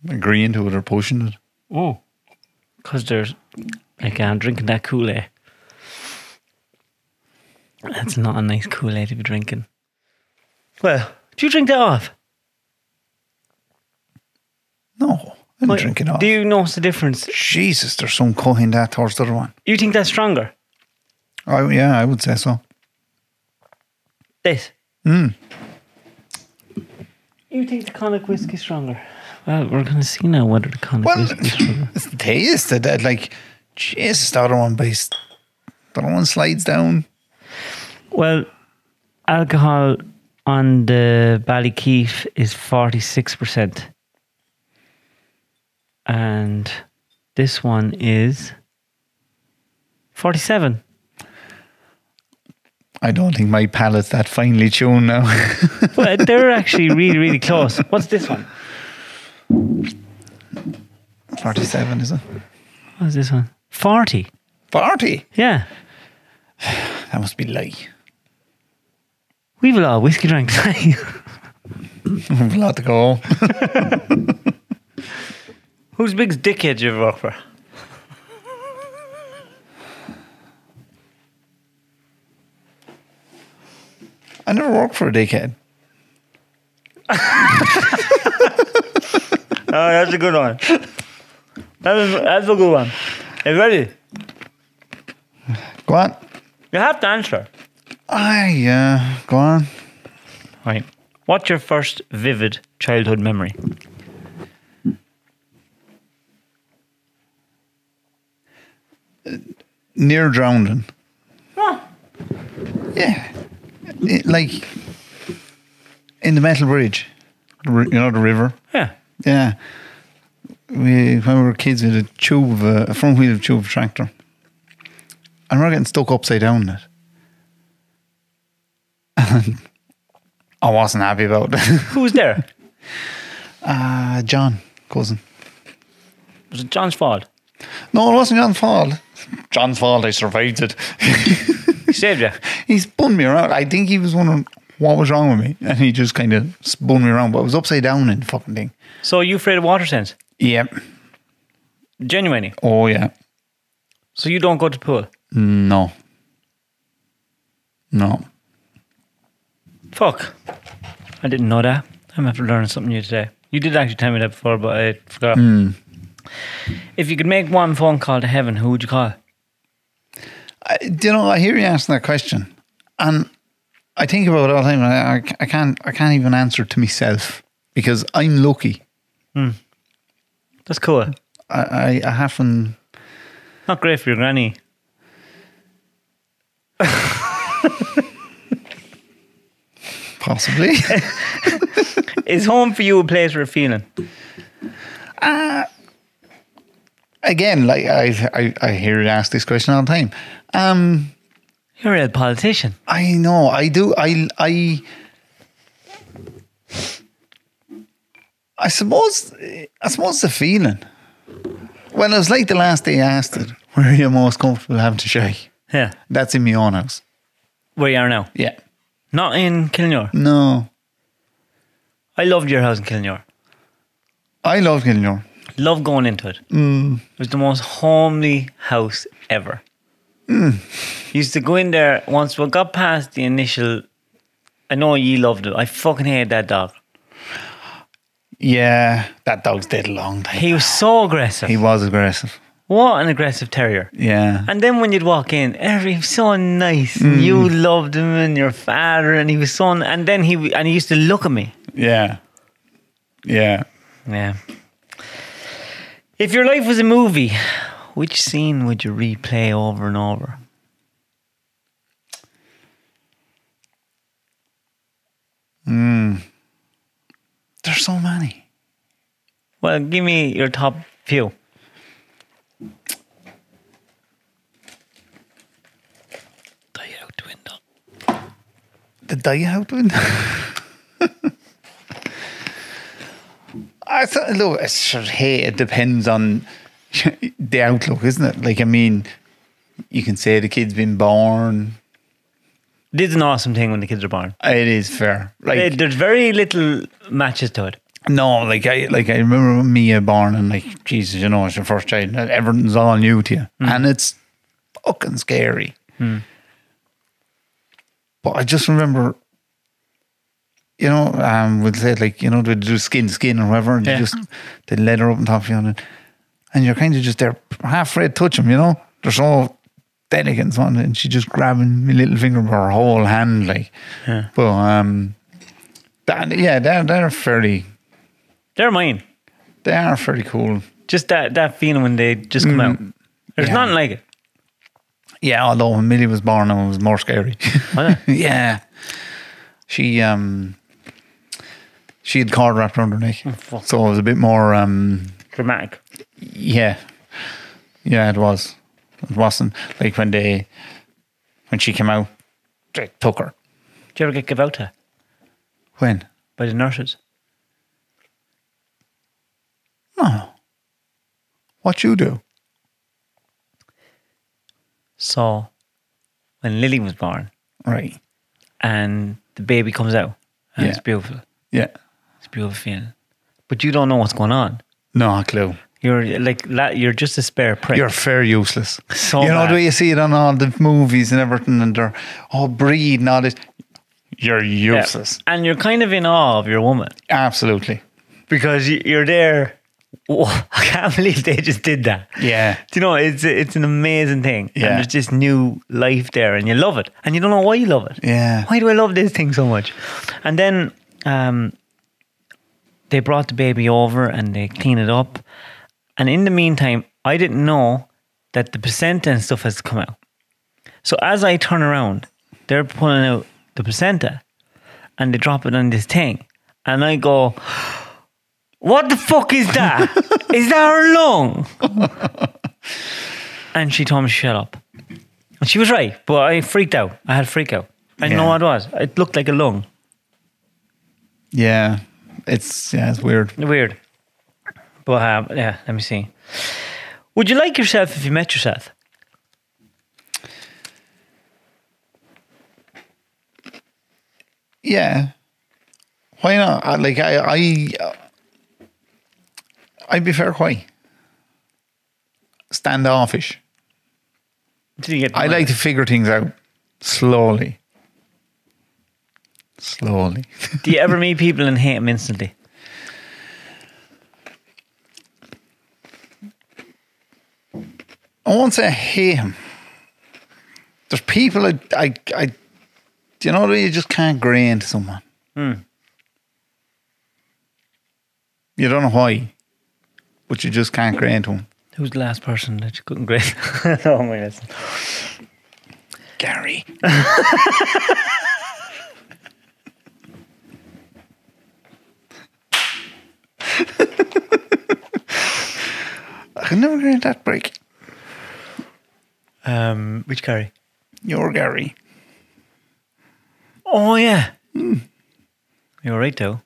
[SPEAKER 2] agreeing to it or pushing it.
[SPEAKER 1] Oh. Because they're like, "Ah, I'm drinking that Kool Aid. That's not a nice Kool Aid to be drinking. Well, do you drink that off?
[SPEAKER 2] No, I'm
[SPEAKER 1] Like,
[SPEAKER 2] drinking off.
[SPEAKER 1] Do you notice the difference?
[SPEAKER 2] Jesus, there's some cut in that towards the other one.
[SPEAKER 1] You think that's stronger?
[SPEAKER 2] I, yeah, I would say so.
[SPEAKER 1] This. Hmm. You think the conic whiskey is stronger? Well, we're going to see now whether the conic
[SPEAKER 2] Well,
[SPEAKER 1] whiskey is stronger.
[SPEAKER 2] it's the taste that, that like, Jesus, the other one based, the other one slides down.
[SPEAKER 1] Well, alcohol on the Ballykeef is 46%. And this one is 47.
[SPEAKER 2] I don't think my palate's that finely tuned now.
[SPEAKER 1] Well, they're actually really, really close. What's this one?
[SPEAKER 2] 47, is it?
[SPEAKER 1] What's this one? 40.
[SPEAKER 2] 40.
[SPEAKER 1] Yeah.
[SPEAKER 2] That must be lie.
[SPEAKER 1] We've a lot of whiskey drinks.
[SPEAKER 2] I've a lot to go.
[SPEAKER 1] Who's biggest dickhead you ever worked for?
[SPEAKER 2] I never worked for a dickhead.
[SPEAKER 1] Oh, that's a good one. That is, that's a good one. Are you ready?
[SPEAKER 2] Go on.
[SPEAKER 1] You have to answer.
[SPEAKER 2] Ah, yeah, go on.
[SPEAKER 1] Right. What's your first vivid childhood memory?
[SPEAKER 2] Near drowning.
[SPEAKER 1] What?
[SPEAKER 2] Yeah. It- like in the metal bridge, r- you know, the river.
[SPEAKER 1] Yeah.
[SPEAKER 2] Yeah. We, when we were kids, we had a tube, of a, a front wheel of tube of tractor. I remember getting stuck upside down in it. I wasn't happy about it.
[SPEAKER 1] Who was there?
[SPEAKER 2] uh, John, cousin.
[SPEAKER 1] Was it John's fault?
[SPEAKER 2] No, it wasn't John's fault. John's fault. I survived it.
[SPEAKER 1] He saved you.
[SPEAKER 2] he spun me around. I think he was wondering what was wrong with me, and he just kind of spun me around. But I was upside down in the fucking thing.
[SPEAKER 1] So are you afraid of water sense?
[SPEAKER 2] Yep.
[SPEAKER 1] Genuinely.
[SPEAKER 2] Oh yeah.
[SPEAKER 1] So you don't go to the pool.
[SPEAKER 2] No. No.
[SPEAKER 1] Fuck. I didn't know that. I'm after learning something new today. You did actually tell me that before, but I forgot. If you could make one phone call to heaven, who would you call?
[SPEAKER 2] I, do you know? I hear you asking that question, and I think about it all the time. And I, I ca- I can't. I can't even answer to myself because I'm lucky.
[SPEAKER 1] That's cool.
[SPEAKER 2] I, I, I haven't.
[SPEAKER 1] Not great for your granny.
[SPEAKER 2] Possibly.
[SPEAKER 1] Is home for you a place for a feeling?
[SPEAKER 2] Again, like I, I, I hear you ask this question all the time. Um,
[SPEAKER 1] You're a real politician.
[SPEAKER 2] I know. I do. I. I. I suppose. I suppose the feeling. Well, it was like the last day I asked it. Where are you most comfortable having to shy?
[SPEAKER 1] Yeah.
[SPEAKER 2] That's in my own house.
[SPEAKER 1] Where you are now.
[SPEAKER 2] Yeah.
[SPEAKER 1] Not in Kilnure.
[SPEAKER 2] No,
[SPEAKER 1] I loved your house in Kilnure.
[SPEAKER 2] I love Kilnure.
[SPEAKER 1] Love going into it. It was the most homely house ever. Used to go in there once we got past the initial. I know you loved it. I fucking hated that dog.
[SPEAKER 2] Yeah, that dog's dead a long time.
[SPEAKER 1] He was so aggressive.
[SPEAKER 2] He was aggressive.
[SPEAKER 1] what an aggressive terrier.
[SPEAKER 2] Yeah.
[SPEAKER 1] And then when you'd walk in, every he was so nice. And you loved him and your father, and he was so. n- And then he and he used to look at me.
[SPEAKER 2] Yeah. Yeah.
[SPEAKER 1] Yeah. If your life was a movie, which scene would you replay over and over?
[SPEAKER 2] There's so many.
[SPEAKER 1] Well, give me your top few. Die out the window.
[SPEAKER 2] The day out one. I thought, look, it's sure, hey, it depends on the outlook, isn't it? Like, I mean, you can say the kid's been born.
[SPEAKER 1] This is an awesome thing when the kids are born.
[SPEAKER 2] It is fair. Like,
[SPEAKER 1] There- There's very little matches to it.
[SPEAKER 2] No, like I like I remember when Mia born and like Jesus, you know, it's your first child. and Everything's all new to you, and it's fucking scary. But I just remember, you know, um, we'll say like you know they do skin to skin or whatever, and
[SPEAKER 1] Yeah.
[SPEAKER 2] you just they let her up on top of you, and, and you're kind of just there half afraid to touch them, you know. They're so delicate and so on, and she just grabbing my little finger with her whole hand, like. But um, that yeah, they're they're fairly
[SPEAKER 1] They're mine.
[SPEAKER 2] they are fairly cool.
[SPEAKER 1] Just that, that feeling when they just come out. There's
[SPEAKER 2] yeah.
[SPEAKER 1] nothing like it.
[SPEAKER 2] Yeah, although when Millie was born, it was more scary. yeah, she um, she had cord wrapped around her neck,
[SPEAKER 1] fuck.
[SPEAKER 2] so it was a bit more um,
[SPEAKER 1] Dramatic.
[SPEAKER 2] yeah, yeah, it was. It wasn't like when they when she came out, they took her.
[SPEAKER 1] Did you ever get Gavota
[SPEAKER 2] When?
[SPEAKER 1] by the nurses?
[SPEAKER 2] No. What you do?
[SPEAKER 1] So, when Lily was born
[SPEAKER 2] Right.
[SPEAKER 1] and the baby comes out, and
[SPEAKER 2] Yeah.
[SPEAKER 1] it's beautiful.
[SPEAKER 2] Yeah.
[SPEAKER 1] It's a beautiful feeling. But you don't know what's going on.
[SPEAKER 2] No a clue.
[SPEAKER 1] You're like la- you're just a spare prick.
[SPEAKER 2] You're fair useless.
[SPEAKER 1] So
[SPEAKER 2] you know the
[SPEAKER 1] bad.
[SPEAKER 2] way you see it on all the movies and everything, and they're all breed and all this. You're
[SPEAKER 1] Yeah.
[SPEAKER 2] useless.
[SPEAKER 1] and you're kind of in awe of your woman
[SPEAKER 2] Absolutely.
[SPEAKER 1] because you- you're there. Whoa, I can't believe they just did that.
[SPEAKER 2] Yeah.
[SPEAKER 1] Do you know it's it's an amazing thing.
[SPEAKER 2] Yeah.
[SPEAKER 1] And there's just new life there, and you love it, and you don't know why you love it.
[SPEAKER 2] Yeah.
[SPEAKER 1] Why do I love this thing so much? And then um, they brought the baby over and they clean it up, and in the meantime, I didn't know that the placenta and stuff has come out. So as I turn around, they're pulling out the placenta and they drop it on this thing. And I go, What the fuck is that? is that her lung? and she told me to shut up. And she was right, but I freaked out. I had a freak out. I didn't know
[SPEAKER 2] Yeah.
[SPEAKER 1] what it was. It looked like a lung.
[SPEAKER 2] Yeah. It's yeah, it's weird.
[SPEAKER 1] Weird. But um, yeah, let me see. Would you like yourself if you met yourself?
[SPEAKER 2] Yeah. Why not? I- Like I, I, uh, I'd be fair. Why? Standoffish.
[SPEAKER 1] Until you get
[SPEAKER 2] I like to figure things out slowly. Slowly.
[SPEAKER 1] Do you ever meet people and hate them instantly?
[SPEAKER 2] I won't say I hate him. There's people I, I, I do you know that you just can't grey into someone. You don't know why, but you just can't grey into him.
[SPEAKER 1] Who's the last person that you couldn't grade? oh my goodness.
[SPEAKER 2] Gary. I can never grant that break.
[SPEAKER 1] Um, which Gary?
[SPEAKER 2] You're Gary.
[SPEAKER 1] Oh yeah. You're right though.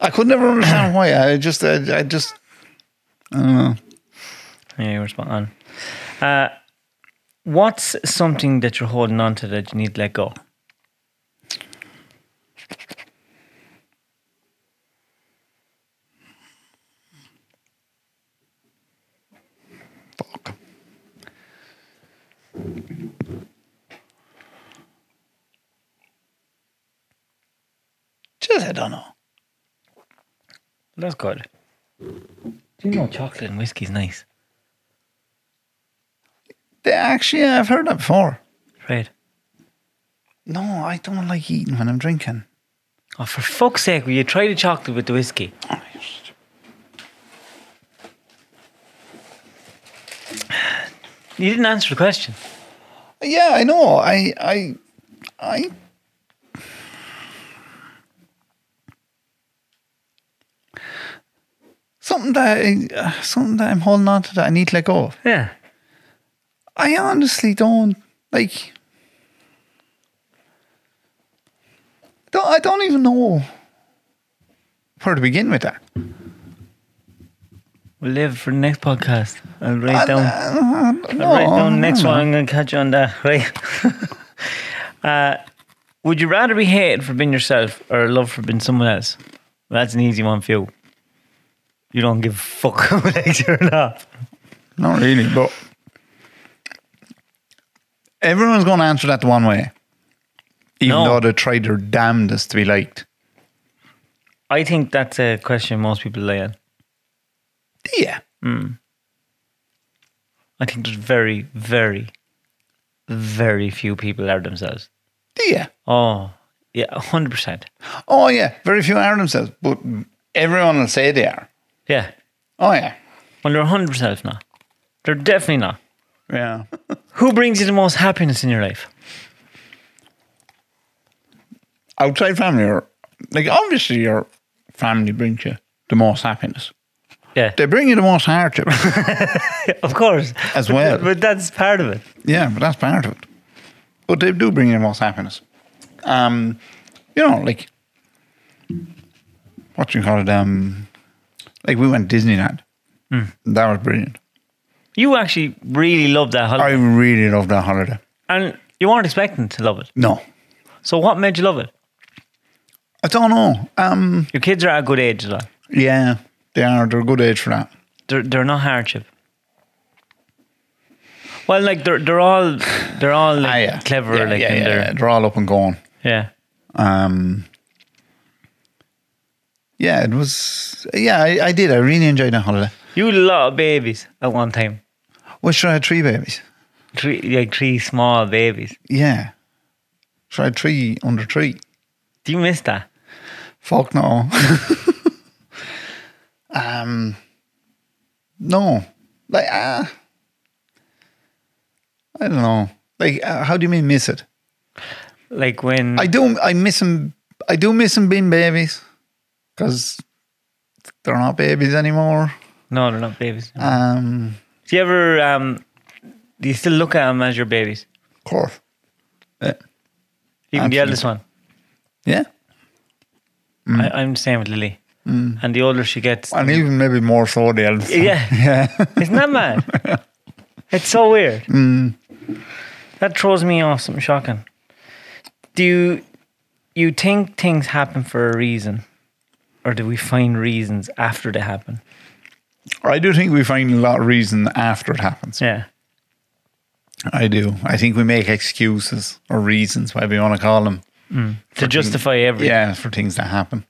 [SPEAKER 2] I could never understand why. I just, I, I just, I don't know.
[SPEAKER 1] Yeah, you were spot on. Uh, what's something that you're holding on to that you need to let go?
[SPEAKER 2] Fuck. Just, I don't know.
[SPEAKER 1] That's good. Do you know chocolate and whiskey's nice?
[SPEAKER 2] They actually, I've heard that before.
[SPEAKER 1] Right.
[SPEAKER 2] No, I don't like eating when I'm drinking.
[SPEAKER 1] Oh, for fuck's sake, will you try the chocolate with the whiskey?
[SPEAKER 2] Oh,
[SPEAKER 1] You didn't answer the question.
[SPEAKER 2] Yeah, I know. I, I, I. Something that I, uh, something that I'm holding on to that I need to let go of.
[SPEAKER 1] Yeah.
[SPEAKER 2] I honestly don't like. Don't, I don't even know where to begin with that.
[SPEAKER 1] We'll live for the next podcast. I'll write
[SPEAKER 2] I-
[SPEAKER 1] down.
[SPEAKER 2] I- I- no,
[SPEAKER 1] I'll write down next
[SPEAKER 2] Uh, no.
[SPEAKER 1] one. I'm gonna catch you on that. Right. uh, would you rather be hated for being yourself or loved for being someone else? Well, that's an easy one for you. You don't give a fuck whether you're not.
[SPEAKER 2] Not really, but everyone's going to answer that one way, even
[SPEAKER 1] No.
[SPEAKER 2] though they tried their damnedest to be liked.
[SPEAKER 1] I think that's a question most people lay on.
[SPEAKER 2] Yeah,
[SPEAKER 1] I think there's very, very, very few people are themselves.
[SPEAKER 2] yeah.
[SPEAKER 1] Oh, yeah, hundred percent.
[SPEAKER 2] Oh yeah, very few are themselves, but everyone will say they are.
[SPEAKER 1] Yeah,
[SPEAKER 2] Oh yeah,
[SPEAKER 1] well, they're hundred percent not. They're definitely not.
[SPEAKER 2] yeah.
[SPEAKER 1] Who brings you the most happiness in your life?
[SPEAKER 2] Outside family, or like obviously your family brings you the most happiness.
[SPEAKER 1] Yeah,
[SPEAKER 2] They bring you the most hardship
[SPEAKER 1] of course.
[SPEAKER 2] as well.
[SPEAKER 1] But that's part of it.
[SPEAKER 2] Yeah, but that's part of it. But they do bring in most happiness. Um, you know, like what do you call it? Um, like we went Disneyland.
[SPEAKER 1] Hmm.
[SPEAKER 2] That was brilliant.
[SPEAKER 1] You actually really love that
[SPEAKER 2] I
[SPEAKER 1] holiday,
[SPEAKER 2] really loved that holiday.
[SPEAKER 1] and you weren't expecting to love it.
[SPEAKER 2] No,
[SPEAKER 1] So, what made you love it?
[SPEAKER 2] I don't know. Um,
[SPEAKER 1] Your kids are at a good age, though.
[SPEAKER 2] yeah, they are. They're a good age for that.
[SPEAKER 1] They're they're not hardship. Well, like they're they're all they're all like
[SPEAKER 2] Ah, yeah.
[SPEAKER 1] clever,
[SPEAKER 2] Yeah,
[SPEAKER 1] like
[SPEAKER 2] yeah,
[SPEAKER 1] in
[SPEAKER 2] yeah,
[SPEAKER 1] their
[SPEAKER 2] yeah. they're all up and going.
[SPEAKER 1] yeah.
[SPEAKER 2] Um, yeah, it was. Yeah, I, I did. I really enjoyed that holiday.
[SPEAKER 1] You had a lot of babies at one time.
[SPEAKER 2] Wish I had three babies.
[SPEAKER 1] Three, like three small babies.
[SPEAKER 2] Yeah. Try three under three.
[SPEAKER 1] Do you miss that?
[SPEAKER 2] Fuck no. um, no. Like, uh, I don't know. Like, uh, how do you mean miss it?
[SPEAKER 1] Like when
[SPEAKER 2] I do. I miss them. I do miss them being babies because they're not babies anymore.
[SPEAKER 1] no, they're not babies.
[SPEAKER 2] Um,
[SPEAKER 1] do you ever um? Do you still look at them as your babies?
[SPEAKER 2] of course. Yeah.
[SPEAKER 1] Even the
[SPEAKER 2] Absolutely. Mm.
[SPEAKER 1] eldest one.
[SPEAKER 2] Yeah.
[SPEAKER 1] I, I'm the same with Lily.
[SPEAKER 2] Mm.
[SPEAKER 1] And the older she gets,
[SPEAKER 2] And even maybe more so the elves.
[SPEAKER 1] yeah,
[SPEAKER 2] Yeah.
[SPEAKER 1] isn't that mad? it's so
[SPEAKER 2] Mm.
[SPEAKER 1] weird. That throws me off. Something shocking. Do you you think things happen for a reason, or do we find reasons after they happen?
[SPEAKER 2] I do think we find a lot of reason after it happens.
[SPEAKER 1] Yeah.
[SPEAKER 2] I do. I think we make excuses or reasons, whatever you want to call them.
[SPEAKER 1] To justify everything.
[SPEAKER 2] Yeah, for things that happen.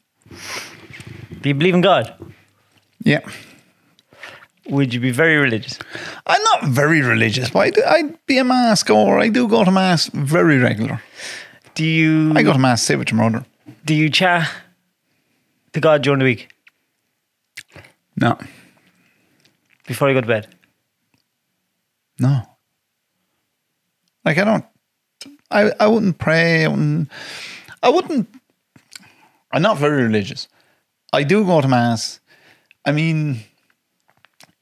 [SPEAKER 1] Do you believe in God?
[SPEAKER 2] Yeah.
[SPEAKER 1] Would you be very religious?
[SPEAKER 2] I'm not very religious, but I do, I'd be a mass goer. I do go to mass very regular.
[SPEAKER 1] Do you
[SPEAKER 2] I go to mass, say what your mother.
[SPEAKER 1] do you chat to God during the week
[SPEAKER 2] No,
[SPEAKER 1] before you go to bed?
[SPEAKER 2] no. Like I don't. I I wouldn't pray. I wouldn't. I wouldn't I'm not very religious. I do go to mass. I mean,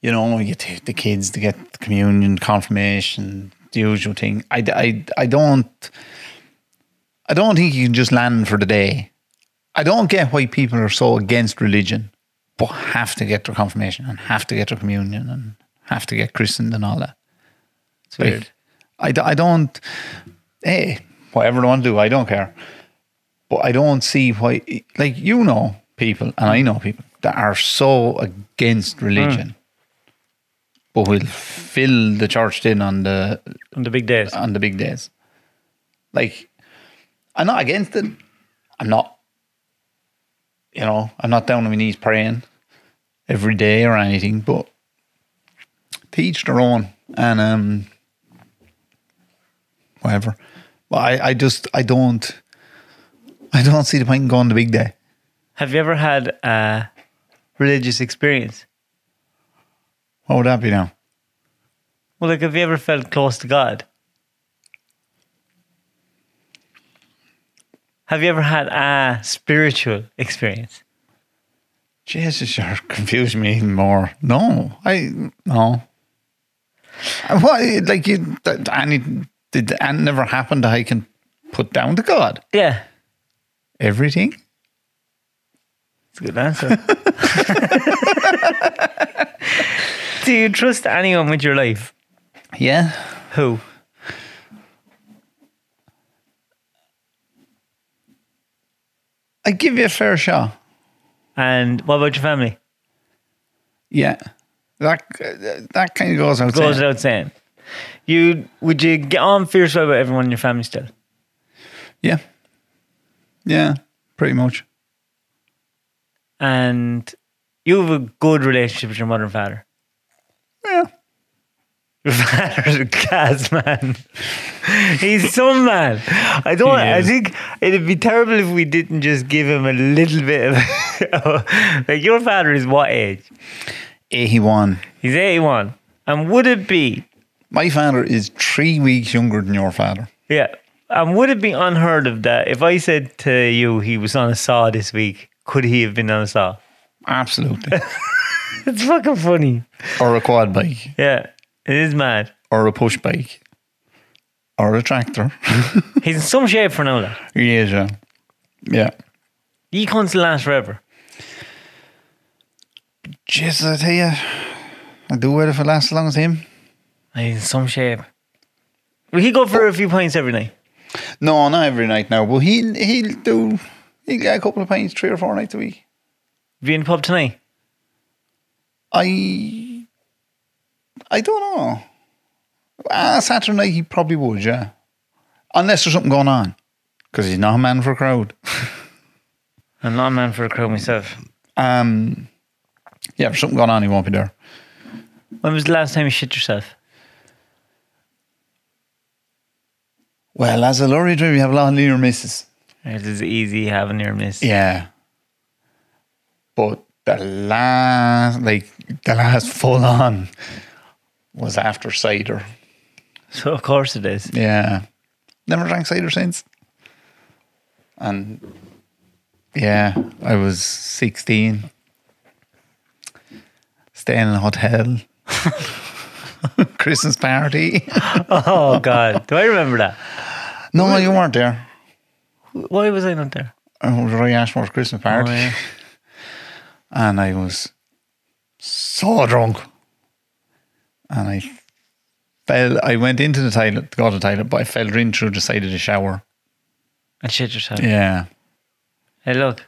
[SPEAKER 2] you know, you take the kids to get communion, confirmation, the usual thing. I, I, I don't. I don't think you can just land for the day. I don't get why people are so against religion, but have to get their confirmation and have to get their communion and have to get christened and all that. It's
[SPEAKER 1] weird.
[SPEAKER 2] I, d- I don't. Hey, whatever they want to do, I don't care but I don't see why. Like you know people, and I know people that are so against religion, but will fill the church in on the
[SPEAKER 1] On the big days.
[SPEAKER 2] on the big days. Like, I'm not against it. I'm not. You know, I'm not down on my knees praying every day or anything, but teach their own and um, whatever. But I, I just, I don't, I don't see the point in going the big day.
[SPEAKER 1] Have you ever had a religious experience?
[SPEAKER 2] What would that be now?
[SPEAKER 1] Well, like, have you ever felt close to God? Have you ever had a spiritual experience?
[SPEAKER 2] Jesus, you're confusing me even more. No, I no. And What like you? That, any did that never happen that I can put down to God?
[SPEAKER 1] Yeah,
[SPEAKER 2] Everything.
[SPEAKER 1] it's a good answer. Do you trust anyone with your life?
[SPEAKER 2] Yeah.
[SPEAKER 1] Who?
[SPEAKER 2] I give you a fair shot.
[SPEAKER 1] And what about your family?
[SPEAKER 2] Yeah. That that kind of goes out.
[SPEAKER 1] Goes without saying. You would you get on fierce about everyone in your family still?
[SPEAKER 2] Yeah. Yeah. Pretty much.
[SPEAKER 1] And you have a good relationship with your mother and father.
[SPEAKER 2] Yeah.
[SPEAKER 1] Your father's a gas man. He's some man. I don't.
[SPEAKER 2] He
[SPEAKER 1] I
[SPEAKER 2] is.
[SPEAKER 1] think it'd be terrible if we didn't just give him a little bit of. like your father is what age?
[SPEAKER 2] Eighty-one.
[SPEAKER 1] He's eighty-one. And would it be?
[SPEAKER 2] My father is three weeks younger than your father.
[SPEAKER 1] Yeah. And would it be unheard of that if I said to you he was on a saw this week? Could he have been on a saw?
[SPEAKER 2] Absolutely.
[SPEAKER 1] It's fucking funny.
[SPEAKER 2] or a quad bike,
[SPEAKER 1] Yeah, it is mad.
[SPEAKER 2] or a push bike, or a tractor.
[SPEAKER 1] He's in some shape for now. That
[SPEAKER 2] He is, yeah. Yeah.
[SPEAKER 1] he can't last forever.
[SPEAKER 2] Jesus, I tell you, I do well if it lasts as long as him.
[SPEAKER 1] He's in some shape. Will he go for a few pints every night?
[SPEAKER 2] No, not every night now, but he'll, he'll do, he'll get a couple of pints three or four nights a week.
[SPEAKER 1] Be in the pub tonight.
[SPEAKER 2] I, I don't know. Ah, Saturday night he probably would, yeah. Unless there's something going on, because he's not a man for a crowd.
[SPEAKER 1] I'm not a man for a crowd myself.
[SPEAKER 2] Um, yeah, if there's something going on, he won't be there.
[SPEAKER 1] When was the last time you shit yourself?
[SPEAKER 2] Well, as a lorry driver, you have a lot of near misses.
[SPEAKER 1] It is easy having your miss.
[SPEAKER 2] Yeah. But the last, like, the last full on was after cider.
[SPEAKER 1] So of course it is.
[SPEAKER 2] Yeah. Never drank cider since. And yeah, I was 16. Staying in a hotel. Christmas party.
[SPEAKER 1] Oh God, do I remember that?
[SPEAKER 2] No, you weren't there.
[SPEAKER 1] Why was I not there?
[SPEAKER 2] Oh, It was Roy Ashmore's Christmas
[SPEAKER 1] Oh,
[SPEAKER 2] party.
[SPEAKER 1] yeah.
[SPEAKER 2] and I was so drunk. And I fell, I went into the toilet to go to the toilet, but I fell in through the side of the shower
[SPEAKER 1] and shit yourself.
[SPEAKER 2] Yeah.
[SPEAKER 1] Hey, look,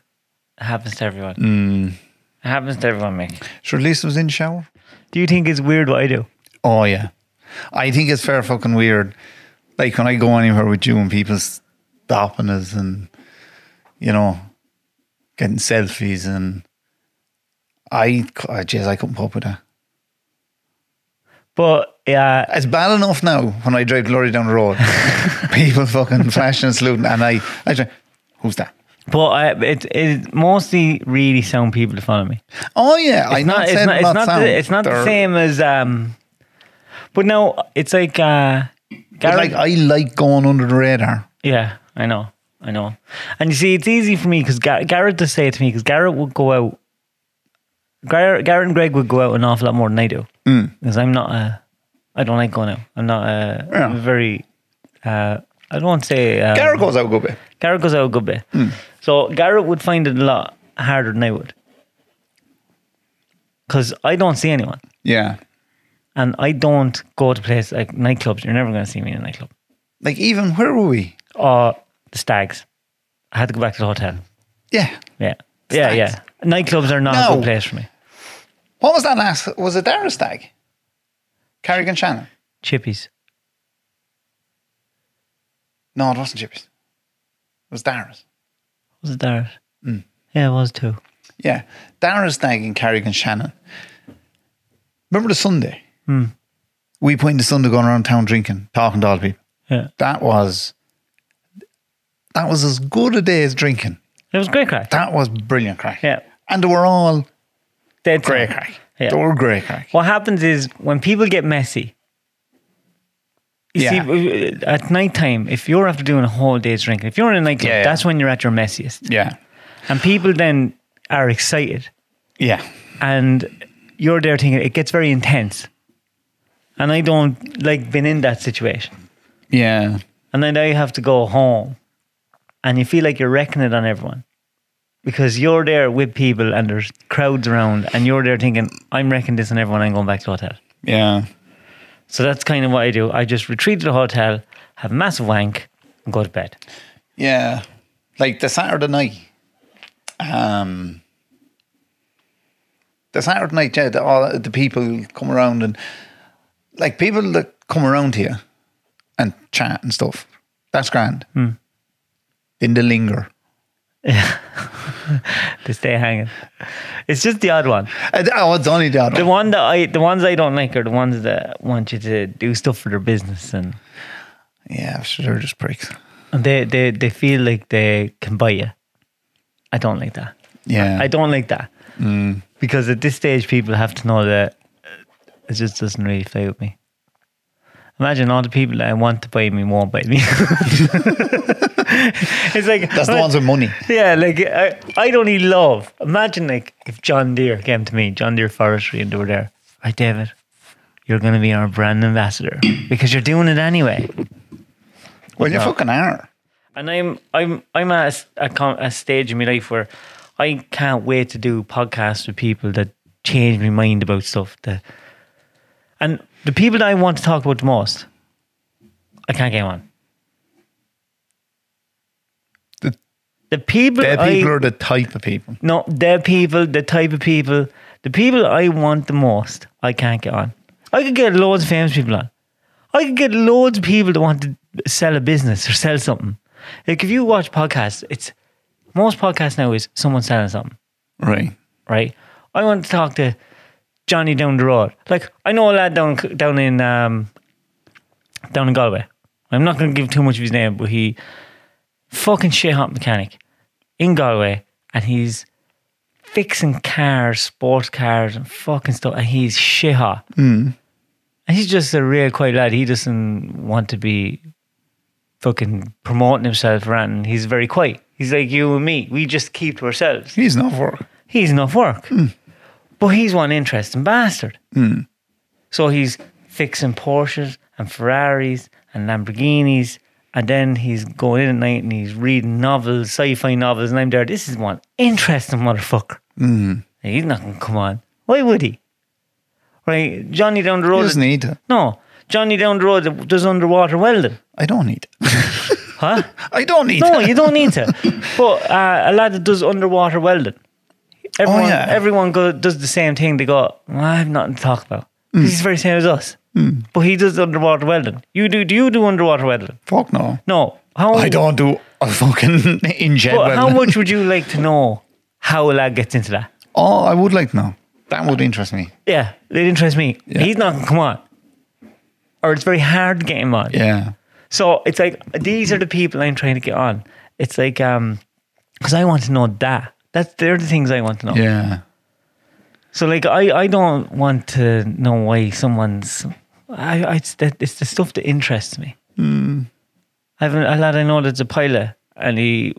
[SPEAKER 1] it happens to everyone.
[SPEAKER 2] Mm.
[SPEAKER 1] It happens to everyone, Mick.
[SPEAKER 2] Sure, Lisa was in the shower.
[SPEAKER 1] Do you think it's weird what I do?
[SPEAKER 2] Oh yeah, I think it's fair fucking weird. Like when I go anywhere with you and people stopping us and you know getting selfies and I, c- oh, jeez, I couldn't cope with that.
[SPEAKER 1] But yeah,
[SPEAKER 2] It's bad enough now when I drive lorry down the road, people fucking flashing and saluting, and I, I try, who's that?
[SPEAKER 1] but I, it it mostly really sound people to follow me.
[SPEAKER 2] Oh yeah,
[SPEAKER 1] It's
[SPEAKER 2] I'm
[SPEAKER 1] not.
[SPEAKER 2] not,
[SPEAKER 1] It's
[SPEAKER 2] saying
[SPEAKER 1] not. It's not.
[SPEAKER 2] sound.
[SPEAKER 1] the, it's not the
[SPEAKER 2] They're-
[SPEAKER 1] same as. um But no, it's like. uh
[SPEAKER 2] But
[SPEAKER 1] Gareth-
[SPEAKER 2] like I like going under the
[SPEAKER 1] Um,
[SPEAKER 2] radar.
[SPEAKER 1] Yeah, I know. I know. And you see, it's easy for me because Gar- Garrett to say it to me because Garrett would go out. Gar- Garrett and Greg would go out an awful lot more than I do
[SPEAKER 2] Mm.
[SPEAKER 1] because I'm not a. I don't like going out. I'm not a
[SPEAKER 2] Yeah.
[SPEAKER 1] very. Uh, I don't want to say. Um,
[SPEAKER 2] Garrett Mm. goes out a good bit.
[SPEAKER 1] Garrett goes out a good bit. So Garrett would find it a lot harder than I would. Because I don't see anyone.
[SPEAKER 2] Yeah,
[SPEAKER 1] And I don't go to places like nightclubs. You're never going to see me in a nightclub.
[SPEAKER 2] like even where were we?
[SPEAKER 1] Or the stags. I had to go back to the hotel.
[SPEAKER 2] Yeah,
[SPEAKER 1] Yeah. Yeah, yeah. Nightclubs are not a
[SPEAKER 2] No.
[SPEAKER 1] good place for me.
[SPEAKER 2] What was that last? Was it Dara Stag? Carrigan Shannon?
[SPEAKER 1] Chippies.
[SPEAKER 2] No, it wasn't Chippies. It was Dara's.
[SPEAKER 1] Was it there? Yeah, it was too.
[SPEAKER 2] Yeah. Dara Stag and Carrigan Shannon. Remember the Sunday?
[SPEAKER 1] Hmm.
[SPEAKER 2] We put in the Sunday going around town drinking, talking to all the people.
[SPEAKER 1] Yeah.
[SPEAKER 2] That was that was as good a day as drinking.
[SPEAKER 1] It was great crack.
[SPEAKER 2] That was brilliant crack.
[SPEAKER 1] Yeah.
[SPEAKER 2] And they were all
[SPEAKER 1] Dead
[SPEAKER 2] grey
[SPEAKER 1] time.
[SPEAKER 2] crack.
[SPEAKER 1] Yeah.
[SPEAKER 2] They were grey crack.
[SPEAKER 1] What happens is when people get messy, you
[SPEAKER 2] Yeah.
[SPEAKER 1] see, uh, at night time, if you're after doing a whole day's drinking, if you're in a nightclub,
[SPEAKER 2] Yeah, yeah.
[SPEAKER 1] that's when you're at your messiest.
[SPEAKER 2] Yeah.
[SPEAKER 1] And people then are excited
[SPEAKER 2] Yeah.
[SPEAKER 1] and you're there thinking it gets very intense. And I don't like been in that situation.
[SPEAKER 2] Yeah.
[SPEAKER 1] And then now you have to go home and you feel like you're wrecking it on everyone because you're there with people and there's crowds around and you're there thinking, I'm wrecking this on everyone, I'm going back to the hotel.
[SPEAKER 2] Yeah.
[SPEAKER 1] So that's kind of what I do. I just retreat to the hotel, have a massive wank, and go to bed.
[SPEAKER 2] Yeah. Like the Saturday night. Um the Saturday night, yeah, the, all the people come around and like people that come around here and chat and stuff. That's grand.
[SPEAKER 1] Hmm.
[SPEAKER 2] Then they linger.
[SPEAKER 1] They stay hanging. It's just the odd one.
[SPEAKER 2] Uh, Oh, it's only the other
[SPEAKER 1] The one that I, the ones I don't like are the ones that want you to do stuff for their business and,
[SPEAKER 2] Yeah, sure, they're just pricks.
[SPEAKER 1] and they, they, they feel like they can buy you. I don't like that.
[SPEAKER 2] Yeah.
[SPEAKER 1] I don't like that
[SPEAKER 2] Mm.
[SPEAKER 1] because at this stage, people have to know that uh, it just doesn't really play with me. Imagine all the people that I want to buy me won't buy me. it's like
[SPEAKER 2] That's the ones with money.
[SPEAKER 1] Yeah, like I, I don't need love. Imagine like if John Deere came to me, John Deere Forestry, and they were there. Right, David, you're going to be our brand ambassador because you're doing it anyway.
[SPEAKER 2] Well, you
[SPEAKER 1] No.
[SPEAKER 2] fucking are.
[SPEAKER 1] And I'm I'm I'm at a s- a, con- a stage in my life where I can't wait to do podcasts with people that change my mind about stuff. That and the people that I want to talk about the most, I can't get on.
[SPEAKER 2] The-
[SPEAKER 1] The people,
[SPEAKER 2] They're
[SPEAKER 1] I-
[SPEAKER 2] people are the type of people.
[SPEAKER 1] no, the people, the type of people, the people I want the most, I can't get on. I could get loads of famous people on. I could get loads of people that want to sell a business or sell something. Like if you watch podcasts, it's most podcasts now is someone selling something,
[SPEAKER 2] Right.
[SPEAKER 1] right? I want to talk to Johnny down the road. Like I know a lad down down in um, down in Galway. I'm not going to give too much of his name, but he fucking shit hot mechanic in Galway, and he's fixing cars, sports cars, and fucking stuff. And he's shit hot. And he's just a real quiet lad. He doesn't want to be fucking promoting himself around. And he's very quiet. He's like you and me. We just keep to ourselves
[SPEAKER 2] He's not for it.
[SPEAKER 1] he's enough work. But he's one interesting bastard. So he's fixing Porsches and Ferraris and Lamborghinis. And then he's going in at night and he's reading novels, sci fi novels. And I'm there, this is one interesting motherfucker. Like, He's not going to come on. Why would he? Right? Johnny down the
[SPEAKER 2] He
[SPEAKER 1] road.
[SPEAKER 2] doesn't need it.
[SPEAKER 1] no. Johnny down the road that does underwater welding.
[SPEAKER 2] I don't need it.
[SPEAKER 1] Huh?
[SPEAKER 2] I don't need
[SPEAKER 1] No,
[SPEAKER 2] that.
[SPEAKER 1] Oh, you don't need to. But uh, a lad that does underwater welding, everyone,
[SPEAKER 2] Oh, yeah.
[SPEAKER 1] everyone go, does the same thing. They go, well, I have nothing to talk about. This
[SPEAKER 2] Mm.
[SPEAKER 1] is the very same as us. But he does underwater welding. You do? Do you do underwater welding?
[SPEAKER 2] Fuck no.
[SPEAKER 1] No. How?
[SPEAKER 2] I don't do a fucking injet
[SPEAKER 1] But how
[SPEAKER 2] welding.
[SPEAKER 1] much would you like to know how a lad gets into that?
[SPEAKER 2] Oh, I would like to know. That would interest me.
[SPEAKER 1] Yeah, it interests me.
[SPEAKER 2] Yeah.
[SPEAKER 1] He's not gonna come on, or it's very hard to get him on.
[SPEAKER 2] Yeah.
[SPEAKER 1] So it's like these are the people I'm trying to get on. It's like um, because I want to know that. That's they're the things I want to know.
[SPEAKER 2] Yeah.
[SPEAKER 1] So like I, I don't want to know why someone's. I, I it's the, it's the stuff that interests me. I have a a lad I know that's a pilot, and he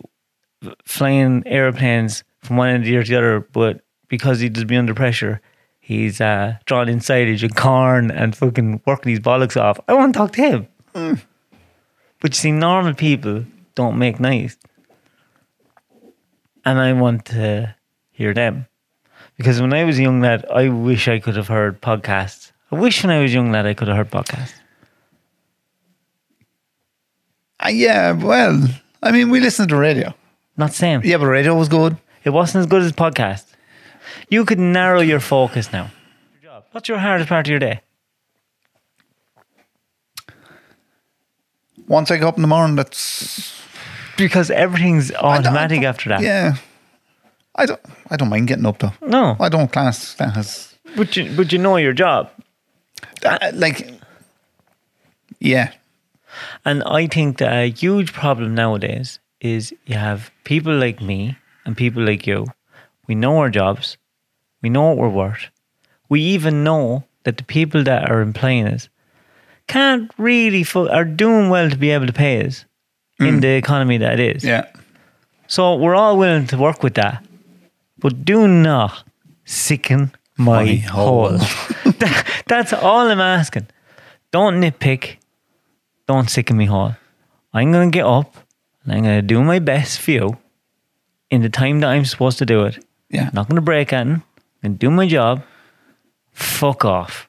[SPEAKER 1] f- flying airplanes from one end of the year to the other. But because he does be under pressure, he's uh, drawn in silage and corn and fucking working his bollocks off. I want to talk to him. But you see, normal people don't make noise, and I want to hear them. Because when I was a young lad, I wish I could have heard podcasts. I wish when I was a young lad I could have heard podcasts.
[SPEAKER 2] Uh, yeah, well, I mean, we listened to radio.
[SPEAKER 1] Not saying
[SPEAKER 2] Yeah, but radio was good.
[SPEAKER 1] it wasn't as good as podcasts. You could narrow your focus now. Your job. What's your hardest part of your day?
[SPEAKER 2] Once I got up in the morning, that's
[SPEAKER 1] Because everything's
[SPEAKER 2] I don't- I
[SPEAKER 1] automatic
[SPEAKER 2] don't-
[SPEAKER 1] after that.
[SPEAKER 2] Yeah, I don't. I don't mind getting up though.
[SPEAKER 1] No,
[SPEAKER 2] I don't class that as
[SPEAKER 1] but you but you know your job,
[SPEAKER 2] that- like. Yeah,
[SPEAKER 1] and I think that a huge problem nowadays is you have people like me and people like you. We know our jobs, we know what we're worth. We even know that the people that are employing us can't really fu- are doing well to be able to pay us in the economy that it is.
[SPEAKER 2] yeah,
[SPEAKER 1] So we're all willing to work with that, but do not sicken my
[SPEAKER 2] My
[SPEAKER 1] hole.
[SPEAKER 2] hole.
[SPEAKER 1] That- that's all I'm asking. Don't nitpick. Don't sicken me hole. I'm gonna get up and I'm gonna do my best for you in the time that I'm supposed to do it.
[SPEAKER 2] yeah.
[SPEAKER 1] I'm not gonna break anything. I'm gonna do my job. Fuck off.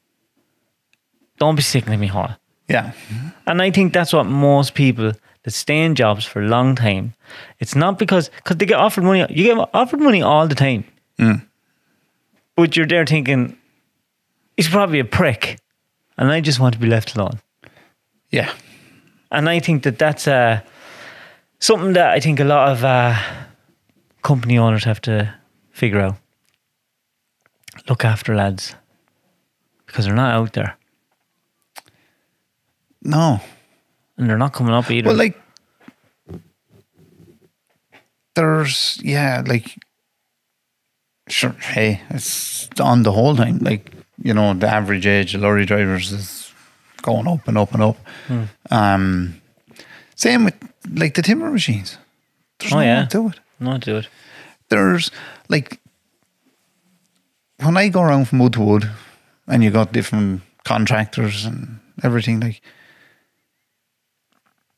[SPEAKER 1] Don't be sickening me hole.
[SPEAKER 2] Yeah,
[SPEAKER 1] And I think that's what most people that stay in jobs for a long time. It's not because because they get offered money. You get offered money all the time,
[SPEAKER 2] Mm.
[SPEAKER 1] but you're there thinking he's probably a prick, and I just want to be left alone.
[SPEAKER 2] yeah,
[SPEAKER 1] And I think that that's uh, something that I think a lot of uh, company owners have to figure out. Look after lads because they're not out there
[SPEAKER 2] No,
[SPEAKER 1] and they're not coming up either.
[SPEAKER 2] well, like there's yeah, like sure. Hey, it's on the whole time. Like you know, the average age of lorry drivers is going up and up and up.
[SPEAKER 1] Hmm.
[SPEAKER 2] Um, same with like the timber machines. There's
[SPEAKER 1] Oh,
[SPEAKER 2] no
[SPEAKER 1] yeah.
[SPEAKER 2] one to it.
[SPEAKER 1] not do it.
[SPEAKER 2] there's like when I go around from wood to wood and you got different contractors and everything, like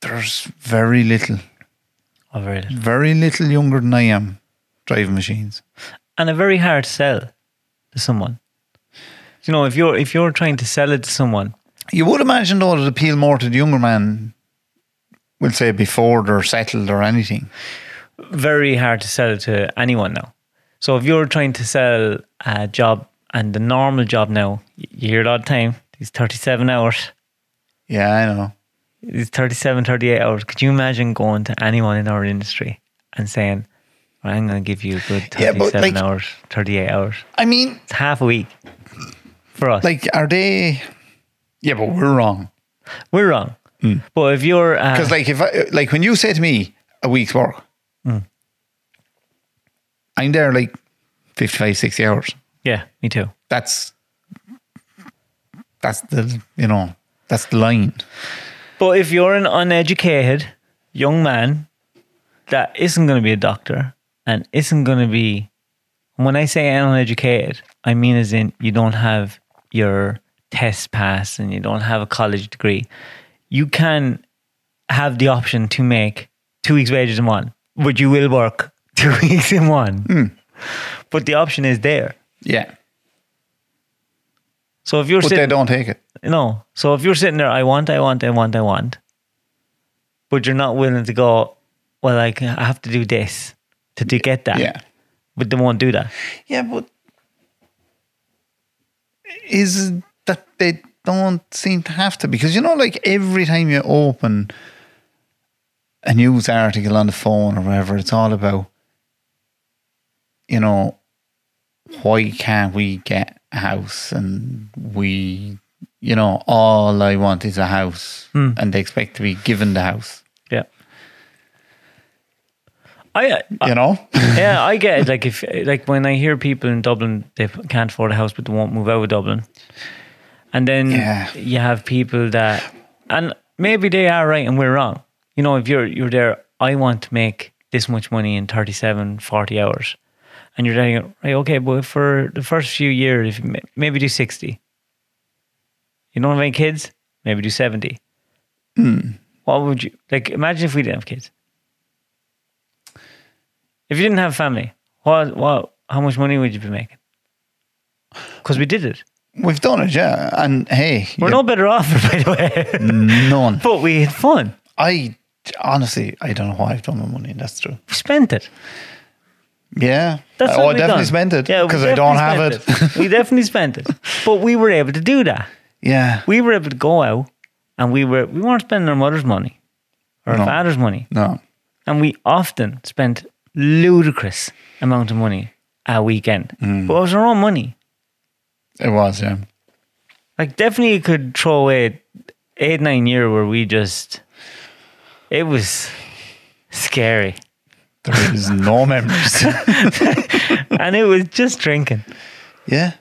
[SPEAKER 2] there's very little,
[SPEAKER 1] I've read it.
[SPEAKER 2] very little younger than I am driving machines.
[SPEAKER 1] and a very hard sell to someone. You know, if you're if you're trying to sell it to someone,
[SPEAKER 2] You would imagine though it appeal more to the younger man we'll say before they're settled or anything.
[SPEAKER 1] very hard to sell it to anyone now. So if you're trying to sell a job and the normal job now, y- you hear it all the time. These 37 hours,
[SPEAKER 2] Yeah, I know.
[SPEAKER 1] these 37, 38 hours. Could you imagine going to anyone in our industry and saying, "Well, I'm going to give you a good
[SPEAKER 2] Yeah, but,
[SPEAKER 1] 37
[SPEAKER 2] like-
[SPEAKER 1] hours, 38 hours.
[SPEAKER 2] I mean
[SPEAKER 1] It's half a week for us.
[SPEAKER 2] like are they Yeah, but we're wrong.
[SPEAKER 1] We're wrong. But if you're... Uh,
[SPEAKER 2] Hmm. Because like if I, like when you say to me a week's work, I'm there like 55, 60 hours.
[SPEAKER 1] yeah, me too.
[SPEAKER 2] That's that's the you know that's the line.
[SPEAKER 1] But if you're an uneducated young man that isn't going to be a doctor and isn't going to be, and when I say uneducated, I mean as in you don't have your test pass and you don't have a college degree, you can have the option to make two weeks' wages in one, but you will work two weeks in one. But the option is there.
[SPEAKER 2] Yeah,
[SPEAKER 1] So if you're
[SPEAKER 2] but
[SPEAKER 1] sitting,
[SPEAKER 2] they don't take it.
[SPEAKER 1] No. So if you're sitting there, I want, I want, I want, I want, but you're not willing to go, well, like, I have to do this to, to get that.
[SPEAKER 2] Yeah.
[SPEAKER 1] But they won't do that.
[SPEAKER 2] Yeah, but is it that they don't seem to have to because you know, like every time you open a news article on the phone or wherever, it's all about you know why can't we get a house and we you know all I want is a house and they expect to be given the house.
[SPEAKER 1] Yeah. I, uh,
[SPEAKER 2] You know,
[SPEAKER 1] yeah, I get it. Like if like when I hear people in Dublin, they f- can't afford a house, but they won't move out of Dublin. And then
[SPEAKER 2] Yeah.
[SPEAKER 1] you have people that, and maybe they are right and we're wrong. You know, if you're you're there, I want to make this much money in 37, 40 hours, and you're there, you go, right? Okay, but for the first few years, if you ma- maybe do sixty. You don't have any kids, maybe do seventy. What would you like? Imagine if we didn't have kids. If you didn't have a family, what, what, how much money would you be making? Because we did it.
[SPEAKER 2] we've done it, yeah. And hey,
[SPEAKER 1] We're
[SPEAKER 2] you-
[SPEAKER 1] no better off, by the way.
[SPEAKER 2] none.
[SPEAKER 1] but we had fun.
[SPEAKER 2] I honestly, I don't know why I've done my money. That's true.
[SPEAKER 1] We spent it.
[SPEAKER 2] Yeah.
[SPEAKER 1] That's
[SPEAKER 2] oh,
[SPEAKER 1] what
[SPEAKER 2] I
[SPEAKER 1] we
[SPEAKER 2] definitely
[SPEAKER 1] done.
[SPEAKER 2] spent it
[SPEAKER 1] Yeah, we
[SPEAKER 2] because I don't
[SPEAKER 1] definitely
[SPEAKER 2] have it.
[SPEAKER 1] spent we definitely spent it. But we were able to do that.
[SPEAKER 2] yeah.
[SPEAKER 1] We were able to go out, and we were we weren't spending our mother's money or
[SPEAKER 2] No.
[SPEAKER 1] our father's money,
[SPEAKER 2] No.
[SPEAKER 1] and we often spent ludicrous amount of money a weekend.
[SPEAKER 2] Mm.
[SPEAKER 1] But it was our own money.
[SPEAKER 2] It was, yeah.
[SPEAKER 1] Like definitely you could throw away eight, nine year where we just it was scary.
[SPEAKER 2] There is no memories.
[SPEAKER 1] and it was just drinking.
[SPEAKER 2] yeah.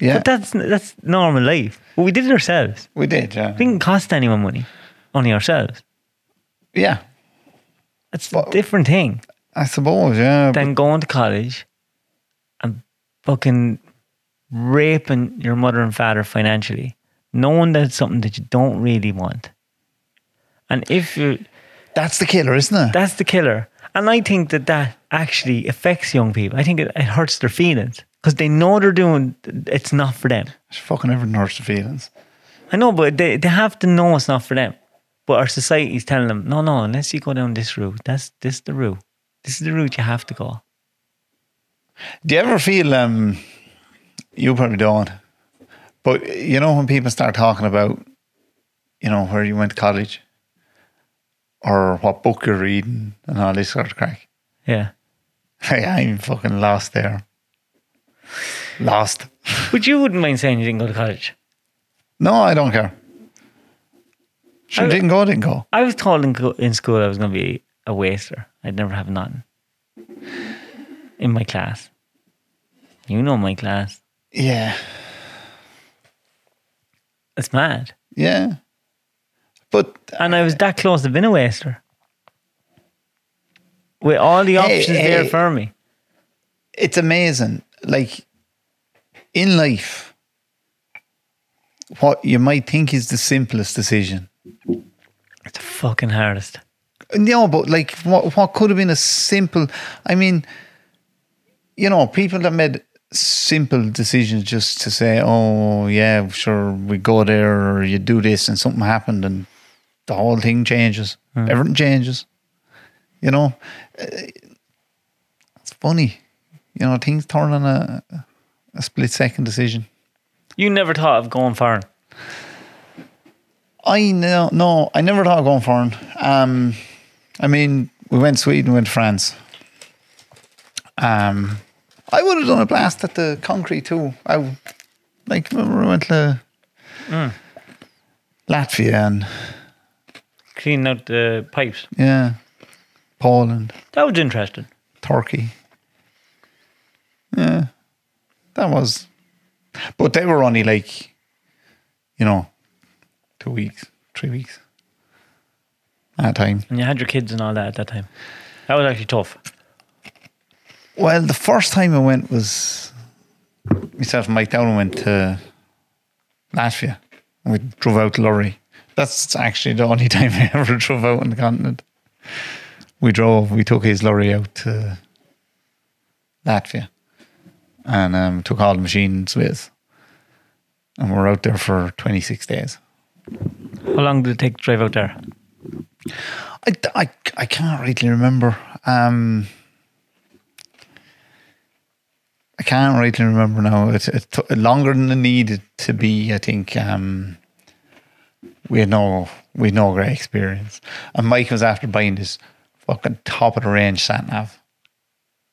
[SPEAKER 2] Yeah.
[SPEAKER 1] But that's that's normal life. But we did it ourselves.
[SPEAKER 2] we did, yeah.
[SPEAKER 1] It didn't cost anyone money. Only ourselves.
[SPEAKER 2] Yeah.
[SPEAKER 1] That's
[SPEAKER 2] Well-
[SPEAKER 1] a different thing
[SPEAKER 2] I suppose, yeah.
[SPEAKER 1] than going to college and fucking raping your mother and father financially, knowing that it's something that you don't really want. And if you
[SPEAKER 2] That's the killer, isn't it?
[SPEAKER 1] That's the killer. And I think that that actually affects young people. I think it, it hurts their feelings because they know they're doing, it's not for them.
[SPEAKER 2] It's fucking everyone hurts the feelings.
[SPEAKER 1] I know, but they, they have to know it's not for them. But our society is telling them, no, no, unless you go down this route, that's this the route. This is the route you have to go.
[SPEAKER 2] Do you ever feel um you probably don't. But you know when people start talking about you know, where you went to college or what book you're reading and all this sort of crack.
[SPEAKER 1] Yeah.
[SPEAKER 2] Like, I'm fucking lost there. Lost.
[SPEAKER 1] But you wouldn't mind saying you didn't go to college.
[SPEAKER 2] No, I don't care. Sure,
[SPEAKER 1] I-
[SPEAKER 2] didn't go, didn't go.
[SPEAKER 1] I was told in, co- in school I was going to be a waster. I'd never have nothing in my class. You know my class.
[SPEAKER 2] Yeah.
[SPEAKER 1] It's mad.
[SPEAKER 2] Yeah. But
[SPEAKER 1] And I was that close to being a waster. With all the options there
[SPEAKER 2] hey.
[SPEAKER 1] for me.
[SPEAKER 2] it's amazing. Like in life, what you might think is the simplest decision.
[SPEAKER 1] It's the fucking hardest.
[SPEAKER 2] No, but like what what could have been a simple I mean, you know, people that made simple decisions just to say, Oh yeah, sure, we go there or you do this and something happened and the whole thing changes. Everything changes. You know? Uh, It's funny. You know, things turn on a a split second decision.
[SPEAKER 1] You never thought of going foreign.
[SPEAKER 2] I know, no, I never thought of going foreign. Um, I mean, we went to Sweden, we went to France. Um, I would have done a blast at the concrete too. I w- like remember we went to Latvia and
[SPEAKER 1] Cleaning out the pipes.
[SPEAKER 2] yeah, Poland,
[SPEAKER 1] That was interesting.
[SPEAKER 2] Turkey. Yeah, that was, but they were only like, you know, two weeks, three weeks. At time.
[SPEAKER 1] And you had your kids and all that at that time. That was actually tough.
[SPEAKER 2] Well, the first time I went was myself and Mike Down went to Latvia. We drove out lorry. That's actually the only time I ever drove out on the continent. We drove. We took his lorry out to Latvia, and um, took all the machines with. And we were out there for twenty six days.
[SPEAKER 1] How long did it take to drive out there?
[SPEAKER 2] I, I, I can't really remember. Um, I can't really remember now. It's it took longer than it needed to be. I think um, we had no we had no great experience. And Mike was after buying this fucking top of the range sat nav,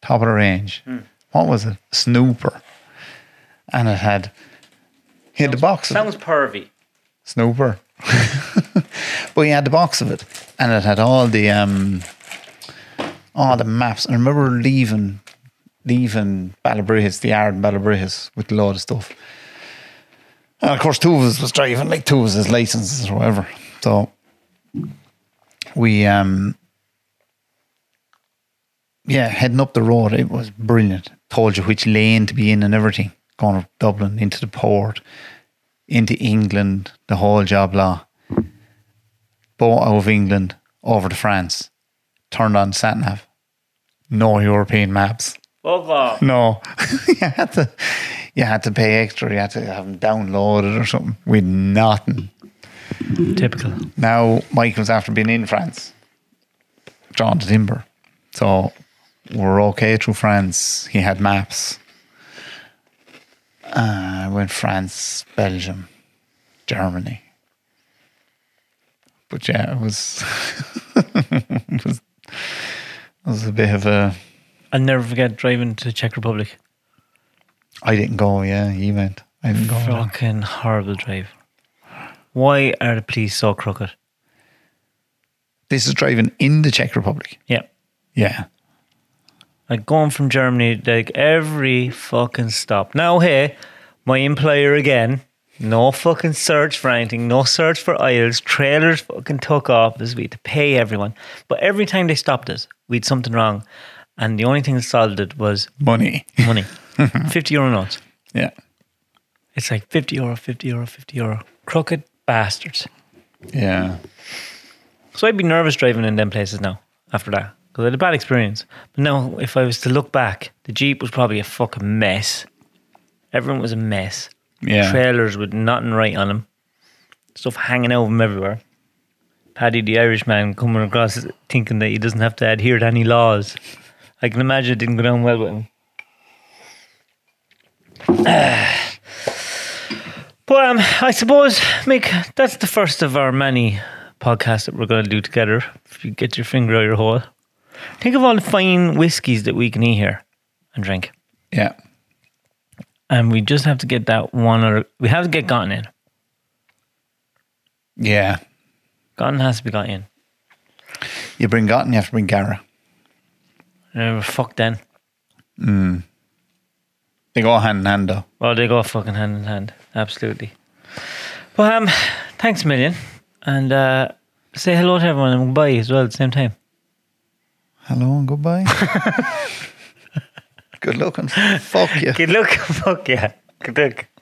[SPEAKER 2] top of the range. What was it? Snooper, and it had he had the box. of it.
[SPEAKER 1] Sounds pervy.
[SPEAKER 2] Snooper. but he had the box of it, and it had all the um, all the maps. And I remember leaving, leaving Ballabruhis, the Ard in Ballabruhis, with a load of stuff. And of course, two of us was driving, like two of us has licenses or whatever. So we, um, yeah, heading up the road, it was brilliant. Told you which lane to be in and everything. Going up Dublin into the port, into England, the whole job law. Bought out of England over to France. Turned on sat nav. No European maps.
[SPEAKER 1] Bug off.
[SPEAKER 2] No, you had to, you had to pay extra. You had to have them downloaded or something. With nothing.
[SPEAKER 1] Typical.
[SPEAKER 2] Now Mike was after being in France, drawn to timber, so we're okay through France. He had maps. Uh, went France, Belgium, Germany. But yeah, it was, it was, it was a bit of a.
[SPEAKER 1] I'll never forget driving to Czech Republic.
[SPEAKER 2] I didn't go. Yeah, he went. I didn't go. no.
[SPEAKER 1] Fucking horrible drive. Why are the police so crooked?
[SPEAKER 2] This is driving in the Czech Republic.
[SPEAKER 1] Yeah.
[SPEAKER 2] Yeah.
[SPEAKER 1] Like going from Germany, like every fucking stop. Now, hey, my employer again, no fucking search for anything, no search for aisles, trailers fucking took off this week to pay everyone. But every time they stopped us, we'd something wrong. And the only thing that solved it was
[SPEAKER 2] Money.
[SPEAKER 1] money 50 euro notes.
[SPEAKER 2] Yeah.
[SPEAKER 1] It's like 50 euro, 50 euro, 50 euro. Crooked bastards.
[SPEAKER 2] Yeah.
[SPEAKER 1] So I'd be nervous driving in them places now after that because I had a bad experience. But now, if I was to look back, the Jeep was probably a fucking mess. Everyone was a mess.
[SPEAKER 2] Yeah.
[SPEAKER 1] Trailers with nothing right on them, stuff hanging out of them everywhere. Paddy the Irishman coming across it thinking that he doesn't have to adhere to any laws. I can imagine it didn't go down well with him. But um, I suppose, Mick, that's the first of our many podcasts that we're going to do together. If you get your finger out of your hole, think of all the fine whiskies that we can eat here and drink,
[SPEAKER 2] yeah.
[SPEAKER 1] and we just have to get that one or we have to get gotten in.
[SPEAKER 2] Yeah.
[SPEAKER 1] Gotten has to be got in.
[SPEAKER 2] You bring Gotten, you have to bring Gara.
[SPEAKER 1] Uh, fuck then.
[SPEAKER 2] They go hand in hand though.
[SPEAKER 1] Well, they go fucking hand in hand. Absolutely. But um, thanks a million, and uh, say hello to everyone and goodbye as well at the same time.
[SPEAKER 2] Hello and goodbye. Good luck and fuck you.
[SPEAKER 1] Good luck. Fuck yeah. Good luck.